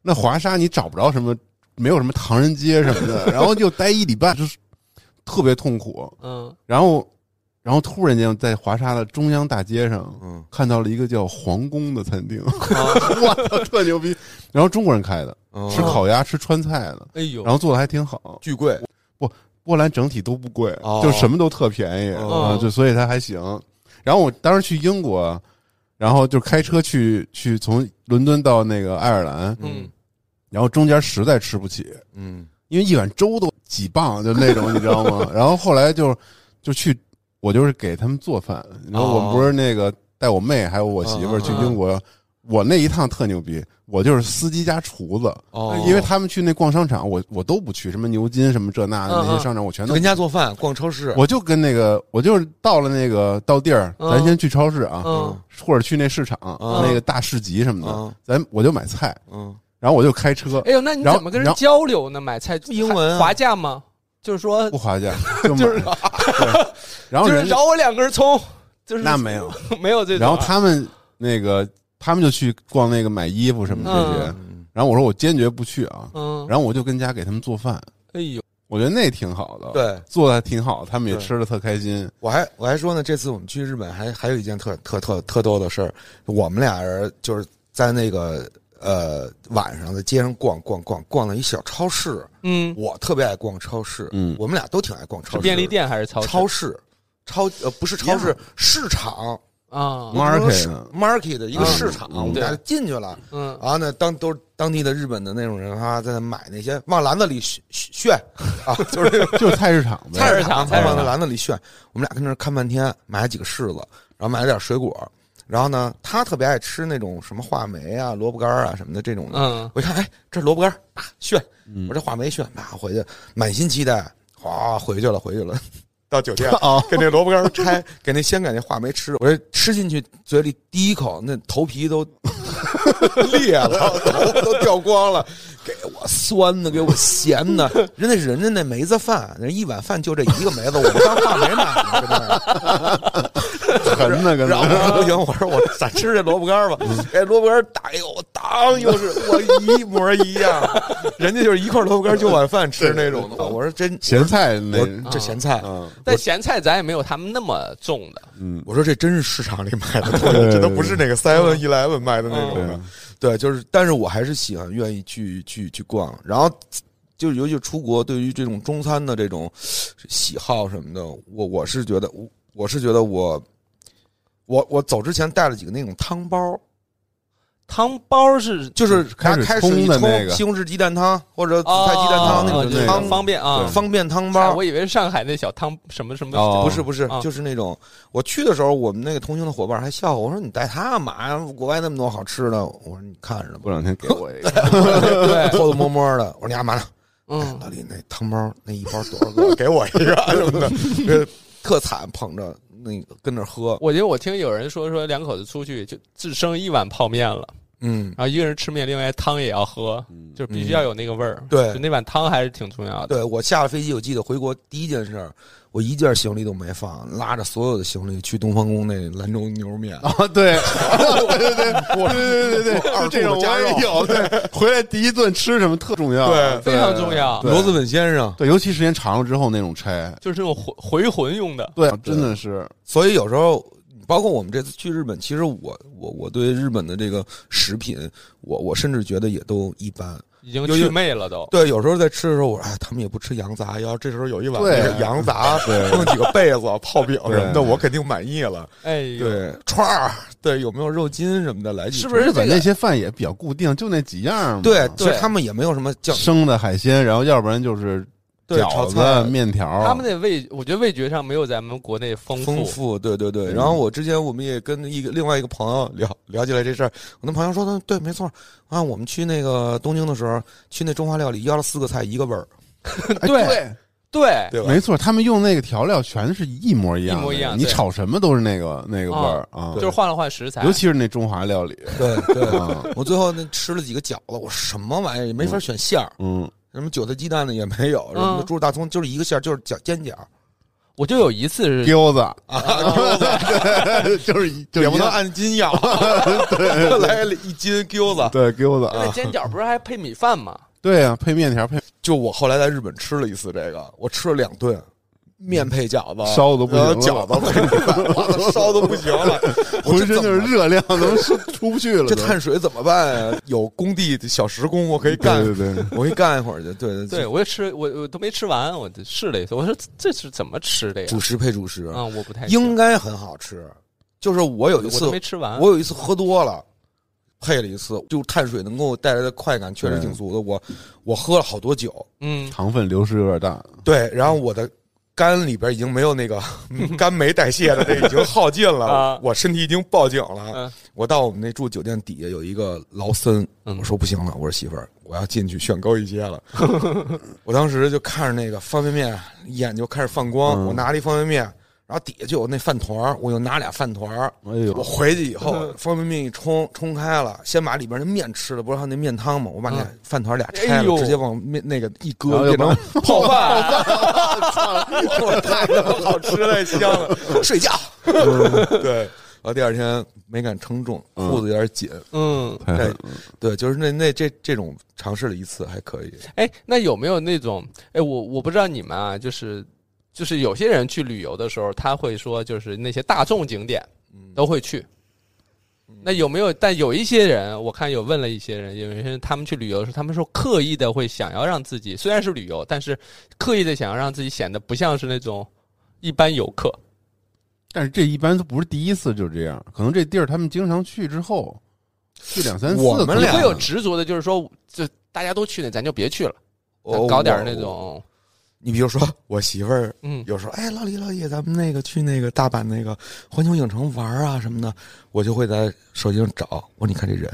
Speaker 3: 那华沙你找不着什么，没有什么唐人街什么 的，然后就待一礼拜，就是特别痛苦。
Speaker 1: 嗯
Speaker 3: 然后，然后突然间在华沙的中央大街上，
Speaker 2: 嗯，
Speaker 3: 看到了一个叫皇宫的 餐厅， 我操，特牛逼！然后中国人开的，
Speaker 2: 嗯
Speaker 3: 吃烤鸭、吃川菜的，
Speaker 1: 哎
Speaker 2: 哦
Speaker 1: 呦，
Speaker 3: 然后做的还挺好。
Speaker 2: 巨贵，
Speaker 3: 波兰整体都不贵，
Speaker 2: 哦
Speaker 3: 就什么都特便宜
Speaker 2: 哦
Speaker 3: 啊，就所以它还行。然后我当时去英国，然后就开车去去从伦敦到那个爱尔兰，
Speaker 1: 嗯，
Speaker 3: 然后中间实在吃不起，
Speaker 2: 嗯
Speaker 3: 因为一碗粥都几磅，就那种你知道吗？然后后来就就去，我就是给他们做饭，然后我们
Speaker 2: 哦
Speaker 3: 不是那个带我妹还有我媳妇儿去英国，我那一趟特牛逼，我就是司机加厨子，
Speaker 2: 哦，
Speaker 3: 因为他们去那逛商场，我我都不去，什么牛津什么这那的
Speaker 1: 嗯
Speaker 3: 那
Speaker 1: 嗯
Speaker 3: 些商场我全
Speaker 2: 就
Speaker 3: 都
Speaker 2: 跟。家做饭、逛超市，
Speaker 3: 我就跟那个，我就是到了那个到地儿，
Speaker 1: 嗯
Speaker 3: 咱先去超市啊，
Speaker 1: 嗯
Speaker 3: 或者去那市场、
Speaker 2: 嗯
Speaker 3: 那个大市集什么的，
Speaker 2: 嗯
Speaker 3: 咱我就买菜，
Speaker 2: 嗯，
Speaker 3: 然后我就开车，
Speaker 1: 哎呦，那你
Speaker 3: 然后
Speaker 1: 怎么跟
Speaker 3: 然
Speaker 1: 人
Speaker 3: 后
Speaker 1: 交流呢？买菜
Speaker 2: 英文啊
Speaker 1: 划价吗？就是说
Speaker 3: 不，划价，就买
Speaker 1: 就是
Speaker 3: 对然后
Speaker 1: 就是
Speaker 3: 哦人家
Speaker 1: 饶我两根葱，就是
Speaker 3: 那没有，
Speaker 1: 没有这种啊。
Speaker 3: 然后他们那个他们就去逛那个买衣服什么这些，
Speaker 2: 嗯
Speaker 3: 然后我说我坚决不去啊，
Speaker 1: 嗯，
Speaker 3: 然后我就跟家给他们做饭，
Speaker 1: 哎呦，
Speaker 3: 我觉得那挺好的，，
Speaker 2: 对
Speaker 3: 做的还挺好，他们也
Speaker 2: 对
Speaker 3: 吃的特开心，
Speaker 2: 我还我还说呢，这次我们去日本还还有一件特特特特逗的事儿，我们俩人就是在那个呃晚上在街上逛逛逛逛了一小超市，
Speaker 1: 嗯，
Speaker 2: 我特别爱逛超市，
Speaker 3: 嗯
Speaker 2: 我们俩都挺爱逛超
Speaker 1: 是
Speaker 2: 市，
Speaker 1: 便利店还是超市？
Speaker 2: 超市。超呃不是超市市场
Speaker 1: 啊，
Speaker 3: 妈 Market
Speaker 2: 我们说 market 的一个
Speaker 1: 嗯
Speaker 2: 市场，
Speaker 3: 嗯
Speaker 2: 我们俩就进去了。
Speaker 1: 嗯，
Speaker 2: 然后呢，当都是当地的日本的那种人啊，在那买那些往篮子里炫炫啊，就是那种
Speaker 3: 就是菜市场呗，
Speaker 1: 菜市场菜市
Speaker 2: 往那
Speaker 1: 场
Speaker 2: 篮子里炫。我们俩跟那儿看半天，买了几个柿子，然后买了点水果。然后呢，他特别爱吃那种什么话梅啊、萝卜干儿啊什么的这种的。
Speaker 1: 嗯
Speaker 2: 我一看，哎，这萝卜干儿啪炫，
Speaker 3: 嗯
Speaker 2: 我这话梅炫啪回去，满心期待，哗回去了，回去了。到酒店
Speaker 3: 哦，
Speaker 2: 给那萝卜干儿拆，给那先给那话梅吃，我这吃进去嘴里第一口，那头皮都 裂了，头发都掉光了，给我酸的，给我咸的，人家人家那梅子饭，人一碗饭就这一个梅子，我们当话梅买呢，跟那儿。
Speaker 3: 疼的跟
Speaker 2: 然后
Speaker 3: 那
Speaker 2: 我 说不行，我说我咱吃这萝卜干儿吧。
Speaker 3: 嗯
Speaker 2: 哎，萝卜干儿打一个，我当又是我一模一样， 人家就是一块萝卜干儿就碗饭吃那种的。啊我说真，
Speaker 3: 咸菜那
Speaker 2: 我，这咸菜，
Speaker 3: 嗯
Speaker 1: 但咸菜咱也没有他们那么重的。
Speaker 3: 嗯，
Speaker 2: 我说这真是市场里买的东
Speaker 3: 对嗯
Speaker 2: 西，这都不是那个 Seven Eleven 卖的那种
Speaker 3: 对
Speaker 2: 的。，对，就是，但是我还是喜欢愿意去去去逛，然后。就是尤其是出国，对于这种中餐的这种喜好什么的，我我是觉得，我我是觉得我，我我走之前带了几个那种汤包，
Speaker 1: 汤包是
Speaker 2: 就是
Speaker 3: 开
Speaker 2: 拿
Speaker 3: 始
Speaker 2: 开
Speaker 3: 冲
Speaker 2: 水一
Speaker 3: 的
Speaker 2: 冲，
Speaker 3: 那个
Speaker 2: 西红柿鸡蛋汤或者紫菜鸡蛋汤、
Speaker 3: 哦
Speaker 2: 那
Speaker 3: 就
Speaker 2: 种
Speaker 3: 那
Speaker 2: 汤
Speaker 3: 个
Speaker 1: 方便啊。
Speaker 2: 方便汤
Speaker 1: 哎
Speaker 2: 包
Speaker 1: 我，以为是上海那小汤什么什么，
Speaker 3: 哦
Speaker 2: 不是不是，
Speaker 1: 啊
Speaker 2: 就是那种我去的时候，我们那个同行的伙伴还笑话我说你带它干嘛呀？国外那么多好吃的，我说你看着吧，
Speaker 3: 过两天给我一个，
Speaker 1: 对，
Speaker 2: 偷偷摸摸的，我说你干嘛呢？
Speaker 1: 嗯
Speaker 2: 老李那汤包那一包多少个？给我一个什么的，这特惨，捧着那个跟那儿喝，
Speaker 1: 我觉得我听有人说说两口子出去就只剩一碗泡面了，
Speaker 2: 嗯，
Speaker 1: 然后一个人吃面，另外汤也要喝，就是必须要有那个味儿。
Speaker 2: 对
Speaker 1: 就那碗汤还是挺重要的。
Speaker 2: 对我下了飞机，我记得回国第一件事儿，我一件行李都没放，拉着所有的行李去东方宫那兰州牛肉面。
Speaker 3: 啊，对，对对对对对对对，
Speaker 2: 我
Speaker 3: 就这种
Speaker 2: 二
Speaker 3: 我也
Speaker 2: 度
Speaker 3: 有，对，回来第一顿吃什么特重要，
Speaker 2: 对
Speaker 1: 非常重要
Speaker 3: 对
Speaker 2: 罗子稳先生，
Speaker 3: 对，尤其时间长了之后那种拆，
Speaker 1: 就是那种回回魂用的。
Speaker 3: 对，真的是，
Speaker 2: 所以有时候，包括我们这次去日本，其实我我我对日本的这个食品，我我甚至觉得也都一般。
Speaker 1: 已经
Speaker 2: 有
Speaker 1: 祛魅了都。
Speaker 2: 对，有时候在吃的时候，我说哎，他们也不吃羊杂，要是这时候有一碗
Speaker 3: 对
Speaker 2: 那个羊杂，
Speaker 3: 对
Speaker 2: 弄几个被子、泡饼什么
Speaker 3: 对
Speaker 2: 的，我肯定满意了。
Speaker 1: 哎呦，
Speaker 2: 对，串儿，对，有没有肉筋什么的来几
Speaker 1: 是
Speaker 2: 串
Speaker 1: 不是
Speaker 3: 日本
Speaker 1: 这个
Speaker 3: 那些饭也比较固定，就那几样嘛。
Speaker 2: 对，其实
Speaker 1: 对
Speaker 2: 他们也没有什么酱
Speaker 3: 生的海鲜，然后要不然就是
Speaker 2: 对炒
Speaker 3: 饺
Speaker 2: 菜
Speaker 3: 子、面条儿。
Speaker 1: 他们那味，我觉得味觉上没有咱们国内丰
Speaker 2: 丰富，嗯对对对。然后我之前我们也跟一个另外一个朋友聊聊起来这事儿，我那朋友说的对，没错啊，我们去那个东京的时候，去那中华料理要了四个菜一个味儿，
Speaker 3: 哎
Speaker 1: 对对，
Speaker 2: 对吧？
Speaker 3: 没错，他们用那个调料全是一模一样的，
Speaker 1: 一模一样
Speaker 3: 你
Speaker 1: 对
Speaker 3: 炒什么都是那个那个味儿啊
Speaker 1: 就，是换了换食材，
Speaker 3: 尤其是那中华料理
Speaker 2: 对对。
Speaker 3: 啊，
Speaker 2: 我最后那吃了几个饺子，我什么玩意儿也没法选馅儿，
Speaker 3: 嗯，
Speaker 2: 什么韭菜鸡蛋的也没有，什么
Speaker 1: 嗯
Speaker 2: 猪肉大葱就是一个馅儿，就是饺煎饺，
Speaker 1: 我就有一次 是
Speaker 3: 丢子啊， 就是一就
Speaker 2: 也不
Speaker 3: 一
Speaker 2: 能
Speaker 3: 样
Speaker 2: 按斤 要， 来了一斤餃子。
Speaker 3: 对丢子
Speaker 1: 那
Speaker 3: 啊，
Speaker 1: 煎饺不是还配米饭吗？
Speaker 3: 对啊，配面条配
Speaker 2: 就我后来在日本吃了一次这个，我吃了两顿，面配饺子，
Speaker 3: 烧得不行了
Speaker 2: 然后饺子配米 饭，我操烧的不行了，我
Speaker 3: 浑
Speaker 2: 这
Speaker 3: 身
Speaker 2: 怎
Speaker 3: 就是
Speaker 2: 么。
Speaker 3: 热量，能出出不去 了
Speaker 2: 这
Speaker 3: 都。
Speaker 2: 碳水怎么办啊？有工地小时工，我可以干，
Speaker 3: 对对对，
Speaker 2: 我可以干一会儿去。对 对
Speaker 1: 对，，我也吃，我我都没吃完，我就试了一次，我说这这是怎么吃的呀？
Speaker 2: 主食配主食，
Speaker 1: 啊，我不太
Speaker 2: 应
Speaker 1: 行
Speaker 2: 该很好吃。就是我有一
Speaker 1: 我
Speaker 2: 次
Speaker 1: 都没吃完，
Speaker 2: 我有一次喝多了，配了一次，就碳水能给我带来的快感确实
Speaker 3: 对
Speaker 2: 挺足的。我我喝了好多酒，
Speaker 1: 嗯，
Speaker 3: 糖分流失有点大，
Speaker 2: 对，然后我的肝里边已经没有 那个嗯肝酶代谢的，这已经耗尽
Speaker 1: 啊
Speaker 2: 了，我身体已经报警
Speaker 1: 嗯
Speaker 2: 了。我到我们那住酒店底下有一个劳森，
Speaker 1: 嗯
Speaker 2: 我说不行了，我说媳妇儿，我要进去炫高一阶 了。我当时就看着那个方便面，眼就开始放光，
Speaker 3: 嗯
Speaker 2: 我拿了一方便面，然后底下就有那饭团儿，我就拿俩饭团儿。
Speaker 3: 哎
Speaker 2: 我
Speaker 3: 呦，
Speaker 2: 回去以
Speaker 1: 嗯
Speaker 2: 后，方便面一冲冲开了，先把里边的面吃了，不是还有那面汤吗？我把那
Speaker 1: 嗯
Speaker 2: 饭团俩拆
Speaker 1: 哎
Speaker 2: 了，
Speaker 1: 呦
Speaker 2: 直接往面那个一
Speaker 3: 然
Speaker 2: 搁，
Speaker 3: 后
Speaker 2: 变
Speaker 3: 又
Speaker 2: 成
Speaker 1: 泡饭，
Speaker 2: 我太他妈好吃太香了，睡觉。 对，然后第二天没敢称重，
Speaker 3: 嗯
Speaker 2: 裤子有点 紧。
Speaker 1: 嗯，
Speaker 3: 太狠
Speaker 2: 对对，就是那那这这种尝试了一次还 可以。
Speaker 1: 哎，那有没有那种，哎，我我不知道你们啊，就是就是有些人去旅游的时候，他会说就是那些大众景点
Speaker 2: 嗯
Speaker 1: 都会去。那有没有？但有一些人，我看有问了一些人，有一些人他们去旅游的时候，他们说刻意的会想要让自己虽然是旅游，但是刻意的想要让自己显得不像是那种一般游客。
Speaker 3: 但是这一般都不是第一次就这样，可能这地儿他们经常去之后，去两三次，
Speaker 2: 我们
Speaker 3: 可
Speaker 1: 你
Speaker 3: 能
Speaker 2: 俩
Speaker 1: 会有执着的，就是说，就大家都去呢，咱就别去了，咱
Speaker 2: 我
Speaker 1: 搞点那。
Speaker 2: 哦我
Speaker 1: 种，
Speaker 2: 你比如说，我媳妇儿
Speaker 1: 嗯，
Speaker 2: 有时候，哎，老李老李，咱们那个去那个大阪那个环球影城玩啊什么的，我就会在手机上找。我说你看这人，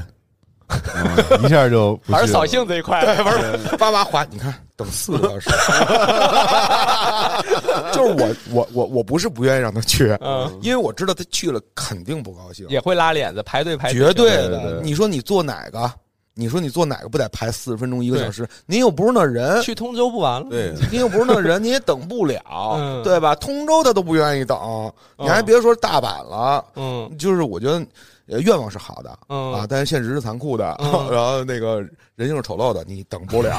Speaker 2: 嗯
Speaker 3: 啊一下就不去了
Speaker 1: 还是扫兴这一块，
Speaker 2: 叭叭滑，你看等四个 小时，就是我我我我不是不愿意让他去，
Speaker 1: 嗯，
Speaker 2: 因为我知道他去了肯定不高兴，
Speaker 1: 也会拉脸子，排队排队
Speaker 2: 绝对
Speaker 3: 对对
Speaker 2: 的。
Speaker 3: 对
Speaker 2: 你说你坐哪个？你说你坐哪个不得排四十分钟一个
Speaker 1: 对
Speaker 2: 小时？您又不是那人，
Speaker 1: 去通州不完了，
Speaker 3: 对，
Speaker 2: 您又不是那人，您也等不了，
Speaker 1: 嗯
Speaker 2: 对吧？通州他都不愿意等，你还
Speaker 1: 嗯
Speaker 2: 别说大阪了。
Speaker 1: 嗯
Speaker 2: 就是我觉得，呃，愿望是好的。
Speaker 1: 嗯
Speaker 2: 啊，但是现实是残酷的，
Speaker 1: 嗯
Speaker 2: 然后那个人性是丑陋的，你等 不了。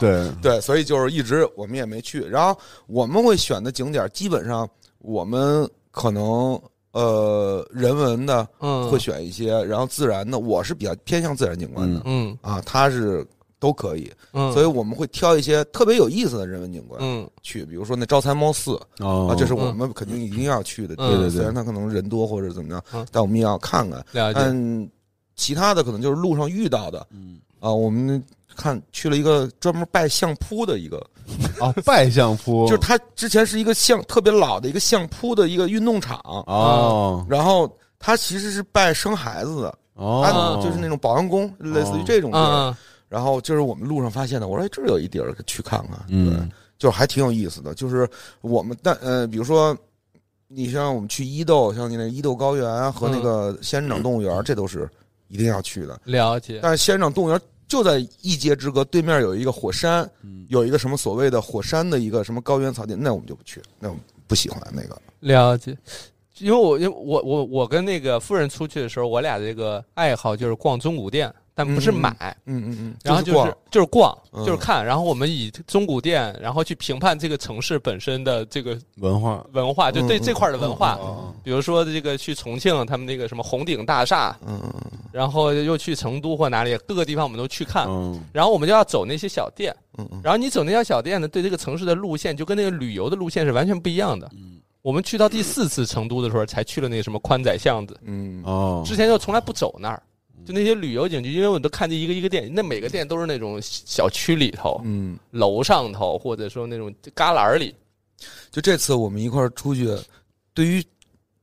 Speaker 3: 对，
Speaker 2: 对，所以就是一直我们也没去。然后我们会选的景点，基本上我们可能呃人文的
Speaker 1: 嗯，
Speaker 2: 会选一些，然后自然的，我是比较偏向自然景观的、
Speaker 1: 嗯
Speaker 2: 啊，他是都可以，
Speaker 1: 嗯，
Speaker 2: 所以我们会挑一些特别有意思的人文景观
Speaker 1: 嗯
Speaker 2: 去，比如说那招财猫寺
Speaker 3: 哦
Speaker 2: 啊，这是我们肯定一定要去的地
Speaker 1: 嗯对
Speaker 2: 方，
Speaker 1: 对
Speaker 3: 对
Speaker 2: 虽然它可能人多或者怎么样
Speaker 1: 嗯，
Speaker 2: 但我们也要看看。
Speaker 1: 了解，
Speaker 2: 但其他的可能就是路上遇到的
Speaker 3: 嗯
Speaker 2: 啊，我们看去了一个专门拜相扑的一个，
Speaker 3: 哦，拜相扑
Speaker 2: 就是它之前是一个相特别老的一个相扑的一个运动场，
Speaker 3: 哦
Speaker 2: 然后它其实是拜生孩子的。
Speaker 3: 哦
Speaker 2: 啊，，就是那种保安宫，类似于这种地儿。
Speaker 1: 嗯
Speaker 2: 然后就是我们路上发现的，我说哎，这儿有一地儿去看看，对
Speaker 3: 嗯，
Speaker 2: 就是还挺有意思的。就是我们但呃，比如说你像我们去伊豆，像你那伊豆高原和那个仙人掌动物园，这都是一定要去的。
Speaker 1: 了解，
Speaker 2: 但是仙人掌动物园就在一街之隔，对面有一个火山，有一个什么所谓的火山的一个什么高原草地，那我们就不去，那我们不喜欢那个。
Speaker 1: 了解，因为我因为我我我跟那个夫人出去的时候，我俩这个爱好就是逛中古店，但不是
Speaker 2: 嗯嗯
Speaker 1: 买。
Speaker 2: 嗯嗯嗯，
Speaker 1: 然后
Speaker 2: 就是
Speaker 1: 就
Speaker 2: 逛
Speaker 1: 是就是逛，
Speaker 2: 嗯
Speaker 1: 就是看，然后我们以中古店，然后去评判这个城市本身的这个
Speaker 3: 文化
Speaker 1: 文化，就对
Speaker 2: 嗯嗯
Speaker 1: 这块儿的文化，
Speaker 3: 哦
Speaker 1: 比如说这个去重庆，他们那个什么红顶大厦，
Speaker 2: 嗯嗯嗯
Speaker 1: 然后又去成都或哪里，各个地方我们都
Speaker 2: 啊
Speaker 1: 去看。
Speaker 3: 嗯
Speaker 1: 然后我们就要走那些小店，
Speaker 2: 嗯嗯，
Speaker 1: 然后你走那条小店呢，对这个城市的路线就跟那个旅游的路线是完全不一样的。我们去到第四次成都的时候，才去了那个什么宽窄巷子，
Speaker 2: 嗯，
Speaker 3: 哦，
Speaker 1: 之前就从来不走那儿。就那些旅游景区，因为我都看见一个一个店，那每个店都是那种小区里头、
Speaker 2: 嗯，
Speaker 1: 楼上头，或者说那种旮旯儿里。
Speaker 2: 就这次我们一块儿出去，对于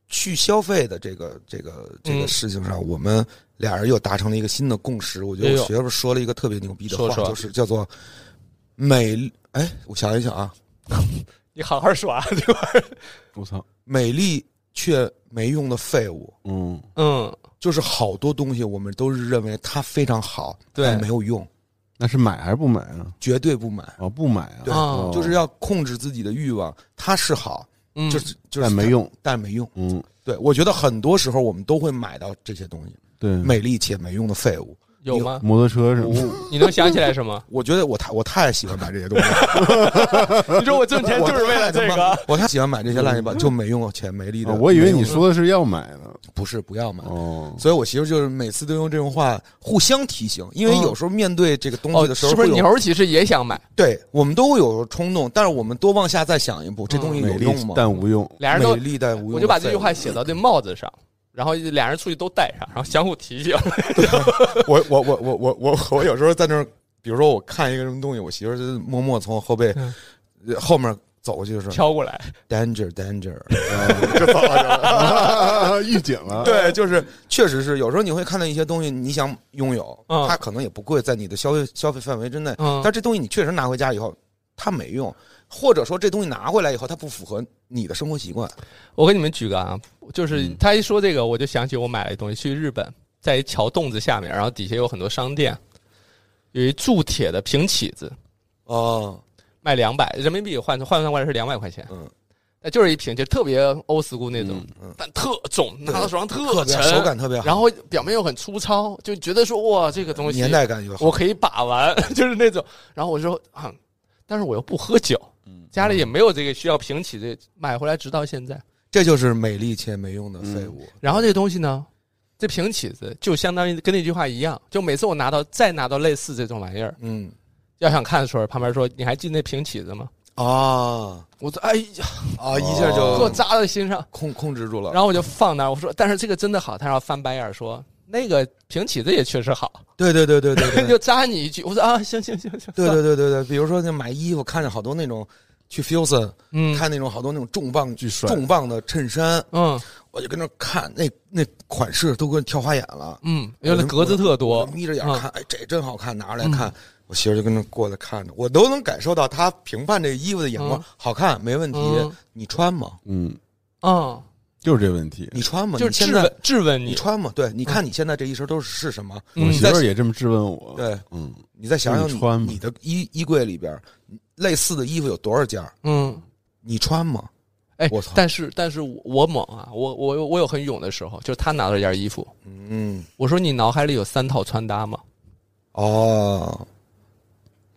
Speaker 2: 去消费的这个这个这个
Speaker 1: 嗯
Speaker 2: 事情上，我们俩人又达成了一个新的共识。我觉
Speaker 1: 哎
Speaker 2: 得
Speaker 1: 呦
Speaker 2: 我学生说了一个特别牛逼的话，
Speaker 1: 说说
Speaker 2: 就是叫做美。哎，我想一想啊，
Speaker 1: 你好好耍，对吧？
Speaker 3: 我操，
Speaker 2: 美丽却没用的废物，
Speaker 3: 嗯
Speaker 1: 嗯，
Speaker 2: 就是好多东西我们都是认为它非常好，
Speaker 1: 对
Speaker 2: 但没有用，
Speaker 3: 那是买还是不买啊？
Speaker 2: 绝对不买。
Speaker 3: 哦，不买啊，
Speaker 2: 对
Speaker 3: 哦
Speaker 2: 就是要控制自己的欲望，它是好，
Speaker 1: 嗯
Speaker 2: 就是就是
Speaker 3: 但没，用，
Speaker 2: 但没用。
Speaker 3: 嗯，
Speaker 2: 对我觉得很多时候我们都会买到这些东西，
Speaker 3: 对，
Speaker 2: 美丽且没用的废物。？
Speaker 1: 有吗？
Speaker 3: 摩托车什么的，
Speaker 1: 你能想起来什么
Speaker 2: 我觉得我太我太喜欢买这些东西，了。
Speaker 1: 你说我挣钱就是为了这个，
Speaker 2: 我太喜欢买这些乱七八就没用且没力的。
Speaker 3: 哦我以为你
Speaker 2: 没用
Speaker 3: 说的是要买呢，
Speaker 2: 的不是不要买。
Speaker 3: 哦，
Speaker 2: 所以，我媳妇就是每次都用这种话互相提醒，因为
Speaker 1: 嗯
Speaker 2: 有时候面对这个东西的时候
Speaker 1: 哦是不
Speaker 2: 会
Speaker 1: 是
Speaker 2: 有，
Speaker 1: 牛其实也想买？
Speaker 2: 对我们都会有冲动，但是我们多往下再想一步，这东西
Speaker 3: 美
Speaker 2: 有
Speaker 3: 丽
Speaker 2: 用吗？
Speaker 3: 但无用，
Speaker 1: 俩人都
Speaker 2: 美，丽但无用的废物。
Speaker 1: 我就把这句话写到这帽子上，然后俩人出去都戴上，然后相互提醒。
Speaker 2: 我我我我我我我有时候在那儿，比如说我看一个什么东西，我媳妇儿就默默从我后背、
Speaker 1: 嗯
Speaker 2: 呃后面走过去，就说
Speaker 1: 敲过来，
Speaker 2: danger danger，
Speaker 3: 预警了，
Speaker 2: 对，
Speaker 1: 哦
Speaker 2: 就是确实是有时候你会看到一些东西，你想拥有，
Speaker 1: 嗯
Speaker 2: 它可能也不贵，在你的消费消费范围之内，
Speaker 1: 嗯
Speaker 2: 但这东西你确实拿回家以后，它没用，或者说这东西拿回来以后，它不符合你的生活习惯。
Speaker 1: 我给你们举个啊，就是他一说这个，我就想起我买了一东西，去日本，在一桥洞子下面，然后底下有很多商店，有一铸铁的平起子，
Speaker 2: 哦，
Speaker 1: 卖两百人民币换换算过来是两百块钱，
Speaker 2: 嗯，
Speaker 1: 那就是一瓶，就特别 old school 那种，
Speaker 2: 嗯嗯
Speaker 1: 但特重，拿到手上
Speaker 2: 特别
Speaker 1: 沉，
Speaker 2: 手感特别好，
Speaker 1: 然后表面又很粗糙，就觉得说哇，这个东西
Speaker 2: 年代 感又好。
Speaker 1: 我可以把玩，就是那种。然后我说啊，但是我又不喝酒，家里也没有这个需要平起这买回来，直到现在。
Speaker 2: 这就是美丽且没用的
Speaker 1: 嗯
Speaker 2: 废物。
Speaker 1: 然后这个东西呢，这平起子就相当于跟那句话一样，就每次我拿到再拿到类似这种玩意儿，
Speaker 2: 嗯
Speaker 1: 要想看的时候，旁边说你还记得那平起子吗？
Speaker 2: 啊
Speaker 1: 我说哎呀，
Speaker 2: 啊，一下就
Speaker 1: 给我扎到心上。
Speaker 2: 控控制住了。
Speaker 1: 然后我就放那儿，我说但是这个真的好，他要翻白眼儿说。那个平起子也确实好，
Speaker 2: 对对对对对 对
Speaker 1: 就扎你一句。我说啊，行行行行，
Speaker 2: 对
Speaker 1: 算了，
Speaker 2: 对对对对，比如说那买衣服，看着好多那种去 Fusion
Speaker 1: 嗯
Speaker 2: 看那种好多那种重磅
Speaker 3: 巨帅
Speaker 2: 重磅的衬衫，
Speaker 1: 嗯
Speaker 2: 我就跟那看那那款式都跟跳花眼了，
Speaker 1: 嗯，有的格子特
Speaker 2: 我
Speaker 1: 多嗯
Speaker 2: 就，眯着眼看，哎，这真好看，拿出来看。我媳妇就跟那过来看着，我都能感受到她评判这个衣服的眼光
Speaker 1: 嗯，
Speaker 2: 好看没问题
Speaker 1: 嗯。
Speaker 2: 你穿吗？
Speaker 3: 嗯，
Speaker 1: 嗯，
Speaker 3: 就是这问题。
Speaker 2: 你穿吗？
Speaker 1: 就是
Speaker 2: 你现
Speaker 1: 质
Speaker 2: 在
Speaker 1: 问质问
Speaker 2: 你
Speaker 1: 你，
Speaker 2: 穿吗？对，你看你现在这一身都是是什么？
Speaker 1: 嗯
Speaker 3: 我
Speaker 2: 你
Speaker 3: 媳
Speaker 2: 在
Speaker 3: 妇儿也这么质问我，
Speaker 2: 对，
Speaker 3: 嗯，
Speaker 2: 你再想想
Speaker 3: 你穿吗
Speaker 2: 你的衣衣柜里边类似的衣服有多少件儿？
Speaker 1: 嗯，
Speaker 2: 你穿吗？
Speaker 1: 哎
Speaker 2: 我操，
Speaker 1: 但是但是我我猛啊，我我我有很勇的时候，就是他拿到一件衣服，
Speaker 2: 嗯，
Speaker 1: 我说你脑海里有三套穿搭吗？
Speaker 2: 哦，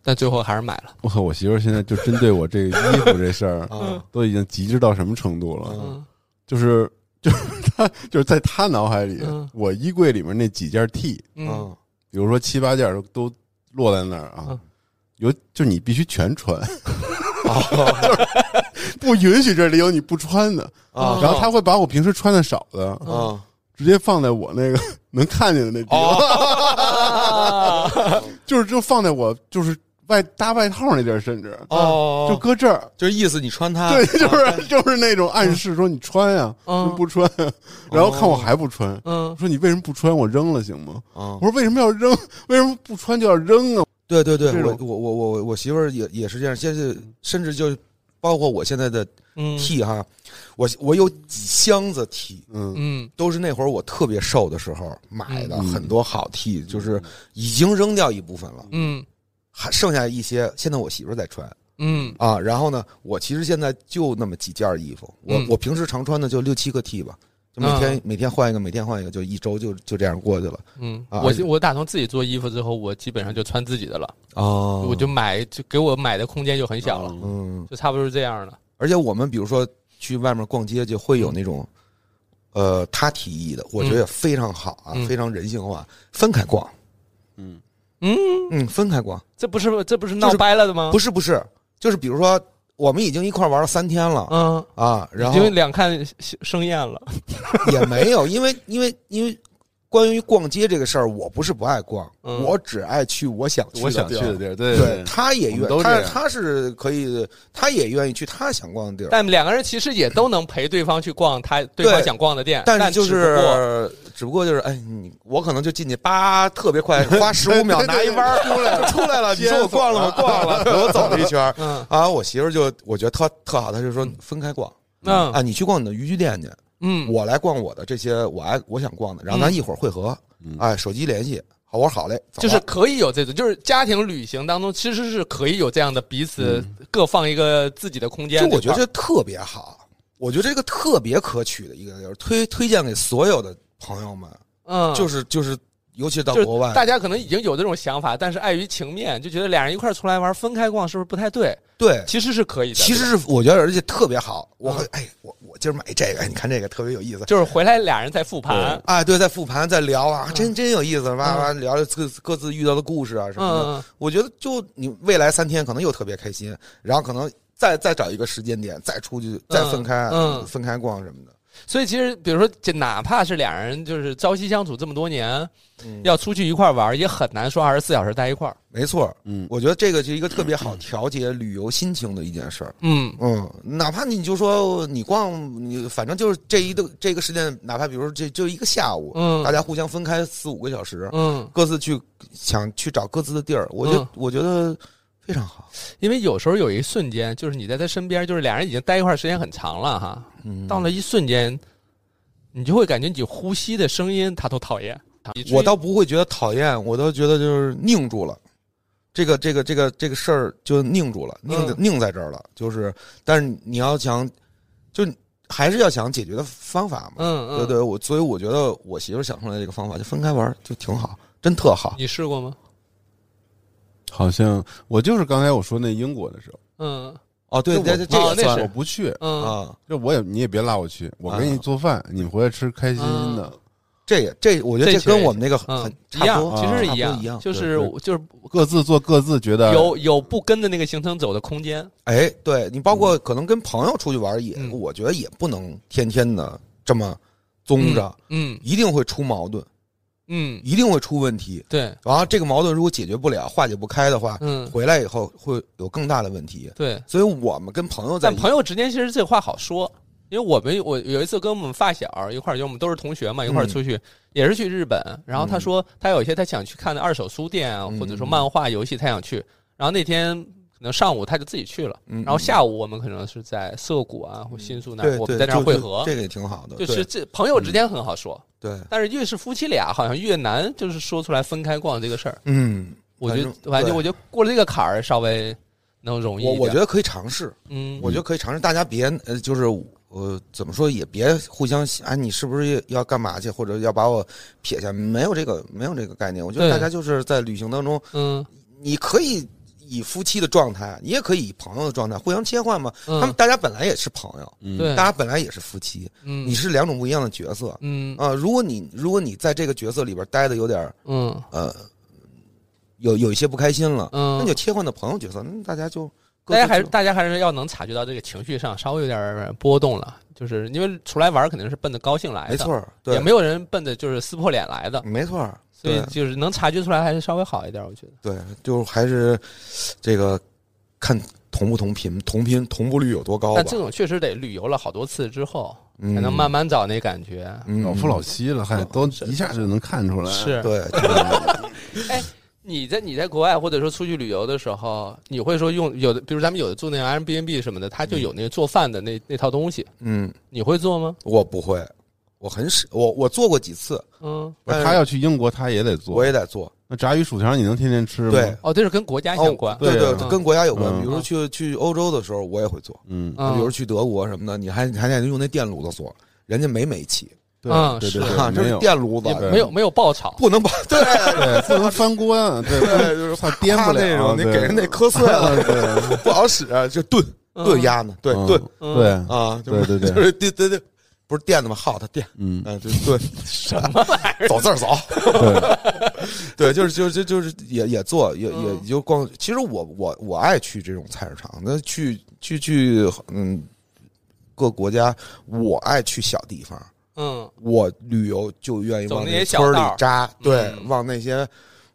Speaker 1: 但最后还是买了。
Speaker 3: 我靠，我媳妇儿现在就针对我这个衣服这事儿，
Speaker 2: 啊，
Speaker 3: 都已经极致到什么程度了？
Speaker 1: 嗯
Speaker 3: 就是就是她就是在她脑海里
Speaker 1: 嗯，
Speaker 3: 我衣柜里面那几件 T，
Speaker 1: 嗯，
Speaker 2: 嗯，
Speaker 3: 比如说七八件都都落在那儿啊
Speaker 1: 嗯，
Speaker 3: 有就你必须全穿，
Speaker 2: 哦，
Speaker 3: 不允许这里有你不穿的。
Speaker 1: 哦
Speaker 2: 啊
Speaker 3: 然后她会把我平时穿的少的
Speaker 2: 啊，
Speaker 3: 直接放在我那个 能看见的那地方，
Speaker 1: 啊，
Speaker 3: 就是就放在我就是外搭外套那地儿，甚至
Speaker 2: 哦，啊
Speaker 3: 就搁这儿。
Speaker 2: 就意思你穿它，
Speaker 3: 对，就是就是那种暗示说你穿呀，
Speaker 1: 嗯
Speaker 3: 说不穿，然后看我还不穿，
Speaker 1: 嗯，
Speaker 3: 说你为什么不穿？我扔了行吗？
Speaker 2: 啊
Speaker 3: 我，说为什么要扔？ 为什么不穿就要扔啊？
Speaker 2: 对对对，
Speaker 3: 这
Speaker 2: 我
Speaker 3: 种嗯
Speaker 2: 我我我我媳妇儿也也是这样，现在甚至就包括我现在的
Speaker 1: 嗯
Speaker 2: T 哈，我我有几箱子 T，
Speaker 3: 嗯，
Speaker 1: 嗯
Speaker 2: 都是那会儿我特别瘦的时候买的，
Speaker 3: 嗯
Speaker 2: 很多好 T，就是已经扔掉一部分了，
Speaker 1: 嗯
Speaker 2: 还剩下一些，现在我媳妇儿在穿。
Speaker 1: 嗯
Speaker 2: 啊，然后呢，我其实现在就那么几件衣服，我、
Speaker 1: 嗯
Speaker 2: 我平时常穿的就六七个 T 吧，就每天、每天换一个，每天换一个，就一周就就这样过去了。
Speaker 1: 嗯，
Speaker 2: 啊
Speaker 1: 我
Speaker 2: 而且
Speaker 1: 我打从自己做衣服之后，我基本上就穿自己的了，
Speaker 2: 哦
Speaker 1: 我就买就给我买的空间就很小了，
Speaker 3: 了。
Speaker 2: 嗯，
Speaker 1: 就差不多是这样的。
Speaker 2: 而且我们比如说去外面逛街，就会有那种，
Speaker 3: 嗯
Speaker 2: 呃，他提议的，我觉得非常好啊，
Speaker 1: 嗯
Speaker 2: 非常人性化，分开逛，
Speaker 1: 嗯，
Speaker 2: 嗯，分开逛，
Speaker 1: 这不是这不是闹掰了的吗？
Speaker 2: 不是不是，就是比如说我们已经一块玩了三天了。
Speaker 1: 嗯，
Speaker 2: 啊，然后
Speaker 1: 因为两看生厌了，
Speaker 2: 也没有， 因为因为因为关于逛街这个事儿，我不是不爱逛，
Speaker 1: 嗯
Speaker 2: 我只爱去我想去
Speaker 3: 我想去
Speaker 2: 地
Speaker 3: 的
Speaker 2: 儿。
Speaker 3: 地儿，对
Speaker 2: 对，他也
Speaker 3: 我们都
Speaker 2: 愿，他
Speaker 3: 这样
Speaker 2: 他是可以，他也愿意去他想逛的地儿，
Speaker 1: 但两个人其实也都能陪对方去逛他对
Speaker 2: 对
Speaker 1: 方想逛的店，
Speaker 2: 但
Speaker 1: 但
Speaker 2: 是就
Speaker 1: 只不过
Speaker 2: 是只不过就是，哎，你我可能就进去，叭，特别 快，花十五秒
Speaker 3: 对对
Speaker 2: 拿一弯儿出来，出来了。你说我逛了吗？逛了， 我走了一圈儿
Speaker 1: 嗯
Speaker 2: 啊。我媳妇儿就我觉得特特好，她就说分开逛
Speaker 1: 嗯
Speaker 2: 啊，你去逛你的渔具店去，
Speaker 1: 嗯
Speaker 2: 我来逛我的这些我爱我想逛的，然后咱一会儿汇合，哎，手机联系，好，我说好嘞，走
Speaker 1: 嗯就是
Speaker 2: 了
Speaker 1: 可以有这种，就是家庭旅行当中其实是可以有这样的彼此各放一个自己的空间这块
Speaker 2: 嗯就
Speaker 1: 儿。
Speaker 2: 我觉得这特别好，我觉得这个特别可取的一个地儿，推推荐给所有的朋友们，
Speaker 1: 嗯，
Speaker 2: 就是就是，尤其到
Speaker 1: 就是
Speaker 2: 国外，
Speaker 1: 大家可能已经有这种想法，但是碍于情面，就觉得俩人一块儿出来玩，分开逛是不是不太对？
Speaker 2: 对，
Speaker 1: 其实是可以的，
Speaker 2: 其实
Speaker 1: 对吧
Speaker 2: 是我觉得而且特别好，我会
Speaker 1: 嗯
Speaker 2: 哎，我我今儿买这个，哎你看这个特别有意思。
Speaker 1: 就是回来俩人再复盘。
Speaker 2: 啊，对，在复盘，在聊
Speaker 1: 嗯
Speaker 2: 啊，真真有意思，哇哇聊各自各自遇到的故事啊什么的。
Speaker 1: 嗯，嗯
Speaker 2: 我觉得就你未来三天可能又特别开心，然后可能再再找一个时间点再出去再分开，
Speaker 1: 嗯嗯
Speaker 2: 分开逛什么的。
Speaker 1: 所以其实比如说，这哪怕是俩人就是朝夕相处这么多年，
Speaker 2: 嗯
Speaker 1: 要出去一块儿玩，也很难说二十四小时待一块儿。
Speaker 2: 没错，
Speaker 3: 嗯
Speaker 2: 我觉得这个是一个特别好调节旅游心情的一件事儿。
Speaker 1: 嗯，
Speaker 2: 嗯，哪怕你就说你逛，你反正就是这一个这个时间，哪怕比如说这就一个下午，
Speaker 1: 嗯
Speaker 2: 大家互相分开四五个小时，
Speaker 1: 嗯，
Speaker 2: 各自去想去找各自的地儿，我觉得、
Speaker 1: 嗯
Speaker 2: 我觉得非常好。
Speaker 1: 因为有时候有一瞬间，就是你在他身边，就是俩人已经待一块儿时间很长了哈，
Speaker 2: 嗯，
Speaker 1: 到了一瞬间，你就会感觉你呼吸的声音他都讨厌。以至于
Speaker 2: 我倒不会觉得讨厌，我倒觉得就是拧住了，这个这个这个这个事儿就拧住了，拧、
Speaker 1: 嗯
Speaker 2: 拧在这儿了。就是，但是你要想，就还是要想解决的方法嘛。
Speaker 1: 嗯嗯，
Speaker 2: 对对，我所以我觉得我媳妇儿想出来这个方法，就分开玩儿就挺好，真特好。
Speaker 1: 你试过吗？
Speaker 3: 好像我就是刚才我说那英国的时候，
Speaker 1: 嗯
Speaker 2: 哦，对
Speaker 3: 就
Speaker 2: 对
Speaker 3: 我
Speaker 2: 对，
Speaker 3: 不
Speaker 2: 这
Speaker 1: 哦
Speaker 2: 也
Speaker 1: 那
Speaker 2: 算
Speaker 1: 是
Speaker 3: 我不去，
Speaker 1: 嗯
Speaker 2: 啊，
Speaker 3: 就我也你也别拉我去，我给你做饭，你回来吃开心心的。
Speaker 2: 这也这我觉
Speaker 1: 这
Speaker 2: 得这
Speaker 1: 其实
Speaker 2: 跟我们那个很
Speaker 1: 嗯
Speaker 2: 很，
Speaker 1: 一
Speaker 2: 差
Speaker 1: 样
Speaker 2: 不，多，啊
Speaker 1: 其实是
Speaker 2: 差不多一
Speaker 1: 样，
Speaker 2: 样呃
Speaker 1: 就是
Speaker 3: 对
Speaker 1: 就是
Speaker 3: 各自做各自觉得
Speaker 1: 有有不跟着那个行程走的空间。
Speaker 2: 哎，对你包括可能跟朋友出去玩儿也，
Speaker 1: 嗯
Speaker 2: 我觉得也不能天天的这么宗着，
Speaker 1: 嗯
Speaker 2: 一定会出矛盾，
Speaker 1: 嗯，
Speaker 2: 一定会出问题。
Speaker 1: 对，
Speaker 2: 然后这个矛盾如果解决不了、化解不开的话，
Speaker 1: 嗯
Speaker 2: 回来以后会有更大的问题。
Speaker 1: 对。
Speaker 2: 所以我们跟朋友在
Speaker 1: 但朋友之间其实这话好说，因为我们我有一次跟我们发小一块儿，就我们都是同学嘛，一块
Speaker 2: 嗯
Speaker 1: 儿出去、也是去日本。然后他说他有一些他想去看的二手书店啊，
Speaker 2: 嗯
Speaker 1: 或者说漫画、游戏，他想去。然后那天可能上午他就自己去了，
Speaker 2: 嗯
Speaker 1: 然后下午我们可能是在涩谷啊或新宿那儿，
Speaker 2: 对
Speaker 1: 我们
Speaker 2: 对
Speaker 1: 在那儿
Speaker 2: 就
Speaker 1: 汇
Speaker 2: 就
Speaker 1: 合。
Speaker 2: 这个嗯也挺好的。
Speaker 1: 就是这朋友之间很好说，
Speaker 2: 对对，
Speaker 1: 但是越是夫妻俩，好像越难，就是说出来分开逛这个事儿。
Speaker 2: 嗯，
Speaker 1: 我觉得，
Speaker 2: 反正
Speaker 1: 反正
Speaker 2: 对
Speaker 1: 我觉得过了这个坎儿，稍微能容易一
Speaker 2: 我
Speaker 1: 点。
Speaker 2: 我觉，得可以尝试，
Speaker 1: 嗯，
Speaker 2: 我觉得可以尝试。大家别呃，就是呃，怎么说也别互相哎，你是不是要干嘛去，或者要把我撇下？没有这个，没有这个概念。我觉得
Speaker 1: 对
Speaker 2: 大家就是在旅行当中，
Speaker 1: 嗯，
Speaker 2: 你可以以夫妻的状态，你也可以以朋友的状态互相切换嘛。
Speaker 1: 嗯
Speaker 2: 他们大家本来也是朋友，
Speaker 3: 嗯
Speaker 1: 对，
Speaker 2: 大家本来也是夫妻，
Speaker 1: 嗯，
Speaker 2: 你是两种不一样的角色啊、
Speaker 1: 嗯
Speaker 2: 如果你如果你在这个角色里边待的有点儿
Speaker 1: 嗯
Speaker 2: 呃，有有一些不开心了，
Speaker 1: 嗯，
Speaker 2: 那就切换到朋友角色，那大家就各
Speaker 1: 大家
Speaker 2: 自
Speaker 1: 还是
Speaker 2: 就
Speaker 1: 大家还是要能察觉到这个情绪上稍微有点儿波动了，就是因为出来玩儿肯定是奔着高兴来的，
Speaker 2: 没错，儿，对
Speaker 1: 也，没有人奔着就是撕破脸来的，
Speaker 2: 没错儿，
Speaker 1: 所以
Speaker 2: 对
Speaker 1: 就是能察觉出来还是稍微好一点，我觉得。
Speaker 2: 对，就还是这个看同不同频，同频同步率有多高吧
Speaker 1: 但，这种确实得旅游了好多次之后，
Speaker 2: 嗯
Speaker 1: 才能慢慢找那感觉。
Speaker 2: 嗯
Speaker 3: 老夫老妻了，还都一下就能看出来。
Speaker 1: 是，
Speaker 2: 对，
Speaker 1: 你在你在国外或者说出去旅游的时候，你会说用有的，比如咱们有的住那个 Airbnb 什么的，它就有那个做饭的那那套东西，
Speaker 2: 嗯，
Speaker 1: 你会做吗？
Speaker 2: 我不会，我很少，我我做过几次，
Speaker 1: 嗯，
Speaker 3: 不是
Speaker 2: 但是
Speaker 3: 他要去英国，他也得
Speaker 2: 我
Speaker 3: 做。
Speaker 2: 也得做，
Speaker 3: 那炸鱼薯条你能天天吃吗？
Speaker 2: 对，
Speaker 1: 哦，这是跟国家相关。
Speaker 2: 对
Speaker 3: 对啊
Speaker 2: 跟国家有关，
Speaker 3: 嗯
Speaker 2: 比如说去去欧洲的时候，我也会做，
Speaker 3: 嗯，
Speaker 1: 嗯
Speaker 2: 比如去德国什么的，你还你还得用那电炉子做，人家没煤气
Speaker 3: 对
Speaker 1: 嗯
Speaker 3: 对
Speaker 1: 是
Speaker 3: 对
Speaker 2: 啊，
Speaker 3: 对，
Speaker 2: 这
Speaker 3: 没
Speaker 2: 是
Speaker 3: 有，
Speaker 2: 电炉子
Speaker 1: 也，
Speaker 3: 对
Speaker 1: 没有啊没有爆炒，
Speaker 2: 不能把对
Speaker 3: 对，不能翻锅啊，对，不能
Speaker 2: 就是
Speaker 3: 怕颠
Speaker 2: 啪
Speaker 3: 不了
Speaker 2: 那种，你
Speaker 3: 啊对啊
Speaker 2: 给人那磕碎了 不好使，就炖
Speaker 1: 嗯
Speaker 2: 炖鸭呢，对
Speaker 3: 嗯
Speaker 2: 炖
Speaker 1: 嗯
Speaker 3: 对
Speaker 2: 啊，就
Speaker 3: 对对对
Speaker 2: 就是对对对，不是垫的吗？耗他垫，
Speaker 3: 嗯，
Speaker 2: 嗯，对 对，什么玩意儿？走字儿走， 对，
Speaker 3: 对，
Speaker 2: 就是就是就是也也做也也
Speaker 1: 嗯
Speaker 2: 就逛。其实我我我爱去这种菜市场，那去去去嗯各国家，我爱去小地方，
Speaker 1: 嗯，
Speaker 2: 我旅游就愿意
Speaker 1: 走
Speaker 2: 往
Speaker 1: 那
Speaker 2: 那
Speaker 1: 些小
Speaker 2: 村儿里
Speaker 1: 道儿
Speaker 2: 扎，对，
Speaker 1: 嗯
Speaker 2: 往那些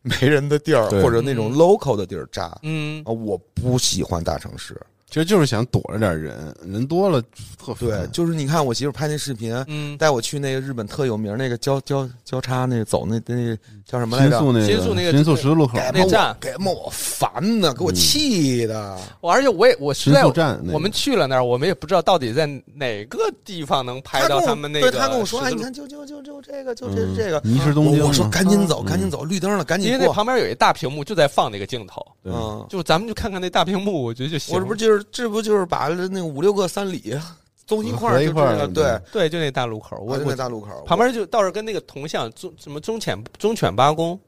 Speaker 2: 没人的地儿
Speaker 3: 对
Speaker 2: 或者那种
Speaker 1: 嗯
Speaker 2: local 的地儿扎。
Speaker 1: 嗯，
Speaker 2: 啊，我不喜欢大城市。
Speaker 3: 其实就是想躲着点人，人多了特烦
Speaker 2: 对，就是你看我媳妇拍那视频，
Speaker 1: 嗯，
Speaker 2: 带我去那个日本特有名儿那个交交交叉那个走那那叫什么来
Speaker 3: 新
Speaker 2: 着？
Speaker 3: 宿那个
Speaker 5: 新宿那个
Speaker 3: 新宿十字路口
Speaker 2: 给
Speaker 1: 那
Speaker 2: 我
Speaker 1: 站
Speaker 2: 给妈我烦的，给我
Speaker 3: 嗯
Speaker 2: 气的。
Speaker 1: 我而且我也我实
Speaker 3: 新
Speaker 1: 在
Speaker 3: 宿站那个，
Speaker 1: 我们去了那儿，我们也不知道到底在哪个地方能拍
Speaker 2: 他跟
Speaker 1: 到
Speaker 2: 我
Speaker 1: 们那个。
Speaker 2: 对他跟我说，哎，你，看就就就就这个，就这
Speaker 3: 嗯
Speaker 2: 这个。
Speaker 3: 迷失东
Speaker 2: 我
Speaker 3: 京嘛，
Speaker 2: 我说赶紧走，
Speaker 3: 嗯
Speaker 2: 赶紧走，绿灯了，赶
Speaker 1: 因为
Speaker 2: 紧
Speaker 1: 那
Speaker 2: 过。
Speaker 1: 旁边有一大屏幕，就在放那个镜头，
Speaker 3: 对
Speaker 2: 嗯，
Speaker 1: 就咱们就看看那大屏幕，我觉得就行。
Speaker 2: 我这不就是这不就是把那个五六个三里综一块
Speaker 3: 合
Speaker 2: 儿
Speaker 3: 一
Speaker 2: 就
Speaker 3: 块儿
Speaker 2: 这个
Speaker 3: 嗯
Speaker 2: 对，
Speaker 1: 对，就那大路口，我
Speaker 2: 我就
Speaker 1: 我
Speaker 2: 在大路口
Speaker 1: 旁边就倒是跟那个铜像中什么忠犬忠犬八公，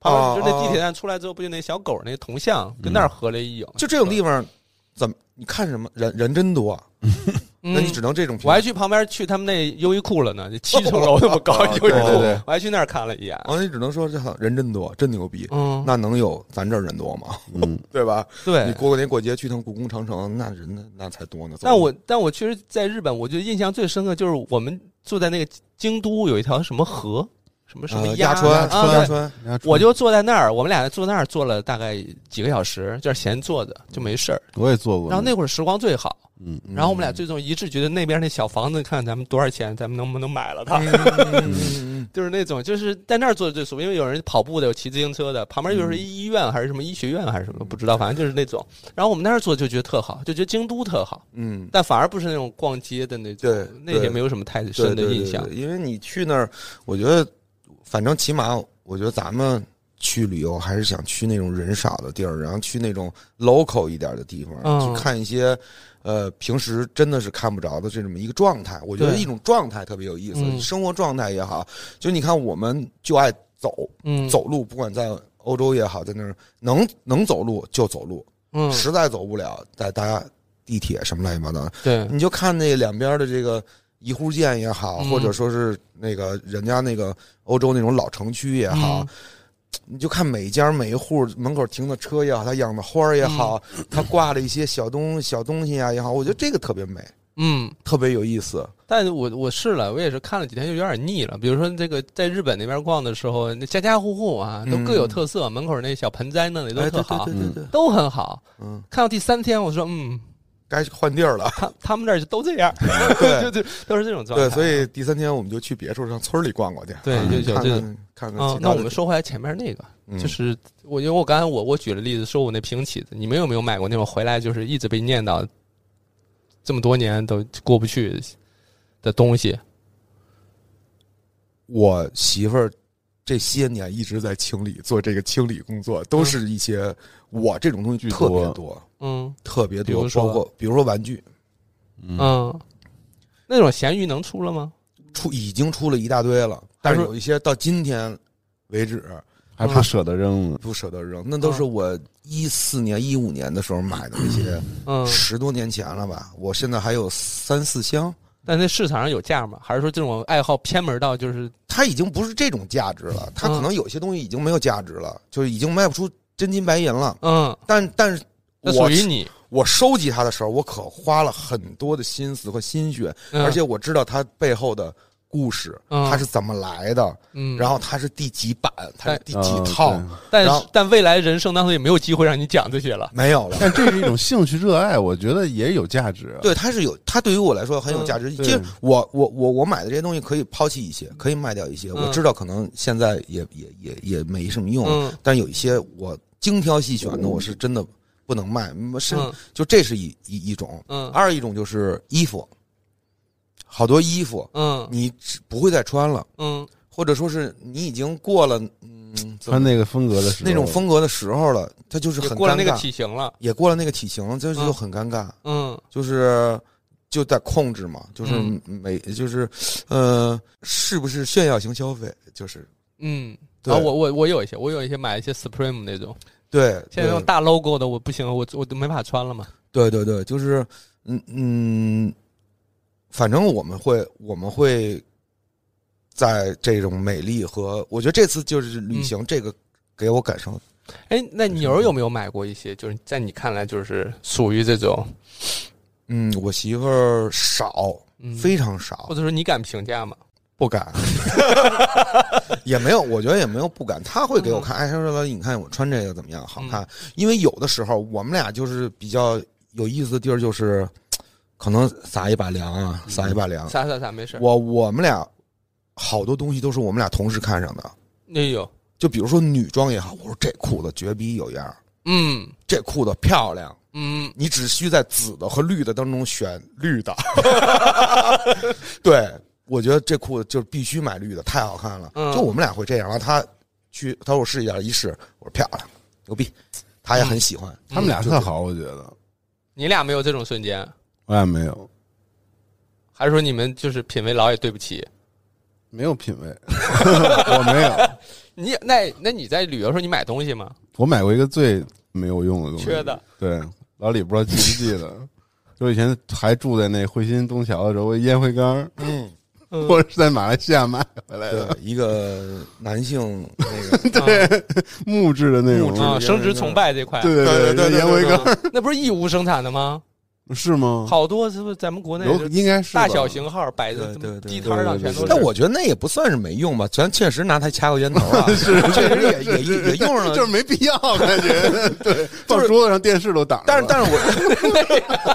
Speaker 1: 旁
Speaker 2: 哦
Speaker 1: 边就那地铁站出来之后，不就那小狗那铜像
Speaker 2: 嗯
Speaker 1: 跟那儿合了一影，
Speaker 2: 就这种地方，怎么你看什么人人真多，啊那
Speaker 1: 那
Speaker 2: 你只能这种
Speaker 1: 嗯我还
Speaker 2: 平。
Speaker 1: 去旁边去他们那优衣库了呢，就七层楼那么高优衣库，
Speaker 2: 哦对对
Speaker 3: 对
Speaker 1: 我还去那儿看了一眼。
Speaker 2: 我哦你只能说这人真多，真牛逼。
Speaker 1: 嗯，
Speaker 2: 那能有咱这儿人多吗？
Speaker 3: 嗯，
Speaker 2: 对吧？你
Speaker 1: 对。
Speaker 2: 过个年过节去趟故宫长城，那人呢那才多呢。
Speaker 1: 但我但我确实在日本，我觉得印象最深刻就是我们住在那个京都有一条什么河，什么什么
Speaker 2: 呃
Speaker 1: 鸭
Speaker 2: 鸭
Speaker 1: 啊
Speaker 2: 川鸭
Speaker 1: 对
Speaker 2: 川，
Speaker 3: 人家出
Speaker 1: 我就坐在那儿，我们俩坐那儿坐了大概几个小时，就是闲坐着就没事儿。
Speaker 3: 我也做过，
Speaker 1: 然后那会儿时光最好，
Speaker 3: 嗯，
Speaker 1: 然后我们俩最终一致觉得那边那小房子，看咱们多少钱，咱们能不能买了它。
Speaker 2: 嗯
Speaker 1: 就是那种，就是在那儿坐着最舒服，因为有人跑步的，有骑自行车的，旁边就是医院还是什么医学院还是什么，不知道，反正就是那种。然后我们那儿坐就觉得特好，就觉得京都特好，
Speaker 2: 嗯，
Speaker 1: 但反而不是那种逛街的那种，
Speaker 2: 对
Speaker 1: 那些
Speaker 2: 对
Speaker 1: 没有什么太
Speaker 2: 对
Speaker 1: 深
Speaker 2: 对
Speaker 1: 的
Speaker 2: 对
Speaker 1: 印象
Speaker 2: 对。因为你去那儿，我觉得反正起码我觉得咱们去旅游还是想去那种人少的地儿，然后去那种 local 一点的地方，
Speaker 1: 嗯
Speaker 2: 去看一些呃平时真的是看不着的这么一个状态。我觉得
Speaker 1: 对
Speaker 2: 一种状态特别有意思，
Speaker 1: 嗯
Speaker 2: 生活状态也好，就你看我们就爱走
Speaker 1: 嗯，，
Speaker 2: 走路，不管在。欧洲也好，在那儿能能走路就走路，
Speaker 1: 嗯，
Speaker 2: 实在走不了，再搭地铁什么乱七八糟的，
Speaker 1: 对，
Speaker 2: 你就看那两边的这个一户建也好，
Speaker 1: 嗯
Speaker 2: 或者说是那个人家那个欧洲那种老城区也好，你就看每家每户门口停的车也好，他养的花儿也好，他挂的一些小东小东西啊也好，我觉得这个特别美，
Speaker 1: 嗯，嗯，
Speaker 2: 特别有意思。
Speaker 1: 但是我我试了，我也是看了几天就有点腻了。比如说这个在日本那边逛的时候，那家家户户啊都各有特色，门口那小盆栽那里都
Speaker 2: 嗯哎，
Speaker 1: 特
Speaker 2: 对
Speaker 1: 好，
Speaker 2: 对对对对，
Speaker 1: 都很好。
Speaker 2: 嗯，
Speaker 1: 看到第三天，我说嗯，
Speaker 2: 该换地儿了。
Speaker 1: 他他们那儿就都这样，
Speaker 2: 对
Speaker 1: 就就都是这种状态。
Speaker 2: 对，所以第三天我们就去别处上村里逛逛去，
Speaker 1: 嗯对
Speaker 2: 看
Speaker 1: 就就
Speaker 2: 看
Speaker 1: 就
Speaker 2: 看看看
Speaker 1: 啊
Speaker 2: 其他的地方。
Speaker 1: 那我们说回来前面那个，
Speaker 2: 嗯
Speaker 1: 就是我因为我刚才我我举了例子，说我那平起子，你们有没有买过那种回来就是一直被念叨这么多年都过不去的东西？
Speaker 2: 我媳妇儿这些年一直在清理，做这个清理工作，都是一些我这种东西
Speaker 3: 巨
Speaker 2: 特
Speaker 3: 多
Speaker 2: 别多，
Speaker 1: 嗯
Speaker 2: 特别
Speaker 1: 比
Speaker 2: 多
Speaker 1: 如，说
Speaker 2: 包括比如说玩具，
Speaker 3: 嗯
Speaker 1: 嗯，那种咸鱼能出了吗？
Speaker 2: 出已经出了一大堆了，但是
Speaker 1: 还是
Speaker 2: 有一些到今天为止
Speaker 3: 还不舍得扔呢，
Speaker 2: 不舍得扔，那都是我一四年、一五年的时候买的那些，
Speaker 1: 嗯，
Speaker 2: 十多年前了吧，我现在还有三四箱。
Speaker 1: 但那市场上有价吗？还是说这种爱好偏门到就是
Speaker 2: 它已经不是这种价值
Speaker 1: 嗯
Speaker 2: 了，它可能有些东西已经没有价值了，就是已经卖不出真金白银了。
Speaker 1: 嗯，
Speaker 2: 但但是
Speaker 1: 那
Speaker 2: 我
Speaker 1: 属于
Speaker 2: 是
Speaker 1: 你，
Speaker 2: 我收集它的时候，我可花了很多的心思和心血，
Speaker 1: 嗯
Speaker 2: 而且我知道它背后的故事，
Speaker 1: 嗯
Speaker 2: 它是怎么来的，
Speaker 1: 嗯，哎
Speaker 2: 然后它是第几版，它是第几
Speaker 3: 啊
Speaker 2: 套，
Speaker 3: 对
Speaker 1: 但
Speaker 2: 然后
Speaker 1: 是但未来人生当中也没有机会让你讲这些了。
Speaker 2: 没有了。
Speaker 3: 但这是一种兴趣热爱，我觉得也有价值。啊
Speaker 2: 对，它是有，它对于我来说很有
Speaker 1: 嗯
Speaker 2: 价值。
Speaker 3: 对
Speaker 2: 其实我我我我买的这些东西可以抛弃一些，可以卖掉一些。
Speaker 1: 嗯
Speaker 2: 我知道可能现在也也也也没什么用，
Speaker 1: 嗯
Speaker 2: 但有一些我精挑细选的，我是真的不能卖。是、
Speaker 1: 嗯
Speaker 2: 就这是一一一种，
Speaker 1: 嗯
Speaker 2: 二一种就是衣服，好多衣服
Speaker 1: 嗯
Speaker 2: 你只不会再穿了，
Speaker 1: 嗯
Speaker 2: 或者说是你已经过了嗯怎
Speaker 3: 穿
Speaker 2: 么
Speaker 3: 那个风格的时候，
Speaker 2: 那种风格的时候了，它就是
Speaker 1: 也
Speaker 2: 很
Speaker 1: 过了
Speaker 2: 尴
Speaker 1: 那个
Speaker 2: 尬，
Speaker 1: 体型了。
Speaker 2: 也过了那个体型，这就
Speaker 1: 嗯
Speaker 2: 很尴尬，
Speaker 1: 嗯
Speaker 2: 就是就在控制嘛，就是
Speaker 1: 嗯
Speaker 2: 每就是呃，是不是炫耀型消费？就是
Speaker 1: 嗯，
Speaker 2: 对
Speaker 1: 啊，我我我有一些，我有一些买一些 Supreme 那种，
Speaker 2: 对，
Speaker 1: 现在那种
Speaker 2: 对
Speaker 1: 大 logo 的我不行，我我都没法穿了嘛。
Speaker 2: 对对对，就是嗯嗯，反正我们会我们会在这种美丽和我觉得这次就是旅行、这个给我感受，
Speaker 1: 哎，那牛儿有没有买过一些？就是在你看来，就是属于这种，
Speaker 2: 嗯，我媳妇儿少，
Speaker 1: 嗯，
Speaker 2: 非常少
Speaker 1: 或，者说你敢评价吗？
Speaker 2: 不敢，也没有，我觉得也没有不敢，她会给我看，哎，她说你看我穿这个怎么样，好看，因为有的时候我们俩就是比较有意思的地儿就是。可能撒一把凉啊，撒一把
Speaker 3: 嗯
Speaker 2: 凉，
Speaker 1: 啥啥啥，没事儿。
Speaker 2: 我我们俩好多东西都是我们俩同时看上的，
Speaker 1: 那有，
Speaker 2: 就比如说女装也好，我说这裤子绝逼有样儿，
Speaker 1: 嗯
Speaker 2: 这裤子漂亮，
Speaker 1: 嗯，
Speaker 2: 你只需在紫的和绿的当中选绿的。 对，我觉得这裤子就是必须买绿的，太好看了。
Speaker 1: 嗯
Speaker 2: 就我们俩会这样，然后他去，他说我试一下，一试，我说漂亮，牛逼，他也很喜欢。
Speaker 3: 他们俩特好，我觉得
Speaker 1: 你俩没有这种瞬间，
Speaker 3: 我俩没有
Speaker 1: 还是说你们就是品味老也对不起？
Speaker 3: 没有品味， 我没有。
Speaker 1: 你那那你在旅游时候你买东西吗？
Speaker 3: 我买过一个最没有用的东西，
Speaker 1: 缺的。
Speaker 3: 对，老李不知道记不记得，就以前还住在那惠新东桥的时候，我烟灰缸，
Speaker 2: 嗯，
Speaker 3: 我是在马来西亚买回来
Speaker 2: 对
Speaker 3: 的，，
Speaker 2: 一个男性那个
Speaker 3: 木质的那种。
Speaker 1: 啊，升职崇拜这块，
Speaker 3: 对
Speaker 2: 对
Speaker 3: 对
Speaker 2: 对对
Speaker 3: 烟灰缸
Speaker 1: 嗯那不是义乌生产的吗？
Speaker 3: 是吗？
Speaker 1: 好多是不是咱们国内
Speaker 3: 嗯有
Speaker 1: 就
Speaker 3: 应该是吧
Speaker 1: 大小。型号摆在
Speaker 2: 对
Speaker 1: 这么
Speaker 2: 对对
Speaker 1: 地摊儿上
Speaker 3: 对对
Speaker 1: 全
Speaker 3: 对
Speaker 1: 都是？
Speaker 2: 但我觉得那也不算是没用吧，咱确实拿它掐过烟头啊，确实也也也也用上了，
Speaker 3: 就是没必要，感觉对，放桌子上电视都挡着了。
Speaker 2: 但是但是我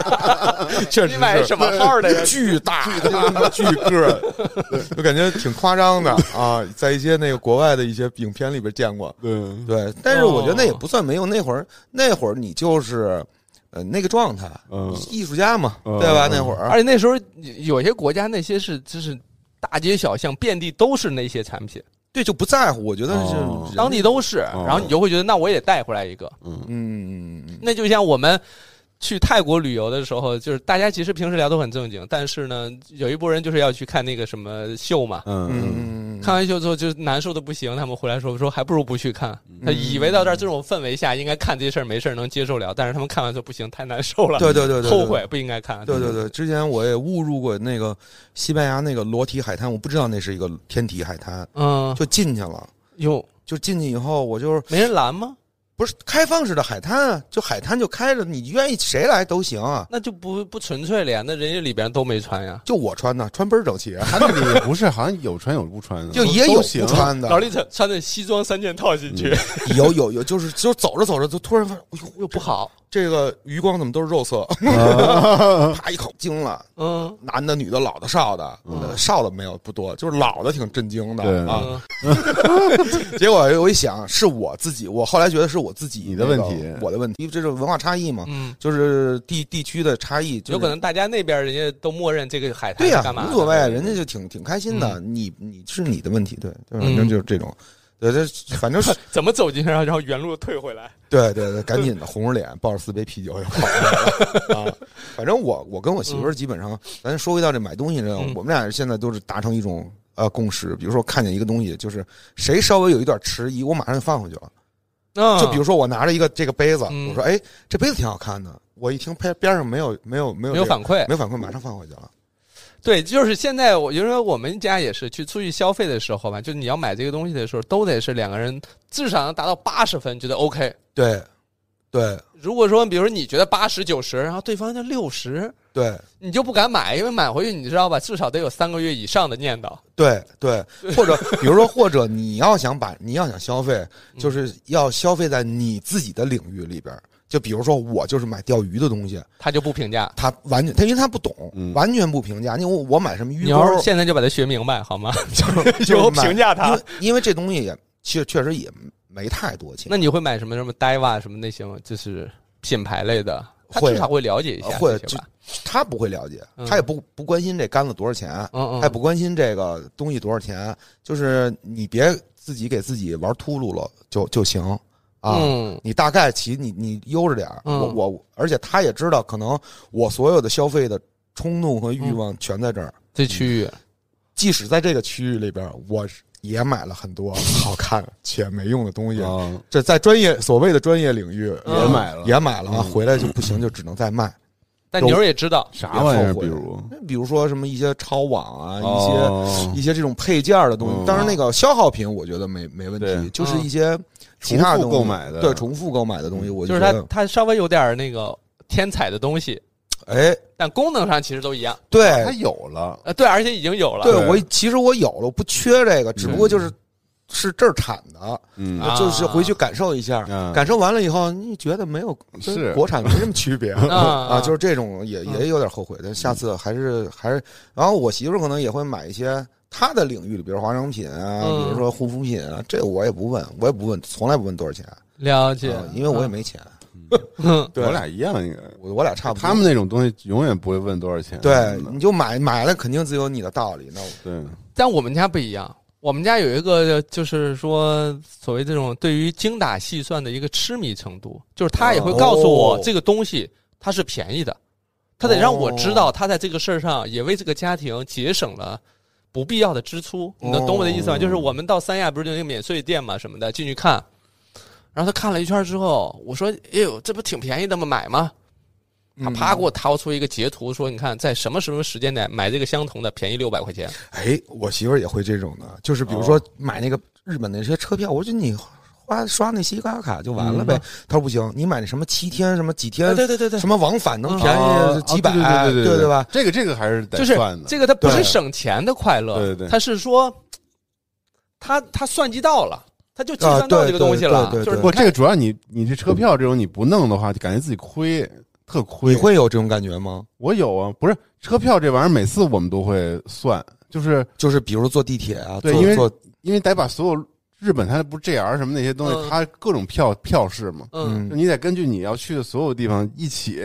Speaker 2: 确实
Speaker 1: 你买什么号的 呀？
Speaker 2: 巨大巨大巨个儿，就感觉挺夸张的啊，在一些那个国外的一些影片里边见过。
Speaker 3: 对，嗯
Speaker 2: 对，但是我觉得那也不算没用，那会儿那会儿你就是呃那个状态，
Speaker 3: 嗯
Speaker 2: 艺术家嘛，
Speaker 3: 嗯
Speaker 2: 对吧？
Speaker 3: 嗯
Speaker 2: 那会儿
Speaker 1: 而且那时候有些国家那些是就是大街小巷遍地都是那些产品，
Speaker 2: 对就不在乎，我觉得是
Speaker 3: 哦
Speaker 2: 人
Speaker 1: 当地都是，
Speaker 3: 哦
Speaker 1: 然后你就会觉得那我也带回来一个。
Speaker 3: 嗯，
Speaker 2: 嗯嗯嗯
Speaker 1: 那就像我们去泰国旅游的时候，就是大家其实平时聊都很正经，但是呢，有一波人就是要去看那个什么秀嘛。
Speaker 3: 嗯嗯，
Speaker 2: 嗯嗯，
Speaker 1: 看完秀之后就难受的不行，他们回来说说还不如不去看。
Speaker 2: 嗯
Speaker 1: 他以为到这儿这种氛围下应该看这事儿没事儿能接受了，但是他们看完说不行，太难受了，
Speaker 2: 对对对对，对
Speaker 1: 后悔不应该看。
Speaker 2: 对对对，之前我也误入过那个西班牙那个裸体海滩，我不知道那是一个天体海滩，
Speaker 1: 嗯，
Speaker 2: 就进去了。
Speaker 1: 哟，
Speaker 2: 就进去以后，我就是
Speaker 1: 没人拦吗？
Speaker 2: 不是开放式的海滩啊，就海滩就开着，你愿意谁来都行啊。
Speaker 1: 那就不不纯粹了呀，那人家里边都没穿呀。
Speaker 2: 就我穿的，穿倍儿整齐，啊
Speaker 3: 他那里也不是，好像有穿有不穿 的，
Speaker 2: 就也有
Speaker 3: 都
Speaker 2: 不
Speaker 3: 行。
Speaker 2: 穿的
Speaker 1: 老，李穿穿着西装三件套进
Speaker 2: 嗯
Speaker 1: 去，
Speaker 2: 有有有，就是就走着走着，就突然发现，哎呦，
Speaker 1: 又不好。
Speaker 2: 这个余光怎么都是肉色，
Speaker 3: 啊
Speaker 2: 啪一口惊了。
Speaker 1: 嗯，
Speaker 2: 男的、女的、老的、少的，呃少的没有不多，就是老的挺震惊
Speaker 3: 对
Speaker 2: 的啊。
Speaker 1: 嗯
Speaker 2: 结果我一想，是我自己，我后来觉得是我自己
Speaker 3: 你的
Speaker 2: 那个
Speaker 3: 问题
Speaker 2: 我的问题，这是文化差异嘛，
Speaker 1: 嗯，
Speaker 2: 就是地地区的差异，就是
Speaker 1: 有可能大家那边人家都默认这个海滩
Speaker 2: 对
Speaker 1: 是
Speaker 2: 呀、
Speaker 1: 干嘛的？
Speaker 2: 无所谓，人家就挺挺开心的。你你是你的问题，对，对反正就是这种，对，这反正是
Speaker 1: 怎么走进去，然后然后原路退回来。
Speaker 2: 对对对，赶紧的，红着脸抱着四杯啤酒就跑了啊。反正我我跟我媳妇儿基本上，咱说回到这买东西这，
Speaker 1: 嗯
Speaker 2: 我们俩现在都是达成一种呃共识，比如说看见一个东西，就是谁稍微有一点迟疑，我马上就放回去了。
Speaker 1: 嗯
Speaker 2: 就比如说我拿着一个这个杯子，
Speaker 1: 嗯
Speaker 2: 我说哎，这杯子挺好看的，我一听边边上没有没有没有
Speaker 1: 没有
Speaker 2: 这个
Speaker 1: 反馈，
Speaker 2: 没有反馈，马上放回去了。
Speaker 1: 对，就是现在，我就说我们家也是去出去消费的时候吧，就是你要买这个东西的时候，都得是两个人至少能达到八十分，觉得 OK。
Speaker 2: 对，对
Speaker 1: 如果说，比如说你觉得八十九十，然后对方就六十，
Speaker 2: 对。
Speaker 1: 你就不敢买，因为买回去你知道吧，至少得有三个月以上的念叨。
Speaker 2: 对对，或者比如说，或者你要想把你要想消费，
Speaker 1: 嗯
Speaker 2: 就是要消费在你自己的领域里边儿。就比如说，我就是买钓鱼的东西，
Speaker 1: 他就不评价。
Speaker 2: 他完全他因为他不懂，
Speaker 3: 嗯
Speaker 2: 完全不评价。因为我我买什么鱼
Speaker 1: 你
Speaker 2: 钩
Speaker 1: 要
Speaker 2: 儿
Speaker 1: 是，现在就把它学明白好吗？
Speaker 2: 就
Speaker 1: 以后
Speaker 2: 就买
Speaker 1: 评价
Speaker 2: 因
Speaker 1: 它
Speaker 2: 为。因为这东西也确确实也没太多钱。
Speaker 1: 那你会买什么什么 Diva 什么那些吗？就是品牌类的，他
Speaker 2: 会
Speaker 1: 至少会了解一下
Speaker 2: 会
Speaker 1: 这些吧。
Speaker 2: 他不会了解，
Speaker 1: 嗯
Speaker 2: 他也不不关心这杆子多少钱，
Speaker 1: 嗯嗯，
Speaker 2: 他也不关心这个东西多少钱。就是你别自己给自己玩秃噜了就就行啊。
Speaker 1: 嗯
Speaker 2: 你大概其你你悠着点儿，
Speaker 1: 嗯
Speaker 2: 我我，而且他也知道，可能我所有的消费的冲动和欲望全在这儿。
Speaker 1: 这区
Speaker 2: 嗯
Speaker 1: 域
Speaker 2: 即使在这个区域里边儿，我也买了很多好看且没用的东西。
Speaker 3: 啊，
Speaker 2: 这在专业所谓的专业领域
Speaker 1: 嗯
Speaker 3: 也买了，
Speaker 2: 也买了，
Speaker 3: 嗯
Speaker 2: 回来就不行，就只能再卖。
Speaker 1: 但牛儿也知道，
Speaker 3: 啥玩意
Speaker 2: 别
Speaker 3: 儿？
Speaker 2: 后
Speaker 3: 比
Speaker 2: 悔
Speaker 3: 如
Speaker 2: 比如说什么一些超网啊，一些
Speaker 3: 哦
Speaker 2: 一些这种配件儿的东西
Speaker 3: 嗯。
Speaker 2: 当然，那个消耗品我觉得没没问
Speaker 3: 对
Speaker 2: 题，就是一些其他
Speaker 3: 重
Speaker 2: 的东
Speaker 3: 复
Speaker 2: 西
Speaker 3: 购买的嗯
Speaker 2: 对重复购买的东西，我
Speaker 1: 就是
Speaker 2: 觉
Speaker 1: 它
Speaker 2: 得
Speaker 1: 它稍微有点那个天采的东西，
Speaker 2: 哎，
Speaker 1: 但功能上其实都一样。
Speaker 2: 对
Speaker 3: 它有了，
Speaker 1: 呃，对，而且已经有了。
Speaker 2: 对，我其实我有了，我不缺这个，只不过就是是这儿产的，
Speaker 3: 嗯
Speaker 1: 啊
Speaker 2: 就是回去感受一下
Speaker 3: 嗯，
Speaker 2: 感受完了以后，你觉得没有跟
Speaker 3: 是嗯
Speaker 2: 国产没什么区 别
Speaker 1: 啊
Speaker 2: 啊，就是是这种也也有点后悔，但下次还是还是，然后我媳妇儿可能也会买一些。她的领域里，比如化妆品啊，
Speaker 1: 嗯
Speaker 2: 比如说护肤品啊，这我也不问，我也不问，从来不问多少钱，
Speaker 1: 了解
Speaker 2: 啊，因为我也没钱，
Speaker 1: 嗯
Speaker 2: 对
Speaker 3: 啊我俩一样应该。
Speaker 2: 我我俩差不多。
Speaker 3: 他们嗯那种东西永远不会问多少钱。
Speaker 2: 对，你就买买了，肯定自有你的道理。那我
Speaker 3: 对，
Speaker 1: 但我们家不一样，我们家有一个就是说所谓这种对于精打细算的一个痴迷程度，就是他也会告诉我
Speaker 2: 哦
Speaker 1: 这个东西它是便宜的，他得让我知道
Speaker 2: 哦
Speaker 1: 他在这个事儿上也为这个家庭节省了。不必要的支出，你能懂我的意思吗？
Speaker 2: 哦
Speaker 1: 就是我们到三亚不是有那个免税店嘛什么的，进去看，然后他看了一圈之后，我说：“哎呦，这不挺便宜的吗？买吗？”他啪给我掏出一个截图，说：“你看，在什么什么时间点买这个相同的，便宜六百块钱。”
Speaker 2: 哎，我媳妇儿也会这种的，就是比如
Speaker 3: 哦
Speaker 2: 说买那个日本的那些车票，我说你花刷那西卡卡就
Speaker 3: 嗯
Speaker 2: 完了呗。她说不行，你买那什么七天什么几
Speaker 3: 哎
Speaker 2: 天，
Speaker 1: 呃对对对对
Speaker 2: 呃什么往返能便
Speaker 3: 哦
Speaker 2: 宜几百，
Speaker 3: 哦对对对
Speaker 2: 对
Speaker 3: 对
Speaker 2: 吧？？
Speaker 3: 这个这个还是得
Speaker 1: 就是
Speaker 3: 算的。
Speaker 1: 这个，它不是
Speaker 2: 对
Speaker 1: 省钱的快乐，
Speaker 3: 对对对
Speaker 1: 它是说，他他算计到了，他就计
Speaker 2: 啊
Speaker 1: 算到
Speaker 2: 对
Speaker 1: 这个东西
Speaker 2: 对
Speaker 1: 了，
Speaker 2: 对对
Speaker 1: 就是
Speaker 2: 对
Speaker 3: 不，这个主要你你这车票这种你不弄的话，就感觉自己亏，特亏。
Speaker 2: 你会有这种感觉吗？
Speaker 3: 我有啊，不是车票这玩意儿，每次我们都会算，就是
Speaker 2: 就是比如坐地铁啊，
Speaker 3: 对
Speaker 2: 坐
Speaker 3: 因为
Speaker 2: 坐，
Speaker 3: 因为得把所有日本它不是 JR 什么那些东
Speaker 1: 嗯
Speaker 3: 西，它各种票票式嘛，
Speaker 1: 嗯，
Speaker 3: 你得根据你要去的所有地方一起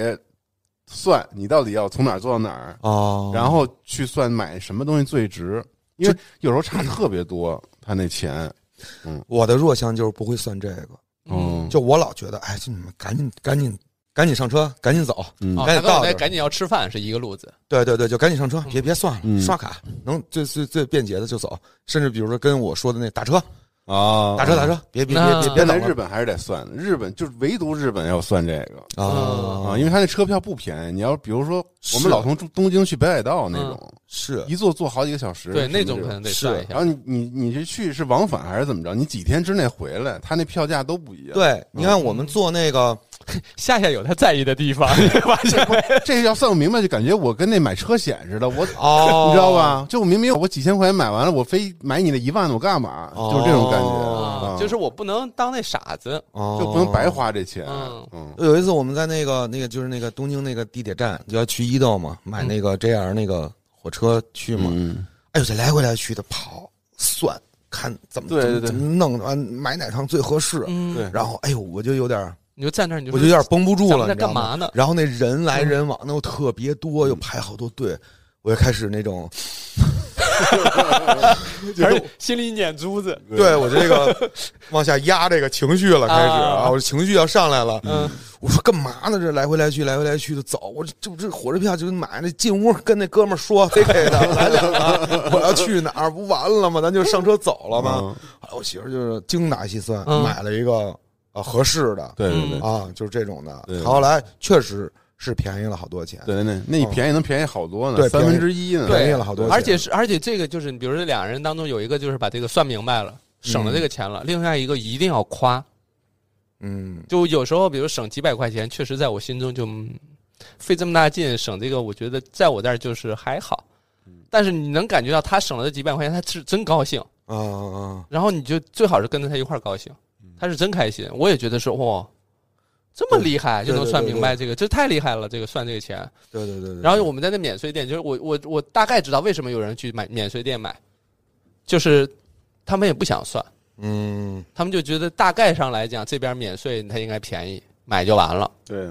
Speaker 3: 算，你到底要从哪儿坐到哪儿，
Speaker 2: 哦，
Speaker 3: 然后去算买什么东西最值，因为有时候差特别多，他那钱，
Speaker 2: 我的弱项就是不会算这个，
Speaker 3: 嗯，
Speaker 2: 就我老觉得，哎，就你们赶紧赶紧赶紧上车，赶紧走，
Speaker 3: 嗯
Speaker 1: 哦，
Speaker 2: 赶
Speaker 1: 他
Speaker 2: 紧
Speaker 1: 跟我
Speaker 2: 到
Speaker 1: 那
Speaker 2: 这儿
Speaker 1: 赶紧要吃饭是一个路子，
Speaker 2: 对对对，就赶紧上车，别别算了，
Speaker 3: 嗯
Speaker 2: 刷卡能最最最便捷的就走，甚至比如说跟我说的那打车，
Speaker 3: 啊
Speaker 2: 打车打车，别别
Speaker 1: 哦那
Speaker 2: 别别别
Speaker 3: 但
Speaker 2: 等
Speaker 3: 在
Speaker 2: 了
Speaker 3: 日本还是得算，日本就是唯独日本要算这个
Speaker 1: 嗯哦
Speaker 2: 啊
Speaker 3: 啊，因为他那车票不便宜。你要比如说，我们
Speaker 2: 是
Speaker 3: 老从中东京去北海道那种，
Speaker 2: 是
Speaker 3: 一坐坐好几个小时，
Speaker 1: 嗯对，
Speaker 3: 什么这
Speaker 1: 那种可能得
Speaker 2: 是
Speaker 1: 算一
Speaker 3: 然
Speaker 1: 下
Speaker 3: 后。你你你是去是往返还是怎么着？你几天之内回来，他那票价都不一样。，
Speaker 2: 对，你看我们坐那个，
Speaker 1: 夏夏有他在意的地 方，你发现没
Speaker 3: 这要算不明白，就感觉我跟那买车险似的，我。
Speaker 2: 哦
Speaker 3: 你知道？吧？就我明明我几千块钱买完了，我非买你的一万，我干嘛？
Speaker 2: 哦
Speaker 3: 就是这种感觉，
Speaker 1: 啊
Speaker 3: 啊
Speaker 1: 就是我不能当那傻子，
Speaker 2: 哦，
Speaker 3: 就不能白。花这钱。
Speaker 1: 嗯
Speaker 3: 嗯，
Speaker 2: 有一次我们在那个那个就是那个东京那个地铁站，就要去伊豆嘛，买
Speaker 1: 嗯
Speaker 2: 那个 JR 那个火车去嘛。
Speaker 3: 嗯，
Speaker 2: 哎呦，这来回来去的跑算，看怎么
Speaker 3: 对
Speaker 2: 怎么
Speaker 3: 对对
Speaker 2: 怎么弄完买哪趟最合适。
Speaker 1: 嗯，
Speaker 3: 对，
Speaker 2: 然后哎呦，我就有点儿
Speaker 1: 你就站那儿，你就
Speaker 2: 我
Speaker 1: 说
Speaker 2: 就有点绷不住
Speaker 1: 咱
Speaker 2: 了，
Speaker 1: 们在
Speaker 2: 你知道
Speaker 1: 干
Speaker 2: 吗
Speaker 1: 嘛呢？嗯
Speaker 2: 然后那人来人往的又特别多，又
Speaker 3: 嗯
Speaker 2: 排好多队，我就开始那种，
Speaker 1: 而且心里撵珠子，
Speaker 2: 对我 这个往下压这个情绪了，开始
Speaker 1: 啊
Speaker 2: 啊，我情绪要上来了。
Speaker 1: 嗯，
Speaker 2: 我说干嘛呢？这来回来去，来回来去的走，我这不这火车票就买那进屋跟那哥们儿说，得给 他，咱俩啊我要去哪儿不完了吗？咱就上车走了吗？
Speaker 3: 嗯
Speaker 2: 后来我媳妇儿就是精打细算，
Speaker 1: 嗯
Speaker 2: 买了一个啊合适的
Speaker 3: 对对对，
Speaker 2: 啊，就是这种的。
Speaker 3: 对
Speaker 2: 后来确实是便宜了好多钱，
Speaker 3: 对，那那你便宜能便宜好多呢，
Speaker 2: 对
Speaker 3: 三
Speaker 2: 便
Speaker 3: 分
Speaker 2: 宜
Speaker 3: 之一呢。
Speaker 2: 便宜了好多钱
Speaker 1: 而且是，而且这个就是，比如说两个人当中有一个就是把这个算明白了，省了这个钱了，另外一个一定要夸，
Speaker 2: 嗯。
Speaker 1: 就有时候，比如省几百块钱，确实在我心中就嗯费这么大劲省这个，我觉得在我这儿就是还好。但是你能感觉到他省了这几百块钱，他是真高兴，
Speaker 2: 啊啊！啊！
Speaker 1: 然后你就最好是跟着他一块儿高兴，
Speaker 2: 嗯
Speaker 1: 他是真开心。我也觉得说哇，这么厉害
Speaker 2: 对
Speaker 1: 就能
Speaker 2: 对
Speaker 1: 算
Speaker 2: 对
Speaker 1: 明白这个，这太厉害了，这个算这个钱。
Speaker 2: 对对对对。
Speaker 1: 然后我们在那免税店，就是我我我大概知道为什么有人去买免税店买，就是他们也不想算，
Speaker 2: 嗯，
Speaker 1: 他们就觉得大概上来讲这边免税它应该便宜，买就完了。
Speaker 3: 对，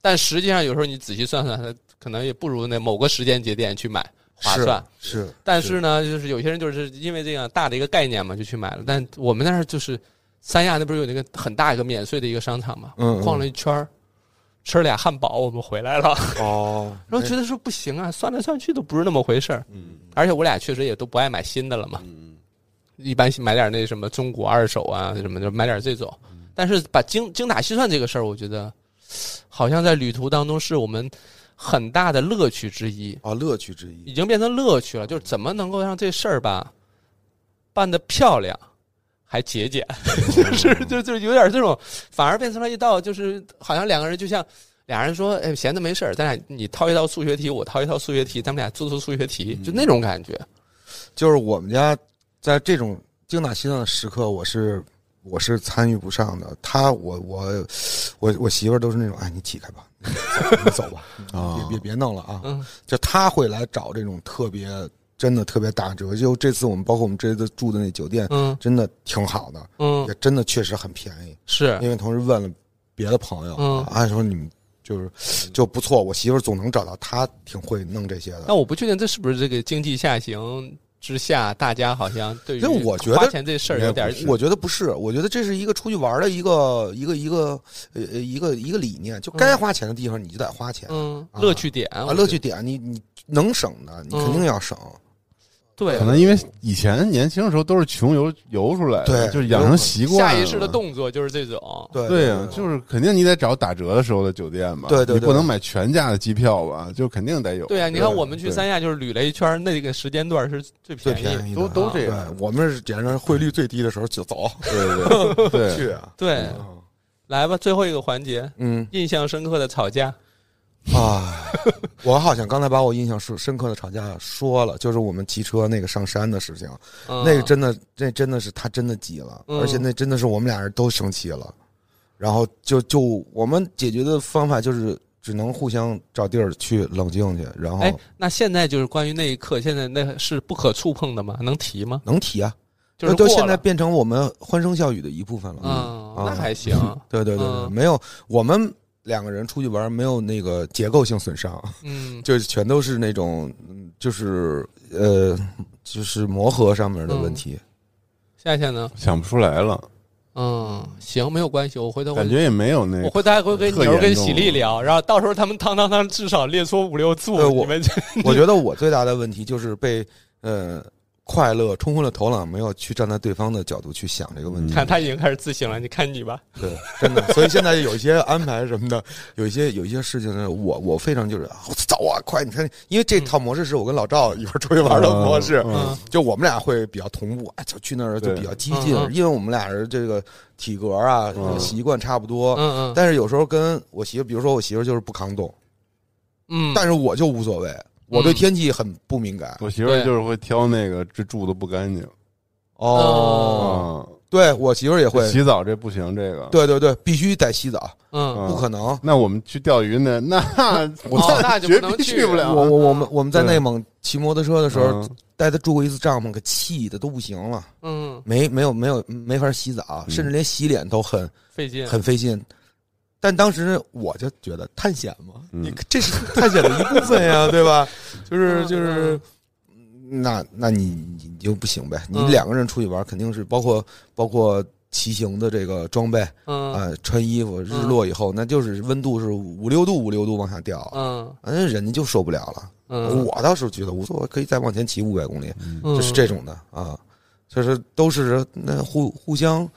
Speaker 1: 但实际上有时候你仔细算算，它可能也不如那某个时间节点去买划
Speaker 2: 是
Speaker 1: 算。
Speaker 2: 是，
Speaker 1: 但是呢，就是有些人就是因为这样大的一个概念嘛，就去买了。但我们那儿就是三亚那不是有那个很大一个免税的一个商场嘛，
Speaker 2: 嗯嗯
Speaker 1: 逛了一圈儿，吃了俩汉堡，我们回来了，
Speaker 2: 哦，
Speaker 1: 然后觉得说不行啊，算来算去都不是那么回事儿。
Speaker 3: 嗯
Speaker 1: 而且我俩确实也都不爱买新的了嘛，
Speaker 3: 嗯，
Speaker 1: 一般买点那什么中国二手啊什么的，买点这种。
Speaker 3: 嗯
Speaker 1: 但是把精精打细算这个事儿，我觉得好像在旅途当中是我们很大的乐趣之一，
Speaker 2: 啊，乐趣之
Speaker 1: 已
Speaker 2: 一。
Speaker 1: 经变成乐趣了。就是怎么能够让这事儿吧办得漂亮，还节 俭，就是就就有点这种，反而变成了一道，就是好像两个人就像俩人说，哎，闲着没事儿，咱俩你掏一道数学题，我掏一道数学题，咱们俩做做数学题，
Speaker 2: 嗯
Speaker 1: 就那种感觉。
Speaker 2: 就是我们家在这种精打细算的时刻，我是我是参与不上的。他，我我我我媳妇儿都是那种，哎，你起开吧，你走 吧，
Speaker 3: 啊
Speaker 2: 别别别弄了啊！
Speaker 1: 嗯
Speaker 2: 就他会来找这种特别真的特别打折。就这次我们包括我们这次住的那酒店，
Speaker 1: 嗯
Speaker 2: 真的挺好的，
Speaker 1: 嗯
Speaker 2: 也，真的确实很便宜。
Speaker 1: 是
Speaker 2: 因为同事问了别的朋友，
Speaker 1: 嗯
Speaker 2: 按说你们就是就不错，我媳妇儿总能找到，她挺会弄这些的。
Speaker 1: 但我不确定这是不是这个经济下行之下，大家好像对于
Speaker 2: 因为我觉得
Speaker 1: 花钱这事儿有点儿
Speaker 2: 我觉得不是，我觉得这是一个出去玩儿的一个一个一个呃呃一个一个理念，就
Speaker 3: 嗯
Speaker 2: 该花钱的地方你就得花钱、
Speaker 1: 嗯
Speaker 2: 啊
Speaker 1: 乐趣点
Speaker 2: 啊，乐趣点你你能省的你
Speaker 3: 嗯
Speaker 2: 肯定要省，
Speaker 1: 对
Speaker 3: 可能因为以前年轻的时候都是穷游游出来的，
Speaker 2: 对
Speaker 3: 就是养成习惯了，
Speaker 1: 下意识的动作就是这种，
Speaker 2: 对
Speaker 3: 对
Speaker 2: 对
Speaker 3: 呀、就是肯定你得找打折的时候的酒店吧，
Speaker 2: 对对对
Speaker 3: 你不能买全价的机票吧，就肯定得有。
Speaker 1: 对啊呀、你看我们去
Speaker 3: 对
Speaker 1: 三亚就是捋了一圈儿，那个时间段是最
Speaker 2: 最
Speaker 1: 便宜的，
Speaker 2: 便宜的
Speaker 3: 都都这样
Speaker 2: 对我们是简直汇率最低的时候就走
Speaker 3: 对 对对，
Speaker 2: 去啊，
Speaker 1: 对，来吧，最后一个环节，
Speaker 2: 嗯
Speaker 1: 印象深刻的吵架，
Speaker 2: 啊，我好像刚才把我印象深深刻的吵架说了，就是我们骑车那个上山的事情，
Speaker 1: 嗯、
Speaker 2: 那个真的，那真的是他真的急了，
Speaker 1: 嗯
Speaker 2: 而且那真的是我们俩人都生气了，然后就就我们解决的方法就是只能互相找地儿去冷静去，然后
Speaker 1: 哎，那现在就是关于那一刻，现在那是不可触碰的吗？能提吗？
Speaker 2: 能提啊，
Speaker 1: 就是
Speaker 2: 那都
Speaker 1: 过
Speaker 2: 现在
Speaker 1: 了
Speaker 2: 变成我们欢声笑语的一部分了。
Speaker 1: 嗯，
Speaker 2: 啊
Speaker 1: 那还 行，
Speaker 2: 对对对对，
Speaker 1: 嗯
Speaker 2: 没有我们两个人出去玩没有那个结构性损伤，
Speaker 1: 嗯
Speaker 2: 就是全都是那种嗯就是呃就是磨合上面的
Speaker 1: 嗯
Speaker 2: 问题。
Speaker 1: 夏夏呢？
Speaker 3: 想不出来了，
Speaker 1: 嗯，行，没有关系，我回头我
Speaker 3: 感觉也没有那
Speaker 1: 我回头还会跟
Speaker 3: 特
Speaker 1: 牛
Speaker 3: 严
Speaker 1: 跟
Speaker 3: 重
Speaker 1: 喜力
Speaker 2: 啊
Speaker 3: 了
Speaker 1: 聊，然后到时候他们当当当至少列出五六组，
Speaker 2: 对呃我
Speaker 1: 你们这
Speaker 2: 我觉得我最大的问题就是被呃快乐冲昏了头脑，没有去站在对方的角度去想这个问 题。
Speaker 1: 看他已经开始自省了，你看你吧，
Speaker 2: 对，真的。所以现在有一些安排什么的，有一些有一些事情呢，我我非常就是啊走啊，快！你看，因为
Speaker 1: 嗯
Speaker 2: 这套模式是我跟老赵一块儿出去玩的模式，
Speaker 3: 嗯
Speaker 2: 就我们俩会比较同步，哎，就去那儿就
Speaker 3: 对
Speaker 2: 比较激进
Speaker 1: 嗯，嗯
Speaker 2: 因为我们俩人这个体格啊、
Speaker 3: 嗯
Speaker 2: 习惯差不多。
Speaker 1: 嗯嗯
Speaker 2: 但是有时候跟我媳妇，比如说我媳妇就是不抗冻，
Speaker 1: 嗯，
Speaker 2: 但是我就无所谓，我对天气很不敏感。
Speaker 3: 我媳妇儿就是会挑那个这住的不干净
Speaker 1: 哦
Speaker 3: 啊，
Speaker 2: 对我媳妇儿也会，
Speaker 3: 洗澡这不行，这个。
Speaker 2: 对对对，必须得洗澡，
Speaker 1: 嗯
Speaker 3: 嗯
Speaker 2: 不可能。
Speaker 3: 那我们去钓鱼呢？那我
Speaker 1: 哦那就不
Speaker 3: 绝
Speaker 1: 能
Speaker 3: 逼
Speaker 1: 去
Speaker 3: 去不了。
Speaker 2: 我我我们
Speaker 1: 嗯
Speaker 2: 我们在
Speaker 3: 对
Speaker 2: 内蒙骑摩托车的时候
Speaker 3: 嗯，
Speaker 2: 带他住过一次帐篷，给气的都不行了，
Speaker 1: 嗯，
Speaker 2: 没没有没有没法洗澡，
Speaker 3: 嗯
Speaker 2: 甚至连洗脸都很
Speaker 1: 费劲，
Speaker 2: 很费劲。但当时我就觉得探险嘛，
Speaker 3: 嗯
Speaker 2: 你这是探险的一部分 呀，对吧？就是
Speaker 1: 嗯
Speaker 2: 就是，
Speaker 3: 嗯
Speaker 2: 那那你你你就不行呗，你
Speaker 1: 嗯
Speaker 2: 两个人出去玩肯定是包括包括骑行的这个装备，
Speaker 1: 嗯
Speaker 2: 啊，穿衣服，日落以后，那就是温度是五六度，五六度往下掉，
Speaker 1: 嗯
Speaker 2: 反正人家就受不了了。
Speaker 1: 嗯，
Speaker 2: 我倒是觉得无所谓，可以再往前骑五百公里，
Speaker 1: 嗯
Speaker 2: 就是这种的啊，就是都是那互互相，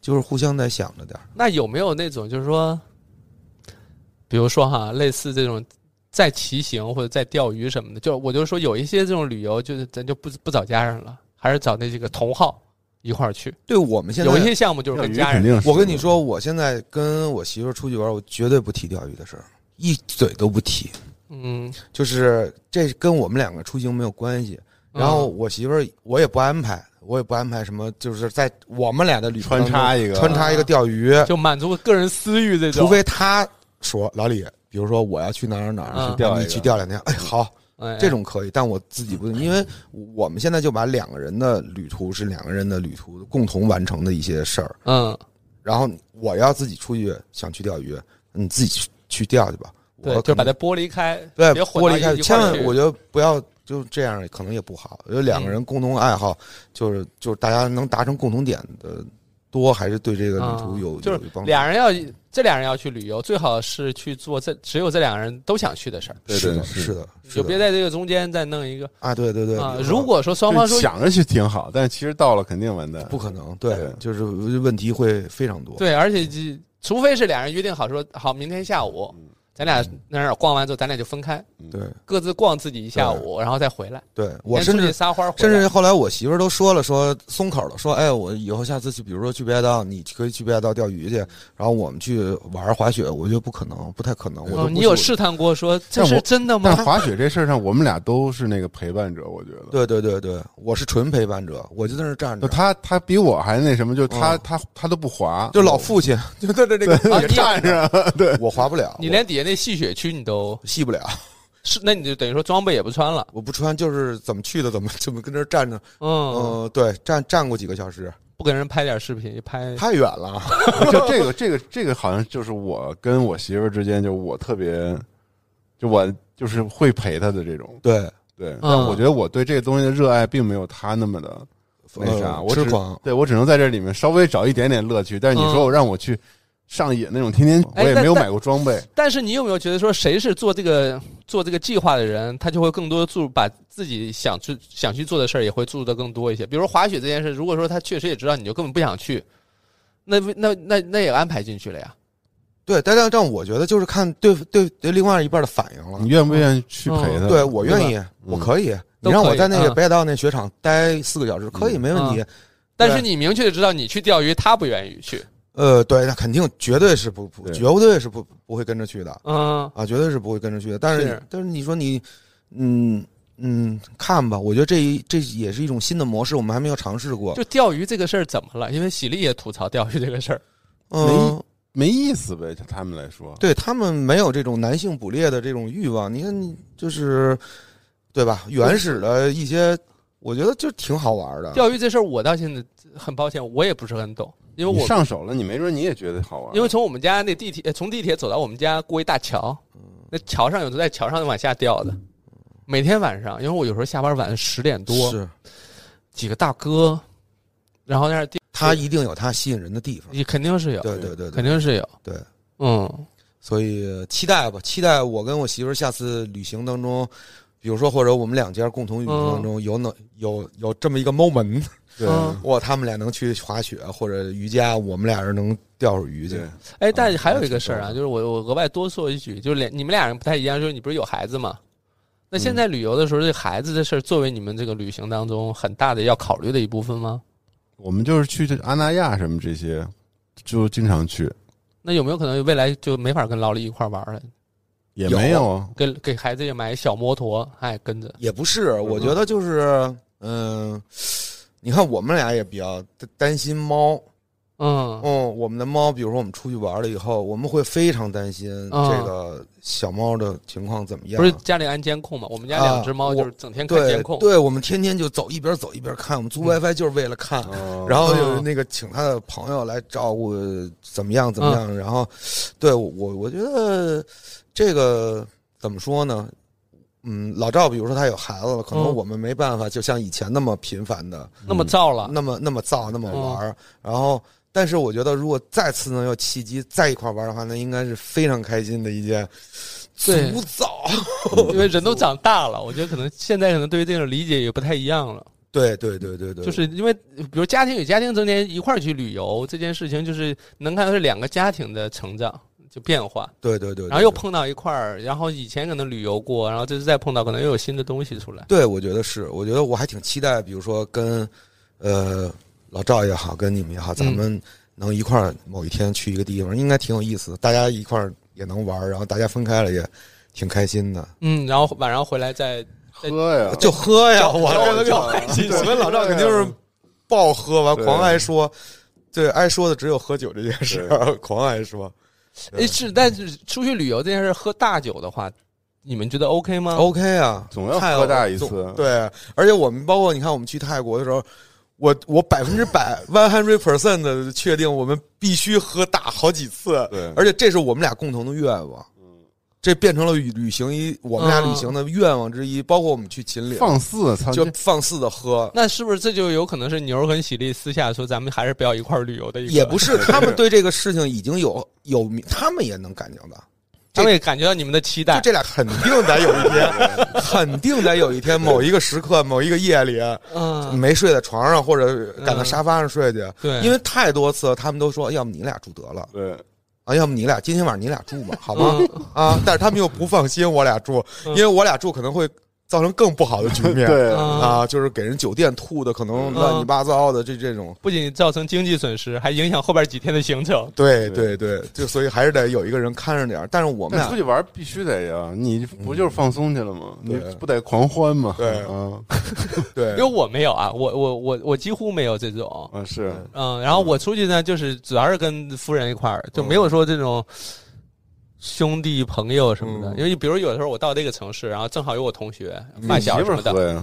Speaker 2: 就是互相在想着点儿。
Speaker 1: 那有没有那种就是说，比如说哈，类似这种在骑行或者在钓鱼什么的，就我就说有一些这种旅游，就是咱就不不找家人了，还是找那几个同好一块儿去。
Speaker 2: 对我们现在
Speaker 1: 有一些项目就是
Speaker 3: 钓
Speaker 1: 跟
Speaker 3: 鱼
Speaker 1: 家
Speaker 3: 肯
Speaker 1: 人，
Speaker 3: 定是。
Speaker 2: 我跟你，说，我现在跟我媳妇儿出去玩，我绝对不提钓鱼的事儿，一嘴都不提。
Speaker 1: 嗯，
Speaker 2: 就是这跟我们两个出行没有关系。然后
Speaker 1: 嗯
Speaker 2: 我媳妇儿，我也不安排，我也不安排什么，就是在我们俩的旅程当中
Speaker 3: 穿插一个
Speaker 2: 穿插一个钓鱼，
Speaker 1: 嗯就满足个人私欲这种，
Speaker 2: 除非她说老李，比如说我要去哪儿哪儿哪
Speaker 1: 嗯
Speaker 2: 儿，
Speaker 1: 去
Speaker 3: 钓一
Speaker 2: 你
Speaker 3: 个
Speaker 2: 去钓两天，哎，好，
Speaker 1: 哎
Speaker 2: 这种可以，但我自己不，因为我们现在就把两个人的旅途是两个人的旅途共同完成的一些事儿，
Speaker 1: 嗯
Speaker 2: 然后我要自己出去想去钓鱼，你自己去去钓去吧，我
Speaker 1: 对，
Speaker 2: 可
Speaker 1: 就
Speaker 2: 能
Speaker 1: 把它剥离开，
Speaker 2: 对，
Speaker 1: 别混
Speaker 2: 剥
Speaker 1: 到
Speaker 2: 离开，
Speaker 1: 一块
Speaker 2: 千
Speaker 1: 儿
Speaker 2: 万
Speaker 1: 去嗯
Speaker 2: 我觉得不要就这样，可能也不好。有两个人共同爱好，就是就是大家能达成共同点的多，还是对这个旅途
Speaker 1: 啊
Speaker 2: 有
Speaker 1: 就是
Speaker 2: 有帮助。
Speaker 1: 俩人要这俩人要去旅游，最好是去做这只有这两个人都想去的事儿，
Speaker 3: 对
Speaker 2: 是
Speaker 3: 对
Speaker 2: 的，是的，是
Speaker 1: 就
Speaker 2: 的
Speaker 1: 别在这个中间再弄一个
Speaker 2: 啊，对对对
Speaker 1: 啊。
Speaker 2: 有
Speaker 1: 如果说双方
Speaker 3: 就
Speaker 1: 说
Speaker 3: 想着去挺好，但是其实到了肯定完蛋。
Speaker 2: 不可能，对
Speaker 3: 对，
Speaker 2: 就是问题会非常多。嗯
Speaker 1: 对，而且这除非是俩人约定好说好明天下午。咱俩那儿逛完之后，咱俩就分开，
Speaker 2: 对
Speaker 1: 各自逛自己一下午，然后再回来。
Speaker 2: 对，我
Speaker 1: 先
Speaker 2: 甚
Speaker 1: 出去
Speaker 2: 至
Speaker 1: 撒欢儿回
Speaker 2: 甚
Speaker 1: 来，
Speaker 2: 至后来我媳妇儿都说了，说松口了，说哎，我以后下次去，比如说去北海道，你可以去北海道钓鱼去，然后我们去玩儿滑雪，我觉得不可能，不太可能，我都
Speaker 1: 哦，
Speaker 2: 不
Speaker 1: 你有
Speaker 2: 是
Speaker 1: 试探过说这
Speaker 3: 但
Speaker 1: 是
Speaker 3: 我
Speaker 1: 真的
Speaker 3: 但
Speaker 1: 吗？
Speaker 3: 滑雪这事儿上，我们俩都是那个陪伴者，我觉得。
Speaker 2: 对对对对，我是纯陪伴者，我就在那儿站
Speaker 3: 就
Speaker 2: 着，
Speaker 3: 他他比我还那什么，就他、
Speaker 2: 嗯
Speaker 3: 他他都不滑，
Speaker 2: 就老父亲，就在这这个
Speaker 1: 啊
Speaker 2: 也
Speaker 1: 你
Speaker 2: 站着，
Speaker 3: 着。对，
Speaker 2: 我滑不 了，
Speaker 1: 你
Speaker 2: 我
Speaker 1: 连底下那戏雪区你都
Speaker 2: 系不了，
Speaker 1: 是，那你就等于说装备也不穿了。
Speaker 2: 我不穿，就是怎么去的，怎么怎么跟这儿站着，
Speaker 1: 嗯，
Speaker 2: 嗯，对，站站过几个小时，
Speaker 1: 不跟人拍点视频，拍
Speaker 2: 太远 了，
Speaker 3: 就这个这个这个好像就是我跟我媳妇儿之间，就我特别，就我就是会陪她的这种。
Speaker 2: 对，
Speaker 3: 对，但我觉得我对这个东西的热爱并没有她那么的那啥，
Speaker 2: 呃
Speaker 3: 我
Speaker 2: 痴
Speaker 3: 只
Speaker 2: 狂，
Speaker 3: 对我只能在这里面稍微找一点点乐趣。但是你
Speaker 1: 嗯
Speaker 3: 说我让我去上瘾那种，天天我
Speaker 1: 哎
Speaker 3: 也
Speaker 1: 但
Speaker 3: 没有
Speaker 1: 但
Speaker 3: 买过装备。
Speaker 1: 但是你有没有觉得说，谁是做这个做这个计划的人，他就会更多做把自己想去想去做的事儿也会做的更多一些。比如说滑雪这件事，如果说他确实也知道你就根本不想去，那为那那那也安排进去了呀。
Speaker 2: 对，但但但我觉得就是看对对对另外一半的反应了
Speaker 3: 你。愿不愿意去陪她？
Speaker 2: 对我愿意，我
Speaker 3: 嗯
Speaker 2: 可以。
Speaker 1: 都
Speaker 2: 你让
Speaker 1: 可
Speaker 2: 我
Speaker 1: 以
Speaker 2: 在那
Speaker 1: 嗯
Speaker 2: 个北海道那雪场待四个小时，可以没问题。
Speaker 1: 但是你明确的知道你去钓鱼，他不愿意去。
Speaker 2: 呃，对，那肯定绝对是不不，
Speaker 3: 对
Speaker 2: 绝对是不不会跟着去的
Speaker 1: 嗯，
Speaker 2: 啊，绝对是不会跟着去的。但是
Speaker 1: 是
Speaker 2: 但是你说你，嗯嗯，看吧，我觉得这一这也是一种新的模式，我们还没有尝试过。
Speaker 1: 就钓鱼这个事儿怎么了？因为喜力也吐槽钓鱼这个事儿。
Speaker 2: 嗯，
Speaker 3: 没意思呗，就他们来说。
Speaker 2: 对他们没有这种男性捕猎的这种欲望，你看你就是，对吧？原始的一些，我觉得就挺好玩的。
Speaker 1: 钓鱼这事儿，我到现在很抱歉，我也不是很懂，因为
Speaker 3: 你
Speaker 1: 我
Speaker 3: 上手了，你没准你也觉得好玩。
Speaker 1: 因为从我们家那地铁，呃从地铁走到我们家过一大桥，
Speaker 2: 嗯
Speaker 1: 那桥上有的在桥上往下掉的，每天晚上，因为我有时候下班晚十点多，
Speaker 2: 是，
Speaker 1: 几个大哥，然后在那儿钓，
Speaker 2: 它一定有它吸引人的地方。
Speaker 1: 也肯定是有，
Speaker 2: 对对对对
Speaker 1: 肯定是有，
Speaker 2: 对，
Speaker 1: 嗯，
Speaker 2: 所以期待吧，期待我跟我媳妇儿下次旅行当中，比如说或者我们两家共同旅行当中有能有有这么一个 moment，
Speaker 3: 对
Speaker 1: 嗯
Speaker 2: 哇，他们俩能去滑雪或者瑜伽，我们俩人能钓会儿鱼去
Speaker 3: 对。
Speaker 1: 哎，但是
Speaker 2: 嗯
Speaker 1: 还有一个事儿啊，
Speaker 2: 还
Speaker 1: 就是我我额外多说一句，就是两你们俩人不太一样，就是你不是有孩子嘛？那现
Speaker 2: 嗯
Speaker 1: 在旅游的时候，这孩子的事儿作为你们这个旅行当中很大的要考虑的一部分吗？
Speaker 3: 我们就是去这阿那亚什么这些，就经常去，
Speaker 1: 那有没有可能未来就没法跟劳力一块儿玩儿了？
Speaker 3: 也没有啊。
Speaker 1: 给给孩子也买小摩托，哎，跟着。
Speaker 2: 也不是，我觉得就是嗯、你看我们俩也比较担担心猫，
Speaker 1: 嗯，
Speaker 2: 嗯，我们的猫，比如说我们出去玩了以后，我们会非常担心
Speaker 1: 啊
Speaker 2: 这个小猫的情况怎么样。
Speaker 1: 不是家里安监控嘛？我们家
Speaker 2: 啊
Speaker 1: 两只猫就是整天看
Speaker 2: 对
Speaker 1: 监控。嗯
Speaker 2: 对，我们天天就走一边走一边看，我们租 WiFi 就是为了看。啊嗯
Speaker 3: 嗯
Speaker 2: 然后
Speaker 1: 哦
Speaker 2: 有那个请他的朋友来照顾，怎么样怎
Speaker 1: 嗯
Speaker 2: 么样？然后，对我我觉得这个怎么说呢？嗯，老赵，比如说他有孩子了，可能
Speaker 1: 嗯
Speaker 2: 我们没办法，就像以前那么频繁的、
Speaker 1: 那么燥了，
Speaker 2: 那么那么造、那么
Speaker 1: 嗯
Speaker 2: 玩儿。然后，但是我觉得，如果再次能有契机在一块儿玩儿的话，那应该是非常开心的一件
Speaker 1: 对
Speaker 2: 枯燥。
Speaker 1: 因为人都长大了，我觉得可能现在可能对于这种理解也不太一样了。
Speaker 2: 对对对对对，
Speaker 1: 就是因为比如家庭与家庭中间一块儿去旅游这件事情，就是能看到是两个家庭的成长就变化，
Speaker 2: 对对对，
Speaker 1: 然后又
Speaker 2: 对
Speaker 1: 碰到一块儿，然后以前可能旅游过，然后这次再碰到，可能又有新的东西出来。
Speaker 2: 对，我觉得是，我觉得我还挺期待，比如说跟呃老赵也好，跟你们也好，
Speaker 3: 嗯
Speaker 2: 咱们能一块儿某一天去一个地方，应该挺有意思的，大家一块儿也能玩儿，然后大家分开了也挺开心的，
Speaker 1: 嗯，然后晚上回来再
Speaker 3: 喝呀，
Speaker 2: 就喝呀，我
Speaker 3: 就
Speaker 2: 我我跟老赵肯定是暴喝完，
Speaker 3: 对
Speaker 2: 狂爱说。对，爱说的只有喝酒这件事儿， 狂爱说。
Speaker 1: 诶，是，但是出去旅游这件事，喝大酒的话，你们觉得 OK 吗？
Speaker 2: OK 啊，
Speaker 3: 总要
Speaker 2: 太
Speaker 3: 喝大一
Speaker 2: 总
Speaker 3: 次
Speaker 2: 对，而且我们包括你看，我们去泰国的时候，我我百分之百 one hundred percent 的确定，我们必须喝大好几次。
Speaker 3: 对
Speaker 2: 而且这是我们俩共同的愿望。这变成了旅旅行一我们俩
Speaker 1: 嗯
Speaker 2: 旅行的愿望之一，包括我们去秦岭
Speaker 3: 放肆，操！
Speaker 2: 就
Speaker 3: 这
Speaker 2: 放肆的喝。
Speaker 1: 那是不是这就有可能是牛儿跟喜力私下说，咱们还是不要一块儿旅游的一个？
Speaker 2: 也不是，他们对这个事情已经有有，他们也能感觉到。
Speaker 1: 他们也感觉到你们的期
Speaker 2: 就
Speaker 1: 待。
Speaker 2: 这俩肯定得有一天，肯定得有一天，某一个时刻，某一个夜里，
Speaker 1: 嗯，
Speaker 2: 没睡在床上或者赶到
Speaker 1: 嗯
Speaker 2: 沙发上睡去，
Speaker 1: 对，
Speaker 2: 因为太多次了他们都说，要么你俩住得了，
Speaker 3: 对，
Speaker 2: 啊，要么你俩今天晚上你俩住 吧，好吗？
Speaker 1: 嗯，
Speaker 2: 啊，但是他们又不放心我俩住，因为我俩住可能会造成更不好的局面。
Speaker 3: 对，
Speaker 1: 啊，
Speaker 2: 啊，就是给人酒店吐的，可能
Speaker 1: 嗯
Speaker 2: 乱七八糟的，这这种。
Speaker 1: 不仅造成经济损失，还影响后边几天的行程。
Speaker 2: 对对对，就所以还是得有一个人看着点儿。但是我们
Speaker 3: 那出
Speaker 1: 嗯
Speaker 2: 俩嗯
Speaker 3: 去玩必须得呀，你不就是放松去了吗？你
Speaker 2: 对
Speaker 3: 不得狂欢吗？
Speaker 2: 对
Speaker 3: 啊
Speaker 2: 对
Speaker 1: 因为我没有啊，我我我我几乎没有这种，
Speaker 3: 啊是，
Speaker 1: 嗯，然后我出去呢，就是主要是跟夫人一块儿，就没
Speaker 2: 嗯
Speaker 1: 有说这种兄弟朋友什么的。
Speaker 2: 嗯
Speaker 1: 因为比如有的时候我到这个城市，然后正好有我同学、发
Speaker 3: 你媳
Speaker 1: 小
Speaker 3: 妇
Speaker 1: 什
Speaker 3: 儿
Speaker 1: 么的，
Speaker 3: 喝呀，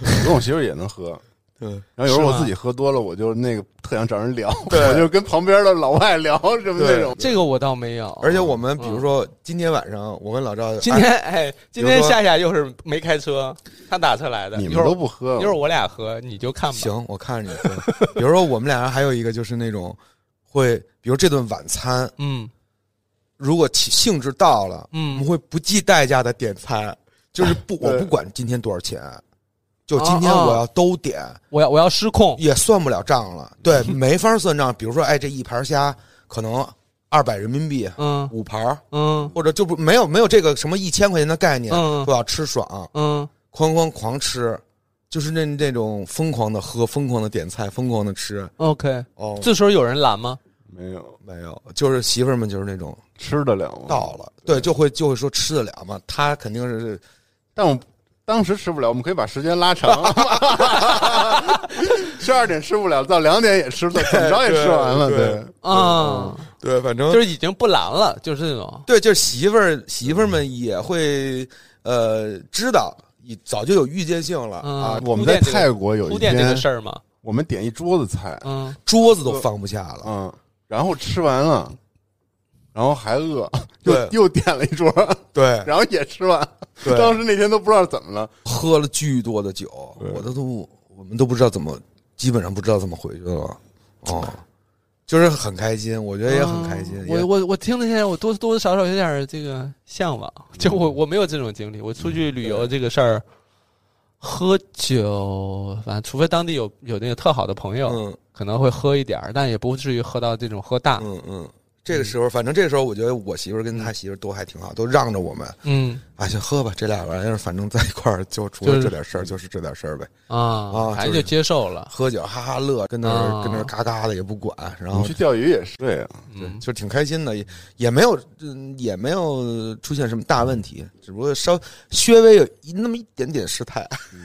Speaker 3: 我跟我媳妇儿也能喝。
Speaker 2: 对
Speaker 3: 然后有时候
Speaker 1: 是吗
Speaker 3: 我自己喝多了，我就那个特想找人聊，
Speaker 2: 对
Speaker 3: 我就跟旁边的老外聊什么那种。
Speaker 1: 这个我倒没有。
Speaker 2: 而且我们比如说今天晚上，我跟老赵
Speaker 1: 哦 今
Speaker 2: 哎
Speaker 1: 天哎，今
Speaker 2: 比
Speaker 1: 天
Speaker 2: 如说
Speaker 1: 夏夏又是没开车，他打车来的。
Speaker 3: 你
Speaker 1: 一
Speaker 3: 们
Speaker 1: 会儿
Speaker 3: 都不喝
Speaker 1: 一会，儿我俩喝，你就看吧。
Speaker 2: 行，我看着你喝。 比如说我们俩人还有一个就是那种会，比如这顿晚餐
Speaker 1: 嗯
Speaker 2: 如果其兴致到了，我们
Speaker 1: 嗯，
Speaker 2: 会不计代价的点餐，就是不
Speaker 3: 对
Speaker 2: 我不管今天多少钱，就
Speaker 1: 啊
Speaker 2: 今天我要都点。
Speaker 1: 我要我要失控。
Speaker 2: 也算不了账了，对，没法算账。比如说，哎，这一盘虾可能二百人民币
Speaker 1: 嗯
Speaker 2: 五盘儿，
Speaker 1: 嗯
Speaker 2: 或者就不没有没有这个什么一千块钱的概念，
Speaker 1: 嗯
Speaker 2: 我要吃爽，
Speaker 1: 嗯，
Speaker 2: 哐哐狂吃，就是那那种疯狂的喝、疯狂的点菜、疯狂的吃。
Speaker 1: OK。
Speaker 2: 哦，
Speaker 1: 这时候有人拦吗？
Speaker 3: 没有
Speaker 2: 没有，就是媳妇儿们就是那种
Speaker 3: 吃得了吗？
Speaker 2: 到了，对，就会就会说吃得了嘛，她肯定是
Speaker 3: 但我当时吃不了，我们可以把时间拉长。十二点吃不了，到两点也吃了，怎么着也吃完了。
Speaker 2: 对对
Speaker 3: 对，
Speaker 1: 啊，
Speaker 2: 对，反正
Speaker 1: 就是已经不拦了，就是这种。
Speaker 2: 对，就是媳妇儿媳妇儿
Speaker 1: 嗯
Speaker 2: 们也会呃知道，已早就有预见性了、
Speaker 1: 嗯
Speaker 2: 啊，
Speaker 3: 我们在
Speaker 1: 铺垫这个
Speaker 3: 泰国有
Speaker 1: 铺
Speaker 3: 一
Speaker 1: 垫这个
Speaker 3: 天，
Speaker 1: 事儿嘛，
Speaker 3: 我们点一桌子菜，
Speaker 1: 嗯，
Speaker 2: 桌子都放不下了。
Speaker 3: 嗯，然后吃完了，然后还饿，又
Speaker 2: 对
Speaker 3: 又点了一桌，
Speaker 2: 对
Speaker 3: 然后也吃完。
Speaker 2: 对
Speaker 3: 当时那天都不知道怎么了，
Speaker 2: 喝了巨多的酒，
Speaker 3: 对
Speaker 2: 我都都我们都不知道怎么，基本上不知道怎么回去了。哦，就是很开心，我觉得也很开心。
Speaker 1: 嗯
Speaker 2: 也
Speaker 1: 我我我听了现在，我多多多少少有点儿这个向往，就我
Speaker 2: 嗯
Speaker 1: 我没有这种经历。我出去旅游这个事儿，喝酒，反正除非当地有有那个特好的朋友，
Speaker 2: 嗯
Speaker 1: 可能会喝一点儿，但也不至于喝到这种喝大。
Speaker 2: 嗯嗯，这个时候，反正这个时候，我觉得我媳妇儿跟她媳妇儿都还挺好，都让着我们
Speaker 1: 嗯
Speaker 2: 啊，先喝吧，这俩玩意儿反正在一块儿，就除了
Speaker 1: 就是
Speaker 2: 这点事儿，就是这点事儿呗。
Speaker 1: 啊，
Speaker 2: 啊
Speaker 1: 反正
Speaker 2: 就是
Speaker 1: 就接受了。
Speaker 2: 喝酒哈哈乐，跟那儿、
Speaker 1: 啊
Speaker 2: 跟那儿嘎嘎的也不管，然
Speaker 3: 我们
Speaker 2: 后
Speaker 3: 去钓鱼也是这样。
Speaker 1: 嗯，
Speaker 2: 就挺开心的，也也没有嗯也没有出现什么大问题，只不过稍稍微有一那么一点点失态。
Speaker 3: 嗯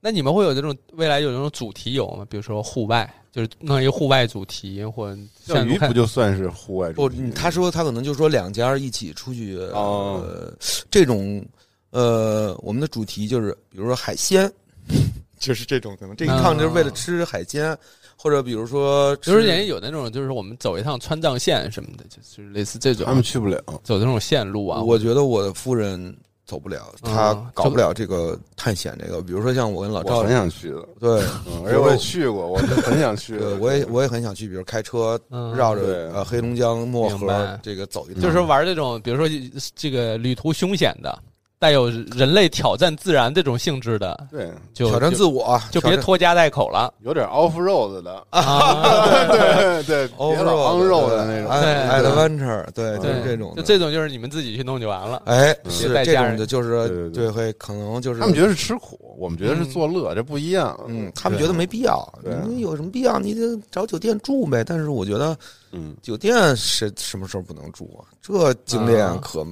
Speaker 1: 那你们会有这种未来有这种主题游吗？比如说户外，就是弄一个户外主题，或者
Speaker 3: 钓
Speaker 1: 像
Speaker 3: 鱼
Speaker 1: 你看
Speaker 3: 不就算是户外
Speaker 2: 不
Speaker 3: 主题吗？，
Speaker 2: 他说他可能就说两家一起出去，
Speaker 3: 哦
Speaker 2: 呃，这种呃，我们的主题就是比如说海鲜， 就是这种可能这一趟就是为了吃海鲜，或者比如说吃
Speaker 1: 就是人家有那种，就是我们走一趟川藏线什么的，就就是类似这种。
Speaker 3: 他们去不了，
Speaker 1: 走这种线路啊，
Speaker 2: 我觉得我的夫人走不了，
Speaker 3: 哦
Speaker 2: 她
Speaker 1: 嗯
Speaker 2: 搞不了这个探险这个，比如说像我跟老
Speaker 3: 我
Speaker 2: 赵
Speaker 3: 很，想去的，
Speaker 2: 对
Speaker 3: 嗯而且我也去过，我很想去
Speaker 2: 对
Speaker 3: 的。，
Speaker 2: 我也我也很想去，比如开车
Speaker 1: 嗯
Speaker 2: 绕
Speaker 3: 对
Speaker 2: 着呃黑龙江漠
Speaker 1: 明
Speaker 2: 河
Speaker 1: 白
Speaker 2: 这个走一趟，
Speaker 1: 就是玩这种，比如说这个旅途凶险的，带有人类挑战自然这种性质的，
Speaker 3: 对，
Speaker 1: 就
Speaker 2: 挑战自
Speaker 1: 就
Speaker 2: 我，
Speaker 1: 就
Speaker 2: 挑
Speaker 1: 别
Speaker 2: 战
Speaker 1: 拖家带口了
Speaker 3: 有点 off road 的，
Speaker 1: 啊！
Speaker 3: 对对，别老 on road 的那种。
Speaker 1: 对
Speaker 2: 爱爱的 venture，对，就
Speaker 1: 哎对
Speaker 2: 是，这种
Speaker 1: 就
Speaker 2: 的。
Speaker 1: 这种就是你们自己去弄就完了。
Speaker 2: 哎，
Speaker 3: 嗯
Speaker 2: 是
Speaker 1: 别带
Speaker 2: 这
Speaker 1: 家
Speaker 2: 种
Speaker 1: 人
Speaker 2: 的，就是
Speaker 3: 对对对
Speaker 2: 会可能就是
Speaker 3: 他们觉得是吃苦，我们觉得是作乐，这不一样。
Speaker 2: 嗯，他们觉得没必要，
Speaker 3: 对啊
Speaker 2: 你有什么必要？你就找酒店住呗。但是我觉得
Speaker 3: 嗯，
Speaker 2: 酒店是什么时候不能住啊？这经验
Speaker 1: 啊
Speaker 2: 可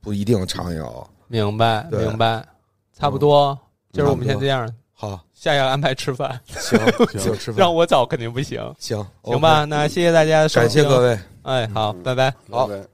Speaker 2: 不一定常有。
Speaker 1: 明白，
Speaker 2: 对嗯
Speaker 1: 明白，差不多。就是我们
Speaker 2: 差
Speaker 1: 先
Speaker 2: 不
Speaker 1: 这
Speaker 2: 多
Speaker 1: 样，
Speaker 2: 好，
Speaker 1: 下要安排吃饭，
Speaker 2: 行，
Speaker 3: 行
Speaker 2: 就吃饭
Speaker 1: 让，我找肯定不行，
Speaker 2: 行，
Speaker 1: 行吧？那谢谢大家
Speaker 2: OK，
Speaker 1: 收听，
Speaker 2: 感谢各，位。
Speaker 1: 哎，好，
Speaker 3: 嗯
Speaker 1: 拜拜。
Speaker 2: 好
Speaker 3: 拜拜